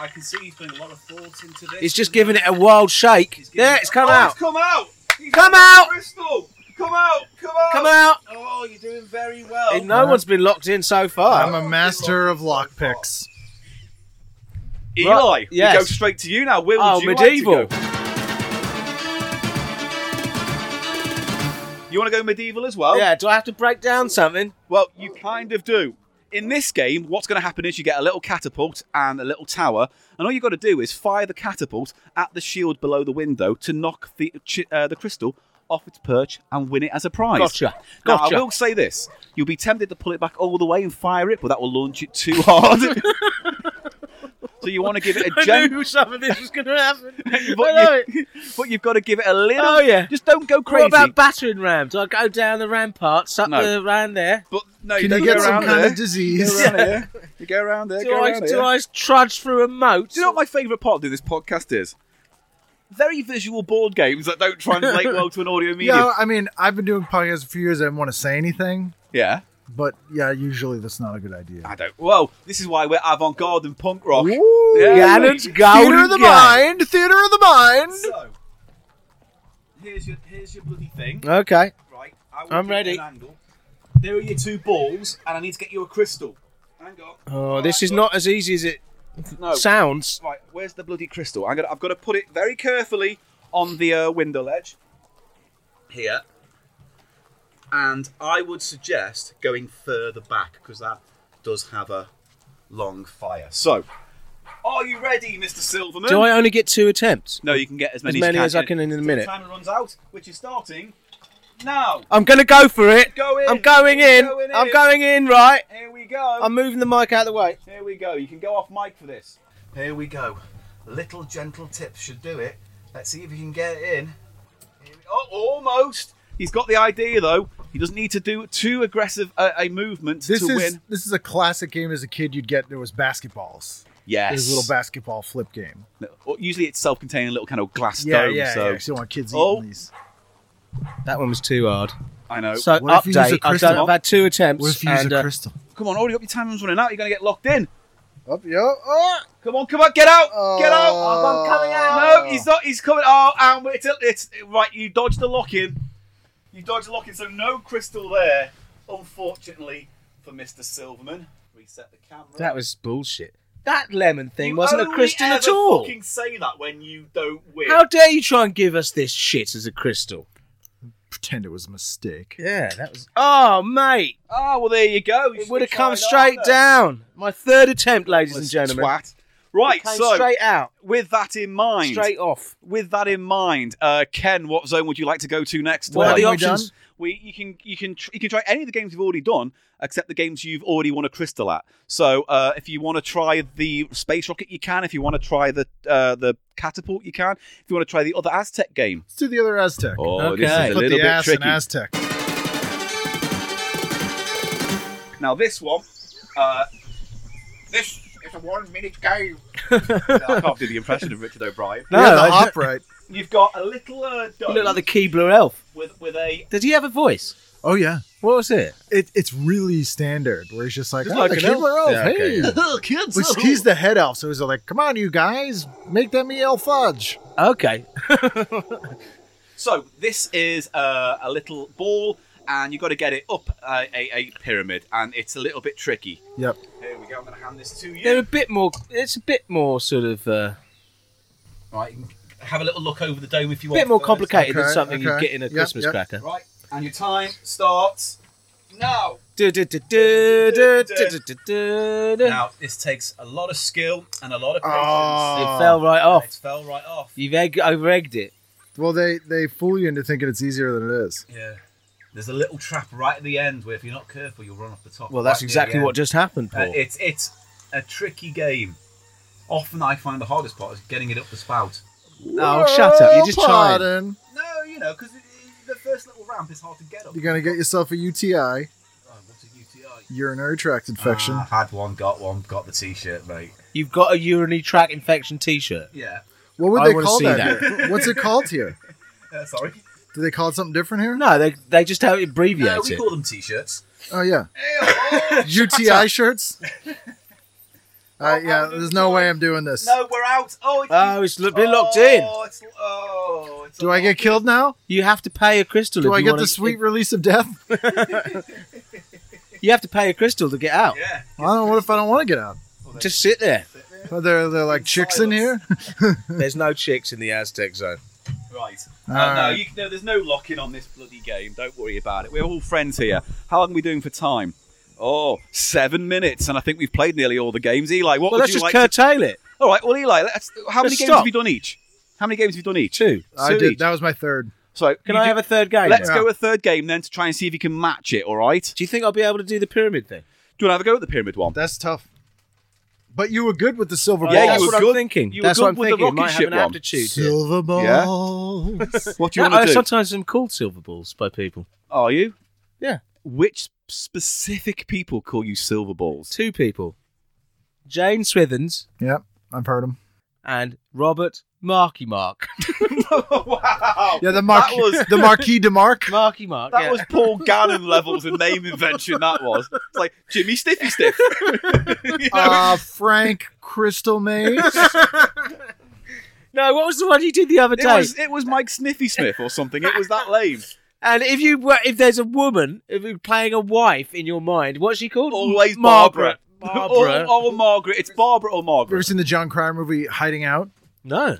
S2: I can see he's putting a lot of thought into this.
S1: It's just giving it a wild shake.
S2: He's giving
S1: Yeah,
S2: it-
S1: it's come
S2: Oh,
S1: out.
S2: It's come out. He's
S1: Come
S2: got
S1: out.
S2: the Crystal. Come out. Come out.
S1: Come out.
S2: Oh, you're doing very well.
S1: And No one's been locked in so
S4: I'm
S1: far.
S4: a master of lockpicks.
S2: Eli,
S1: Right, yes.
S2: we go straight to you now. Where would
S1: Oh,
S2: you like to
S1: medieval.
S2: go? You want to go medieval as well?
S1: Yeah, do I have to break down something?
S2: Well, you kind of do. In this game, what's going to happen is you get a little catapult and a little tower, and all you've got to do is fire the catapult at the shield below the window to knock the chi- uh, the crystal off its perch and win it as a prize.
S1: Gotcha.
S2: Now, I
S1: Gotcha.
S2: will say this: you'll be tempted to pull it back all the way and fire it, but that will launch it too hard. so you want to give it a
S1: I
S2: gentle
S1: knew some of this was going to happen. I
S2: but,
S1: know
S2: you, but you've got to give it a little.
S1: Oh, yeah.
S2: Just don't go
S1: What
S2: crazy.
S1: about battering rams? I go down the ramparts, up
S2: No.
S1: the round there.
S2: but no,
S4: Can
S2: don't
S4: you
S2: go
S4: get some
S2: around
S4: kind
S2: there.
S4: of disease?
S2: Go around here. You go around
S1: Do
S2: there. go
S1: I
S2: around
S1: do
S2: here.
S1: I trudge through a moat?
S2: Do you know what my favourite part of doing this podcast is? Very visual board games that don't translate well to an audio medium.
S4: Yeah, I mean, I've been doing podcasts for years. I didn't want to say anything.
S2: Yeah.
S4: But yeah, usually that's not a good idea.
S2: I don't. Whoa, this is why we're avant garde and punk rock.
S1: Gannon's golden
S4: theater of the
S1: gun.
S4: mind. Theater of the mind.
S2: So, here's your, here's your bloody thing.
S1: Okay.
S2: Right, I will
S1: I'm
S2: give you
S1: ready.
S2: An angle. There are your two balls, and I need to get you a crystal. Hang on.
S1: Oh, this is not as easy as it
S2: No.
S1: sounds.
S2: Right, where's the bloody crystal? I'm gonna, I've got to put it very carefully on the uh, window ledge here, and I would suggest going further back because that does have a long fire. So, are you ready, Mr. Silverman?
S1: Do I only get two attempts?
S2: No, you can get as many,
S1: As many
S2: you
S1: as I can in a
S2: Till
S1: minute.
S2: The timer runs out, which is starting now.
S1: I'm gonna go for it.
S2: Go in.
S1: I'm going in.
S2: Going in.
S1: I'm going in. Right.
S2: Here we go.
S1: I'm moving the mic out of the way.
S2: Here we go. You can go off mic for this. Here we go. Little gentle tips should do it. Let's see if he can get it in. Here we- Oh, almost. He's got the idea though. He doesn't need to do too aggressive a, a movement
S4: This
S2: to
S4: is
S2: win.
S4: this is a classic game as a kid you'd get. There was basketballs.
S2: Yes.
S4: There's a little basketball flip game.
S2: Or Usually it's self-contained, a little kind of glass
S4: Yeah,
S2: dome.
S4: yeah,
S2: so
S4: yeah. So want kids eating
S2: Oh.
S4: these.
S1: That one was too hard.
S2: I know.
S1: So
S4: Oh, What if you use a
S1: update. I've,
S4: crystal?
S1: done, I've had two attempts.
S4: What if you use
S1: and,
S4: a
S1: uh,
S4: crystal?
S2: Come on, already up your time's running out. You're gonna get locked in.
S4: Up, yo, oh,
S2: Come on, come on, get out, get out.
S4: Oh. I'm coming out.
S2: No, he's not. He's coming. Oh, and it's, it's right. You dodged the lock in. You dodged the lock in. So no crystal there, unfortunately for Mr. Silverman. Reset the camera.
S1: that was bullshit. That lemon thing
S2: You
S1: wasn't a
S2: only
S1: crystal
S2: ever
S1: at all.
S2: Fucking say that when you don't win.
S1: How dare you try and give us this shit as a crystal?
S4: pretend it was a mistake.
S1: Yeah, that was. Oh, mate.
S2: oh, well, there you go. You
S1: It would have
S2: should
S1: come
S2: tried
S1: straight
S2: harder.
S1: down. My third attempt, ladies and gentlemen.
S2: Twat. Right.
S1: Came
S2: So
S1: straight out,
S2: with that in mind,
S1: straight off.
S2: with that in mind, uh, Ken, what zone would you like to go to next?
S1: What
S2: Uh,
S1: are the
S4: we
S1: options?
S4: done?
S2: we you can you can tr- you can try any of the games you've already done except the games you've already won a crystal at so uh, if you want to try the space rocket you can if you want to try the uh, the catapult you can if you want to try the other aztec game
S4: Let's do the other Aztec.
S2: oh
S1: this is a Okay.
S4: Put the ass in Aztec.
S2: now this one uh,
S5: This is a one-minute game.
S2: i can't do the impression of richard o'brien
S4: No, yeah, the
S1: I-
S4: hop right.
S2: you've got a little uh,
S1: You
S2: dome
S1: look like the Keebler elf.
S2: with with a
S1: Did he have a voice?
S4: Oh yeah,
S1: What was it?
S4: it, it's really standard where he's just like, oh,
S2: like
S4: the
S2: an
S4: Keebler elf,
S1: Yeah, okay,
S4: hey,
S1: kids.
S4: Which he's the head elf, so he's like, come on, you guys, make them eat elf fudge.
S1: Okay.
S2: So this is uh, a little ball, and you've got to get it up uh, a, a pyramid, and it's a little bit tricky.
S4: Yep.
S2: Here we go. I'm going to hand this to you.
S1: They're a bit more. It's a bit more sort of. Uh,
S2: Right, you can have a little look over the dome if you
S1: a
S2: want.
S1: bit more
S2: first.
S1: complicated than
S4: Okay,
S1: something you'd
S4: okay.
S1: get in a
S4: Yep,
S1: Christmas
S4: yep.
S1: cracker.
S2: Right, and your time starts now.
S1: Du- du- du- du- du- du- du- du- du- du.
S2: Now this takes a lot of skill and a lot of patience.
S4: Oh.
S1: It fell right
S2: It
S1: off.
S2: fell right off.
S1: You've egg- over egged it.
S4: Well, they they fool you into thinking it's easier than it is.
S2: Yeah. There's a little trap right at the end where if you're not careful, you'll run off the top.
S1: Well, that's
S2: right near
S1: exactly
S2: the
S1: what
S2: end.
S1: just happened,
S2: Uh,
S1: Paul.
S2: it's it's a tricky game. Often I find the hardest part is getting it up the spout.
S1: Oh, shut up! You're just
S4: Well,
S1: trying.
S4: pardon.
S2: No, you know, because the first little ramp is hard to get up.
S4: You're gonna get yourself a UTI,
S2: Oh, what's a UTI?
S4: urinary tract infection.
S2: Ah, had one, got one, got the t-shirt, mate.
S1: You've got a urinary tract infection T-shirt.
S2: Yeah.
S4: What would
S1: I
S4: they
S1: wanna
S4: call
S1: see
S4: that?
S1: that.
S4: here? What's it called here?
S2: Uh, sorry.
S4: Do they call it something different here?
S1: No, they they just have it
S2: No,
S1: abbreviated.
S2: we call them t-shirts. Oh,
S4: Oh yeah,
S1: up.
S4: UTI shirts. Uh, yeah, there's no way I'm doing this.
S2: No, we're out. Oh, it's,
S1: Oh, it's lo- been locked in.
S2: Oh, it's, oh, it's
S4: Do I get killed now?
S1: You have to pay a crystal.
S4: Do
S1: if
S4: I
S1: you
S4: get
S1: wanna-
S4: the sweet release of death?
S1: You have to pay a crystal to get out.
S2: Yeah.
S4: I don't. know, What if I don't want to get out?
S1: Just sit there.
S4: Are there, there like chicks in here?
S1: There's no chicks in the Aztec zone.
S2: Right. Uh, no,
S4: Alright.
S2: you, no, there's no lock-in on this bloody game. Don't worry about it. We're all friends here. How long are we doing for time? Oh, seven minutes, and I think we've played nearly all the games. Eli,
S1: Well,
S2: what would
S1: let's
S2: you
S1: just
S2: like? to-
S1: curtail it.
S2: All right. Well, Eli, let's, how many
S1: Let's
S2: games
S1: stop.
S2: have you done each? How many games have you done each?
S1: Two.
S4: I
S2: Two
S4: did.
S2: each.
S4: That was my third.
S2: So
S1: Can
S2: you
S1: I
S2: do-
S1: have a third game?
S2: Let's
S1: then?
S2: go a third game then to try and see if you can match it. All right.
S1: Do you think I'll be able to do the pyramid thing?
S2: Do you want to have a go at the pyramid one?
S4: That's tough. But you were good with the silver
S2: Yeah,
S4: balls.
S1: that's
S2: you were
S1: what I'm
S2: good-
S1: thinking.
S2: you were
S1: That's
S2: good
S1: what I'm
S2: with the
S1: thinking. It might
S2: rocket
S1: have an
S2: ship one.
S1: aptitude. here.
S4: silver
S2: Yeah.
S4: balls.
S2: What do you
S1: No,
S2: want
S1: I
S2: to do?
S1: sometimes am called silver balls by people.
S2: Are you?
S1: Yeah.
S2: Which specific people call you silver balls?
S1: Two people. Jane Swithens
S4: yep, I've heard them.
S1: and Robert Marky Mark.
S2: wow.
S4: Yeah, the Mar-
S2: Oh, That was-
S4: the Marquis de Mark.
S1: Marky Mark.
S2: That
S1: yeah.
S2: was Paul Gannon levels of name invention. That was. It's like Jimmy Stiffy Stiff. You know?
S4: Uh, Frank Crystal Maze.
S1: no. What was the one you did the other
S2: it
S1: day?
S2: was it was Mike Sniffy Smith or something. It was that lame.
S1: And if you were, if there's a woman if you're playing a wife in your mind, what's she called?
S2: Always Barbara.
S1: Margaret.
S2: Or,
S1: Barbara.
S2: or Margaret. It's Barbara or
S4: Ever
S2: Margaret.
S4: seen the John Cryer movie Hiding Out?
S1: No.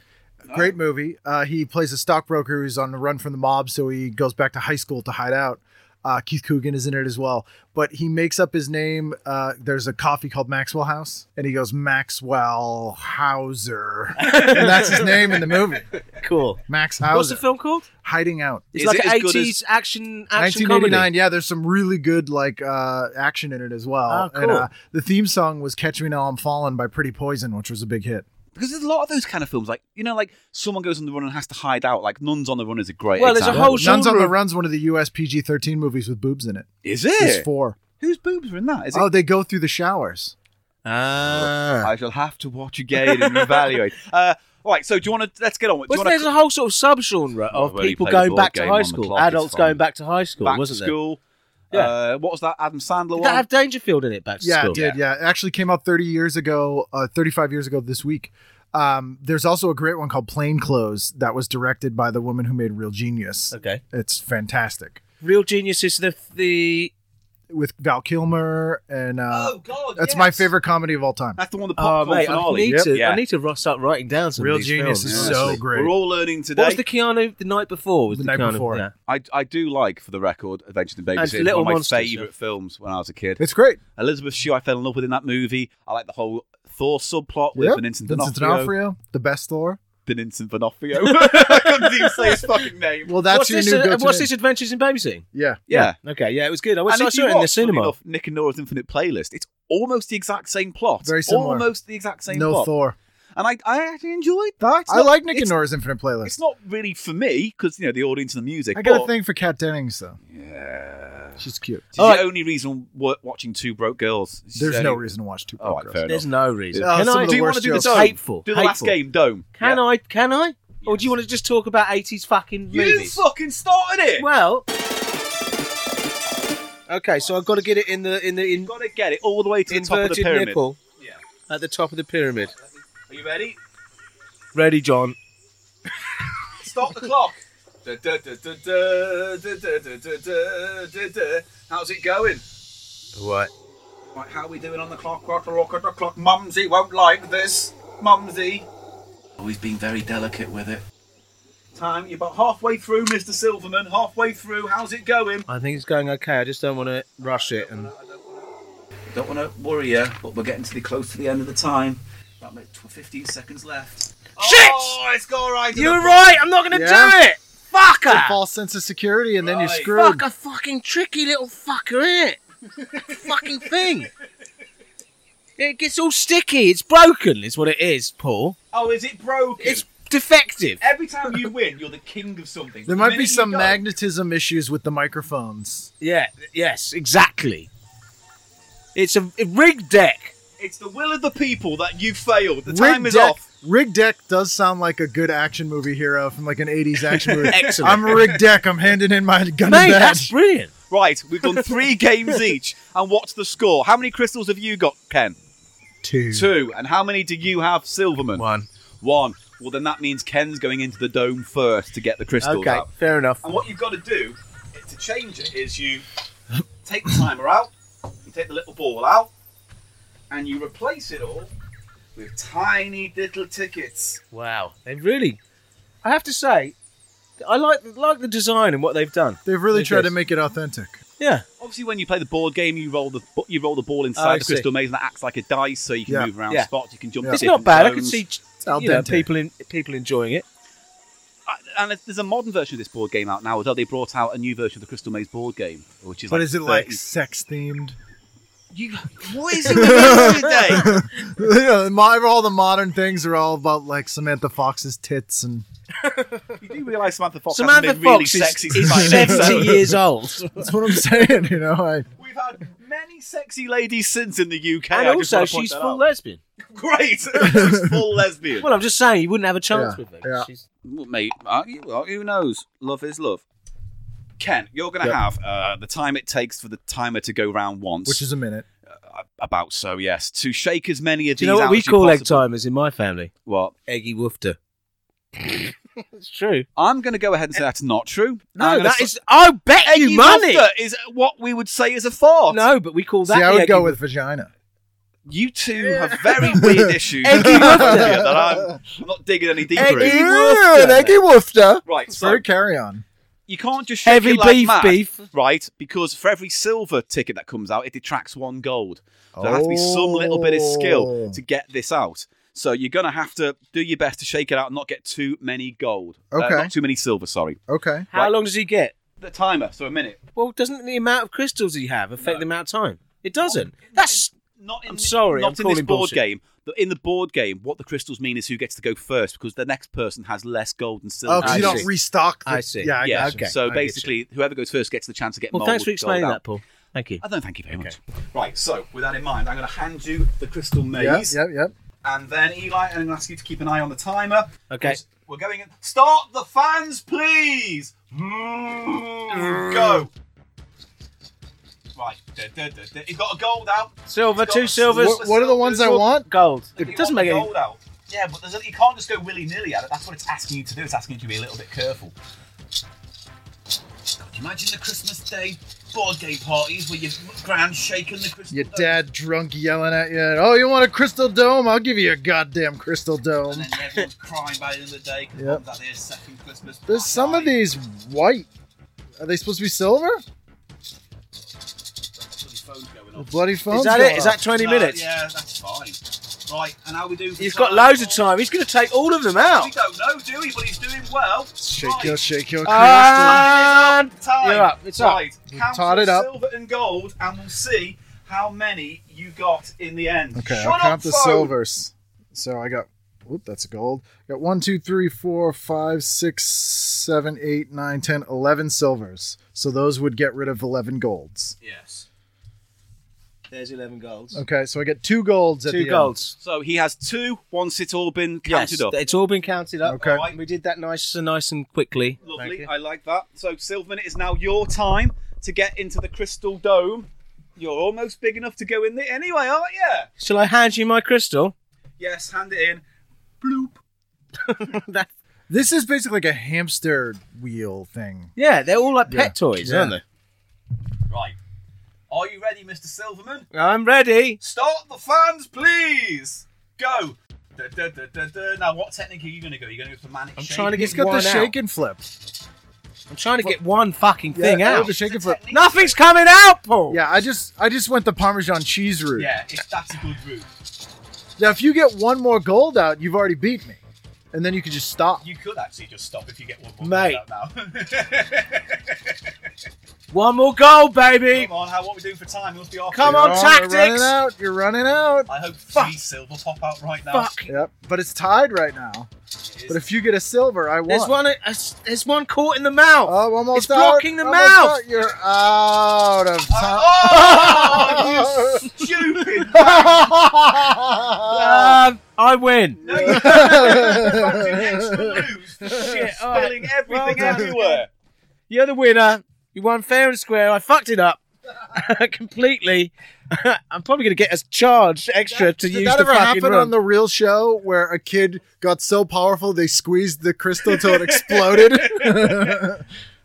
S4: Great movie. Uh, he plays a stockbroker who's on the run from the mob, so he goes back to high school to hide out. Uh, Keith Coogan is in it as well, but he makes up his name. Uh, there's a coffee called Maxwell House, and he goes Maxwell Hauser, and that's his name in the movie.
S1: Cool.
S4: Max
S1: What's
S4: Hauser.
S1: the film called?
S4: Hiding Out.
S1: It's
S2: Is
S1: like
S2: it
S1: an
S2: as good
S1: 80s action action
S4: 1989.
S1: comedy.
S4: Yeah, there's some really good like uh, action in it as well.
S1: Oh, cool.
S4: And uh, the theme song was "Catch Me Now I'm Falling" by Pretty Poison, which was a big hit.
S2: Because there's a lot of those kind of films. Like, you know, like someone goes on the run and has to hide out. Like, Nuns on the Run is a great
S1: Well, there's a
S2: example.
S1: whole
S4: Nuns on
S1: genre
S4: the
S1: of-
S4: Run's one of the US PG-13 movies with boobs in it.
S2: Is
S4: There's
S2: it?
S4: four.
S2: Whose boobs are in that? Is it?
S4: Oh, they go through the showers.
S1: Ah.
S2: I shall have to watch again and evaluate. Uh, all right, so do you want to let's get on with? Do you
S1: Well,
S2: want
S1: there's
S2: to
S1: a whole sort of subgenre of
S2: Well, you
S1: people
S2: play the
S1: going
S2: board
S1: back to
S2: game on
S1: high
S2: the
S1: school,
S2: clock, it's
S1: adults going
S2: fine.
S1: back to high school,
S2: back to
S1: wasn't
S2: school?
S1: Yeah.
S2: Uh, what was that Adam Sandler
S1: there? Did
S2: one?
S1: that have Dangerfield in it back to
S4: yeah,
S1: school?
S4: it did. Yeah. it actually came out 30 years ago, uh, 35 years ago this week. Um, there's also a great one called Plainclothes that was directed by the woman who made Real Genius.
S1: Okay.
S4: It's fantastic.
S1: Real Genius is the the
S4: With Val Kilmer and uh,
S2: God,
S4: that's my favorite comedy of all time.
S2: That's the one that
S1: Oh,
S2: popped on
S1: mate, I
S2: finale.
S1: need to
S2: Yeah.
S1: I need to ru- start writing down some
S4: Real
S1: of these
S4: Genius
S1: films,
S4: is
S2: Yeah.
S1: honestly.
S4: so great.
S2: We're all learning today.
S1: What was the Keanu the night before? Was
S4: The
S1: the,
S4: night
S1: Keanu,
S4: before.
S1: Yeah.
S2: I, I do like, for the record, Adventures in
S1: And
S2: Babysitting.
S1: Little
S2: one of my
S1: Monsters,
S2: favourite
S1: yeah.
S2: films when I was a kid.
S4: It's great.
S2: Elizabeth Shue, I fell in love with in that movie. I like the whole Thor subplot with
S4: Yep.
S2: Vincent
S4: Vincent
S2: D'Onofrio.
S4: D'Onofrio, the best Thor.
S2: Vincent D'Onofrio. I couldn't even say his fucking name.
S4: Well, that's
S1: what's
S4: your
S1: this?
S4: new
S1: uh,
S4: go-to
S1: what's
S4: name.
S1: this Adventures in Babysitting?
S4: Yeah,
S2: Yeah.
S1: Okay, yeah, it was good. I, was,
S2: and
S1: I
S2: if
S1: saw
S2: you
S1: it in
S2: watch,
S1: the
S2: funny
S1: cinema.
S2: enough, Nick and Nora's Infinite Playlist, it's almost the exact same plot.
S4: Very similar.
S2: Almost the exact same
S4: no
S2: plot.
S4: Thor.
S2: And I, I actually enjoyed that. It's
S4: I
S2: not-
S4: like Nick and
S2: it's-
S4: Nora's Infinite Playlist.
S2: It's not really for me because you know the audience and the music.
S4: I got a
S2: but
S4: thing for Kat Dennings though. Yeah, she's cute.
S2: It's the
S1: Alright.
S2: only reason we're watching Two Broke Girls. It's
S4: There's
S2: the
S4: no
S2: only-
S4: reason to watch two.
S2: All
S4: Broke
S2: right,
S4: Girls.
S2: fair enough.
S1: There's no reason.
S4: Oh,
S1: can
S4: some
S1: I?
S4: of the
S1: Do you
S4: worst
S1: want to do the
S4: jokes.
S1: dome? hateful?
S2: Do the last
S1: hateful.
S2: game, Dome.
S1: Can
S2: Yeah.
S1: I? Can I? Or do you want to just talk about 80s fucking
S2: You
S1: movies?
S2: fucking started it.
S1: Well. Okay, so I've got to get it in the in the in,
S2: You've got to get it all the way to the top of the
S1: inverted
S2: pyramid.
S1: nipple. Yeah. At the top of the pyramid.
S2: Are you ready?
S1: Ready, John?
S2: Stop the clock. Da, da, da, da, da, da, da, da, da, da, da. How's it going?
S1: What?
S2: Right, how are we doing on the clock? Rock a rock at the clock. Mumsy won't like this. Mumsy. Always been very delicate with it. Time, you're about halfway through, Mr. Silverman. Halfway through. How's it going?
S1: I think it's going okay. I just don't want to rush it. And
S2: Don't want to worry you, but we're getting to the close to the end of the time. About like tw- 15 seconds left.
S1: Shit!
S2: Oh, it's all right.
S1: you were right. I'm not going to
S4: Yeah.
S1: do it.
S4: A
S1: Fucker.
S4: false sense of security, and then you're
S2: Right.
S4: screwed.
S1: Fuck a fucking tricky little fucker, innit? fucking thing. It gets all sticky. It's broken. Is what it is, Paul.
S2: Oh, is it broken?
S1: It's defective.
S2: Every time you win, you're the king of something. The
S4: There might be
S2: minute you
S4: some
S2: go-
S4: magnetism issues with the microphones.
S1: Yeah. Yes. Exactly. It's a, a rigged deck.
S2: It's the will of the people that you failed. The
S4: Rig
S2: time is
S4: Deck,
S2: off.
S4: Rig Deck does sound like a good action movie hero from like an 80s action movie.
S1: Excellent.
S4: I'm Rig Deck. I'm handing in my gun
S1: Mate,
S4: and
S1: that's
S4: badge.
S1: brilliant.
S2: Right, we've done three games each. And what's the score? How many crystals have you got, Ken?
S4: Two.
S2: Two. And how many do you have, Silverman?
S1: One.
S2: One. Well, then that means Ken's going into the dome first to get the crystals
S1: Okay.
S2: out.
S1: Fair enough.
S2: And what you've got to do to change it is you take the timer out, you take the little ball out, and you replace it all with tiny little tickets.
S1: Wow, they really. I have to say, I like like the design and what they've done.
S4: They've really
S1: They
S4: tried
S1: did.
S4: to make it authentic.
S1: Yeah,
S2: Obviously, when you play the board game, you roll the you roll the ball
S1: Oh,
S2: inside
S1: I
S2: the
S1: see.
S2: crystal maze, and that acts like a dice, so you can
S4: Yeah.
S2: move around
S1: Yeah.
S2: spots, you can jump.
S4: Yeah.
S2: to
S1: it's not
S2: different
S1: bad. I can
S2: zones.
S1: see
S4: al
S1: you know,
S4: dente.
S1: people in, people enjoying it.
S2: I- and there's a modern version of this board game out now as well. They brought out a new version of the Crystal Maze board game, which is.
S4: But
S2: like
S4: is it like
S2: 30
S4: sex themed?
S2: You, what is it with you today?
S4: all the modern things are all about like Samantha Fox's tits and
S2: You do realise Samantha Fox
S1: Samantha
S2: hasn't been really
S1: Fox is,
S2: sexy
S1: is
S2: since like
S1: seventy years old,
S4: that's what I'm saying. You know, I,
S2: We've had many sexy ladies since in the UK.
S1: and
S2: I just
S1: also
S2: wanna point
S1: she's
S2: that
S1: full
S2: out.
S1: lesbian.
S2: great. Most full lesbian.
S1: Well, I'm just saying you wouldn't have a chance
S4: Yeah,
S1: with me.
S4: yeah.
S1: She's-
S2: Well, mate, uh, you- well, who knows? Love is love. Ken, you're going to have uh, the time it takes for the timer to go round once.
S4: which is a minute.
S2: about so, yes. To shake as many of
S1: Do
S2: these
S1: you know what
S2: out
S1: we
S2: as
S1: call egg
S2: possibly-
S1: timers in my family?
S2: What?
S1: Eggy woofter. it's true.
S2: I'm going to go ahead and say that's not true. I'm
S1: Eh, No,
S2: gonna
S1: that
S2: s-
S1: is. I bet
S2: Eggy
S1: you money.
S2: Monster is what we would say is a fart.
S1: No, but we call that.
S4: See, I
S1: the
S4: would
S1: eggy
S4: go with vagina.
S2: You two have very weird issues.
S1: Eggy
S2: That
S1: Monster.
S2: I'm, I'm not digging any deeper
S1: Eggy-
S2: in.
S4: Yeah, an eggy woofter.
S2: Right,
S4: It's
S2: so
S4: very carry on.
S2: you can't just shake
S1: heavy
S2: it like
S1: beef
S2: mad.
S1: beef.
S2: Right, because for every silver ticket that comes out, it detracts one gold. So there has to be some little bit of skill
S4: Oh.
S2: to get this out. So you're gonna have to do your best to shake it out and not get too many gold. Uh,
S4: Okay.
S2: not too many silver. Sorry.
S4: Okay.
S1: How long does he get?
S2: The timer. So a minute.
S1: Well, doesn't the amount of crystals he have affect the amount of time? It doesn't. That's
S2: Not in
S1: I'm
S2: thi-
S1: sorry,
S2: Not
S1: I'm
S2: in this
S1: calling
S2: board
S1: bullshit.
S2: game. But In the board game, what the crystals mean is who gets to go first because the next person has less gold and silver.
S4: Oh,
S1: I
S4: because you
S1: see.
S4: don't restock. The,
S1: I see.
S4: Yeah. I
S2: yeah.
S4: gotcha.
S2: So
S4: I gotcha.
S2: basically, whoever goes first gets the chance to get
S1: well.
S2: more.
S1: Thanks for
S2: gold
S1: explaining
S2: out.
S1: that, Paul. Thank you.
S2: I don't thank you very much. Right, so with that in mind, I'm going to hand you the crystal
S4: Yep.
S2: maze,
S4: Yep. Yep.
S2: and then Eli, I'm going to ask you to keep an eye on the timer.
S1: Okay.
S2: Because We're going. In... Start the fans, please. Go. Right. da, da, da, da. He's got a gold out.
S1: Silver,
S2: He's
S1: two
S2: got-
S1: silvers.
S4: What, what are the ones I want?
S1: Gold.
S2: He
S1: It doesn't
S2: wants
S1: make
S2: the
S1: any.
S2: gold out. Yeah, but there's a, you can't just go willy nilly at it. That's what it's asking you to do. It's asking you to be a little bit careful. God, imagine the Christmas Day board game parties where your grand shaking the crystal.
S4: Your
S2: dome.
S4: dad drunk yelling at you. Oh, you want a crystal dome? I'll give you a goddamn crystal
S2: And
S4: dome.
S2: then everyone's crying by the end of the day because
S4: Yep.
S2: that their second Christmas.
S4: There's some of these white. Are they supposed to be silver? The bloody phone.
S1: Is that it? Is that 20 minutes?
S2: Yeah, that's fine. Right, and how we do? for
S1: He's got
S2: time?
S1: loads of time. He's going to take all of them
S2: We
S1: out.
S2: don't know, do we? But he's doing well.
S4: Shake
S2: right.
S4: your, shake your crystal.
S1: Ah! And
S2: time.
S1: You're up. It's up.
S2: right. Count
S4: tied
S2: your
S4: it up.
S2: silver and gold, and we'll see how many you got in the end.
S4: Okay,
S2: Shut
S4: I'll count
S2: up,
S4: the
S2: phone.
S4: silvers. So I got, whoop, that's a gold. got one, two, three, four, five, six, seven, eight, nine, ten, eleven silvers. So those would get rid of eleven golds.
S2: Yes.
S1: There's 11 golds.
S4: Okay, so I get two golds at the
S1: Two
S4: end.
S1: golds.
S2: So he has two. Once it's all been
S1: Yes,
S2: counted up.
S1: it's all been counted up.
S4: Okay.
S1: Alright, We did that nice and nice and quickly.
S2: Lovely.
S1: Thank you.
S2: I like that. So Sylvan, it is now your time to get into the crystal dome. You're almost big enough to go in there anyway, aren't you?
S1: Shall I hand you my crystal?
S2: Yes. Hand it in. Bloop.
S1: That-
S4: This is basically like a hamster wheel thing.
S1: yeah, they're all like pet
S4: Yeah.
S1: toys,
S4: Yeah.
S1: aren't they?
S2: Right. Are you ready, Mr. Silverman?
S1: I'm ready.
S2: Start the fans, please. Go. Da, da, da, da, da. Now, what technique are you going to go? You're going to go for manic.
S1: I'm trying to
S4: He's
S1: get
S4: got
S1: one
S4: the
S1: out.
S4: shake and flip.
S1: I'm trying to get one fucking thing
S4: yeah,
S1: out.
S4: The shake and flip.
S1: Nothing's coming out, Paul.
S4: Yeah, I just I just went the Parmesan cheese route.
S2: Yeah, it's, that's a good route.
S4: Now if you get one more gold out, you've already beat me. And then you can just stop.
S2: You could actually just stop if you get one more.
S1: Mate.
S2: card out Now.
S1: One more goal, baby.
S2: Come on, how what we doing for time? It must be off.
S1: Come
S4: You're
S1: on,
S4: You're running
S1: tactics.
S4: out. You're running out.
S2: I hope three silver pop out right now.
S1: Fuck.
S4: Yep. But it's tied right now.
S2: It is.
S4: But if you get a silver, I won.
S1: There's one. uh, There's one caught in the mouth.
S4: Oh, almost
S1: It's
S4: out.
S1: blocking the
S4: Almost
S1: mouth. Oh,
S4: out. You're out of time.
S2: Oh, you stupid!
S1: Um, I win.
S2: No, you fucking extra lose.
S1: Shit, all right.
S2: Spilling
S1: Well
S2: everything
S1: done.
S2: everywhere.
S1: You're the winner. You won fair and square. I fucked it up completely. I'm probably gonna get us charged extra to
S4: Did
S1: use
S4: that
S1: the
S4: ever
S1: fucking
S4: happen
S1: run.
S4: on the real show where a kid got so powerful they squeezed the crystal till it exploded?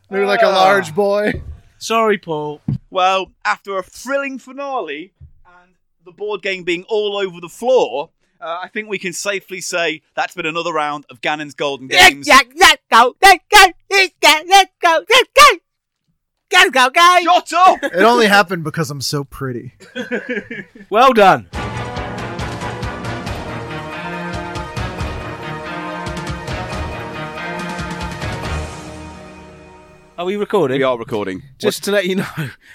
S4: they were like a
S1: Ah.
S4: large boy.
S1: Sorry, Paul.
S2: Well, after a thrilling finale and the board game being all over the floor, uh, I think we can safely say that's been another round of Gannon's Golden Games.
S1: let's go, let's go, let's go, let's go, let's go, let's go, guys.
S2: Shut up!
S4: It only happened because I'm so pretty.
S1: Well done. Are we recording?
S2: are recording.
S1: Just to let you know,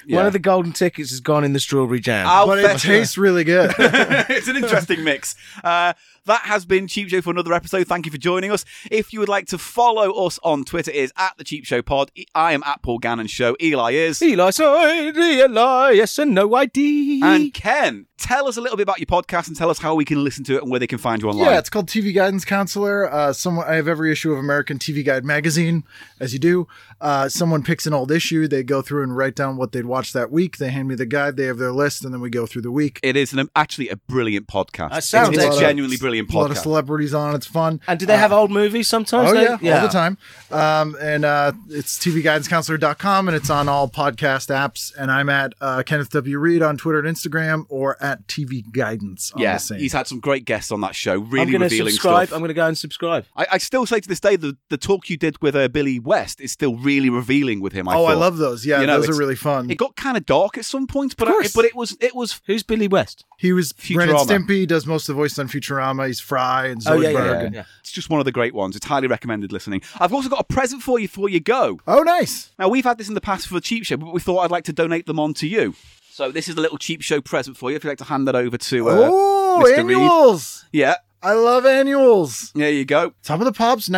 S2: Yeah.
S1: one of the golden tickets has gone in the strawberry jam.
S2: I'll
S4: But it
S2: bet
S4: tastes really good.
S2: it's an interesting mix. Uh, That has been Cheap Show for another episode. Thank you for joining us. If you would like to follow us on Twitter, it is at the Cheap Show Pod. E, I am at Paul Gannon Show. Eli is.
S1: Eli side, Eli, yes and no ID.
S2: And Ken, tell us a little bit about your podcast and tell us how we can listen to it and where they can find you online.
S4: Yeah, it's called TV Guidance Counselor. Uh, someone I have every issue of American TV Guide magazine, as you do. Uh, someone picks an old issue, they go through and write down what they'd watched that week. They hand me the guide, they have their list, and then we go through the week.
S2: It is an, actually a brilliant podcast.
S1: That sounds
S2: it's, it's a
S4: excellent.
S2: genuinely brilliant
S4: A lot of
S2: podcast.
S4: celebrities on. It's fun.
S1: And do they have old movies sometimes?
S4: Uh, Oh
S1: They-
S4: yeah, all the time. Um, and uh, it's tvguidancecounselor.com and it's on all podcast apps. And I'm at uh, Kenneth W. Reed on Twitter and Instagram or at TV Guidance on the
S2: Yeah,
S4: same.
S2: he's had some great guests on that show.
S1: I'm
S2: Really
S1: going to
S2: revealing
S1: subscribe. I'm
S2: stuff.
S1: going to go and subscribe.
S2: I, I still say to this day the, the talk you did with uh, Billy West is still really revealing with him. I
S4: oh, I
S2: thought.
S4: love those. Yeah,
S2: You know,
S4: those
S2: it's-
S4: are really fun.
S2: It got kind of dark at some points, but I,
S1: course.
S2: but it was it was
S1: Who's Billy West?
S4: he was Ren and
S2: Futurama.
S4: Stimpy, does most of the voice on Futurama. He's Fry and Zoidberg.
S1: Oh yeah, yeah, yeah.
S4: and-
S1: yeah.
S2: it's just one of the great ones. It's highly recommended listening. I've also got a present for you before you go.
S4: Oh, nice.
S2: Now we've had this in the past for the cheap show, but we thought I'd like to donate them on to you. So this is a little cheap show present for you. If you'd like to hand that over to uh,
S4: oh,
S2: Mr. Reed.
S4: annuals.
S2: Yeah,
S4: I love annuals.
S2: there you go.
S4: Top of the Pops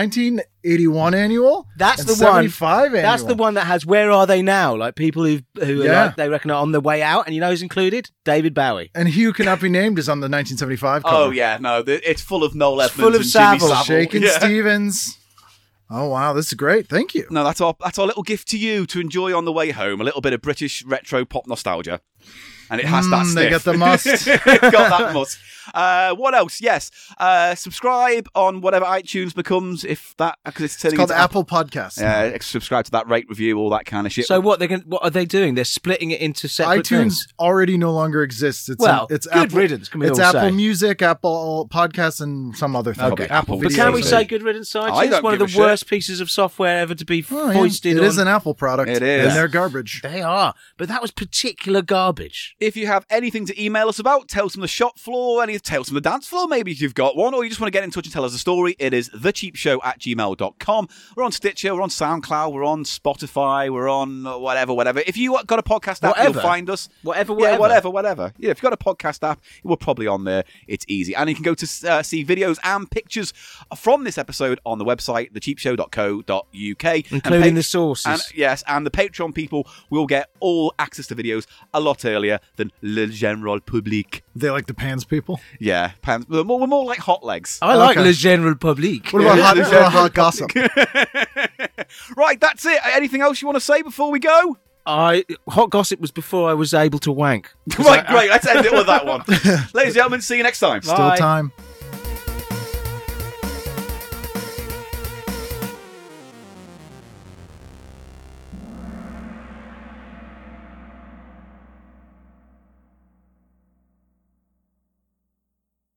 S4: 1981 annual.
S1: That's
S4: and
S1: the one.
S4: 75 annual.
S1: That's the one that has "Where are they now?" Like people who who
S4: Yeah.
S1: are like, they reckon are on their way out, and you know who's included? David Bowie.
S4: And Hugh Cannot Be Named is on the 1975 cover.
S2: Oh yeah, no, th- it's full of Noel Edmonds
S1: full of
S2: and Jimmy
S1: Savile.
S2: Savile.
S4: Shaking
S2: Yeah.
S4: Stevens. Oh wow, this is great. Thank you.
S2: No, that's our that's our little gift to you to enjoy on the way home. A little bit of British retro pop nostalgia, and it has that.
S4: Mm, they
S2: sniff.
S4: get the must.
S2: It's got that must. Uh, what else? Yes, uh, subscribe on whatever iTunes becomes if that because it's
S4: It's
S2: turning
S4: called
S2: into
S4: Apple Podcasts.
S2: Yeah, subscribe to that rate review, all that kind of shit.
S1: So what they can, what are they doing? They're splitting it into separate
S4: iTunes
S1: things.
S4: already no longer exists. It's
S1: Well,
S4: it's
S1: good
S4: Apple,
S1: riddance, can we
S4: it's
S1: all
S4: Apple
S1: say.
S4: Music, Apple Podcasts, and some other thing.
S2: Probably Apple
S1: But
S2: Video
S1: can we
S2: too.
S1: say good riddance? to
S2: I
S1: iTunes?
S2: don't
S1: One of
S2: give
S1: the
S2: a shit.
S1: worst pieces of software ever to be
S4: Oh, yeah.
S1: foisted
S4: It
S1: on.
S4: is an Apple product.
S2: It is.
S4: and they're garbage.
S1: They are, but that was particular garbage.
S2: if you have anything to email us about, tales from the shop floor, any tales from the dance floor, maybe if you've got one, or you just want to get in touch and tell us a story, it is thecheapshow at gmail.com. We're on Stitcher, we're on SoundCloud, we're on Spotify, we're on uh, whatever, whatever. If you got a podcast app,
S1: Whatever.
S2: you'll find us.
S1: Whatever,
S2: Yeah,
S1: whatever.
S2: whatever, whatever. Yeah, if you've got a podcast app, we're probably on there. It's easy. And you can go to uh, see videos and pictures from this episode on the website, thecheapshow.co.uk.
S1: Including
S2: And
S1: the sources.
S2: And, yes, and the Patreon people will get all access to videos a lot earlier than le general public.
S4: They like the pans people.
S2: Yeah, pants. We're more, we're more like hot legs.
S1: I like
S4: Okay.
S1: Le General Public.
S4: What about hot, what about hot gossip?
S2: Right, that's it. Anything else you want to say before we go?
S1: I hot gossip was before I was able to wank.
S2: Right, great. Let's end it with that one. Ladies and gentlemen, see you next time.
S4: Still time.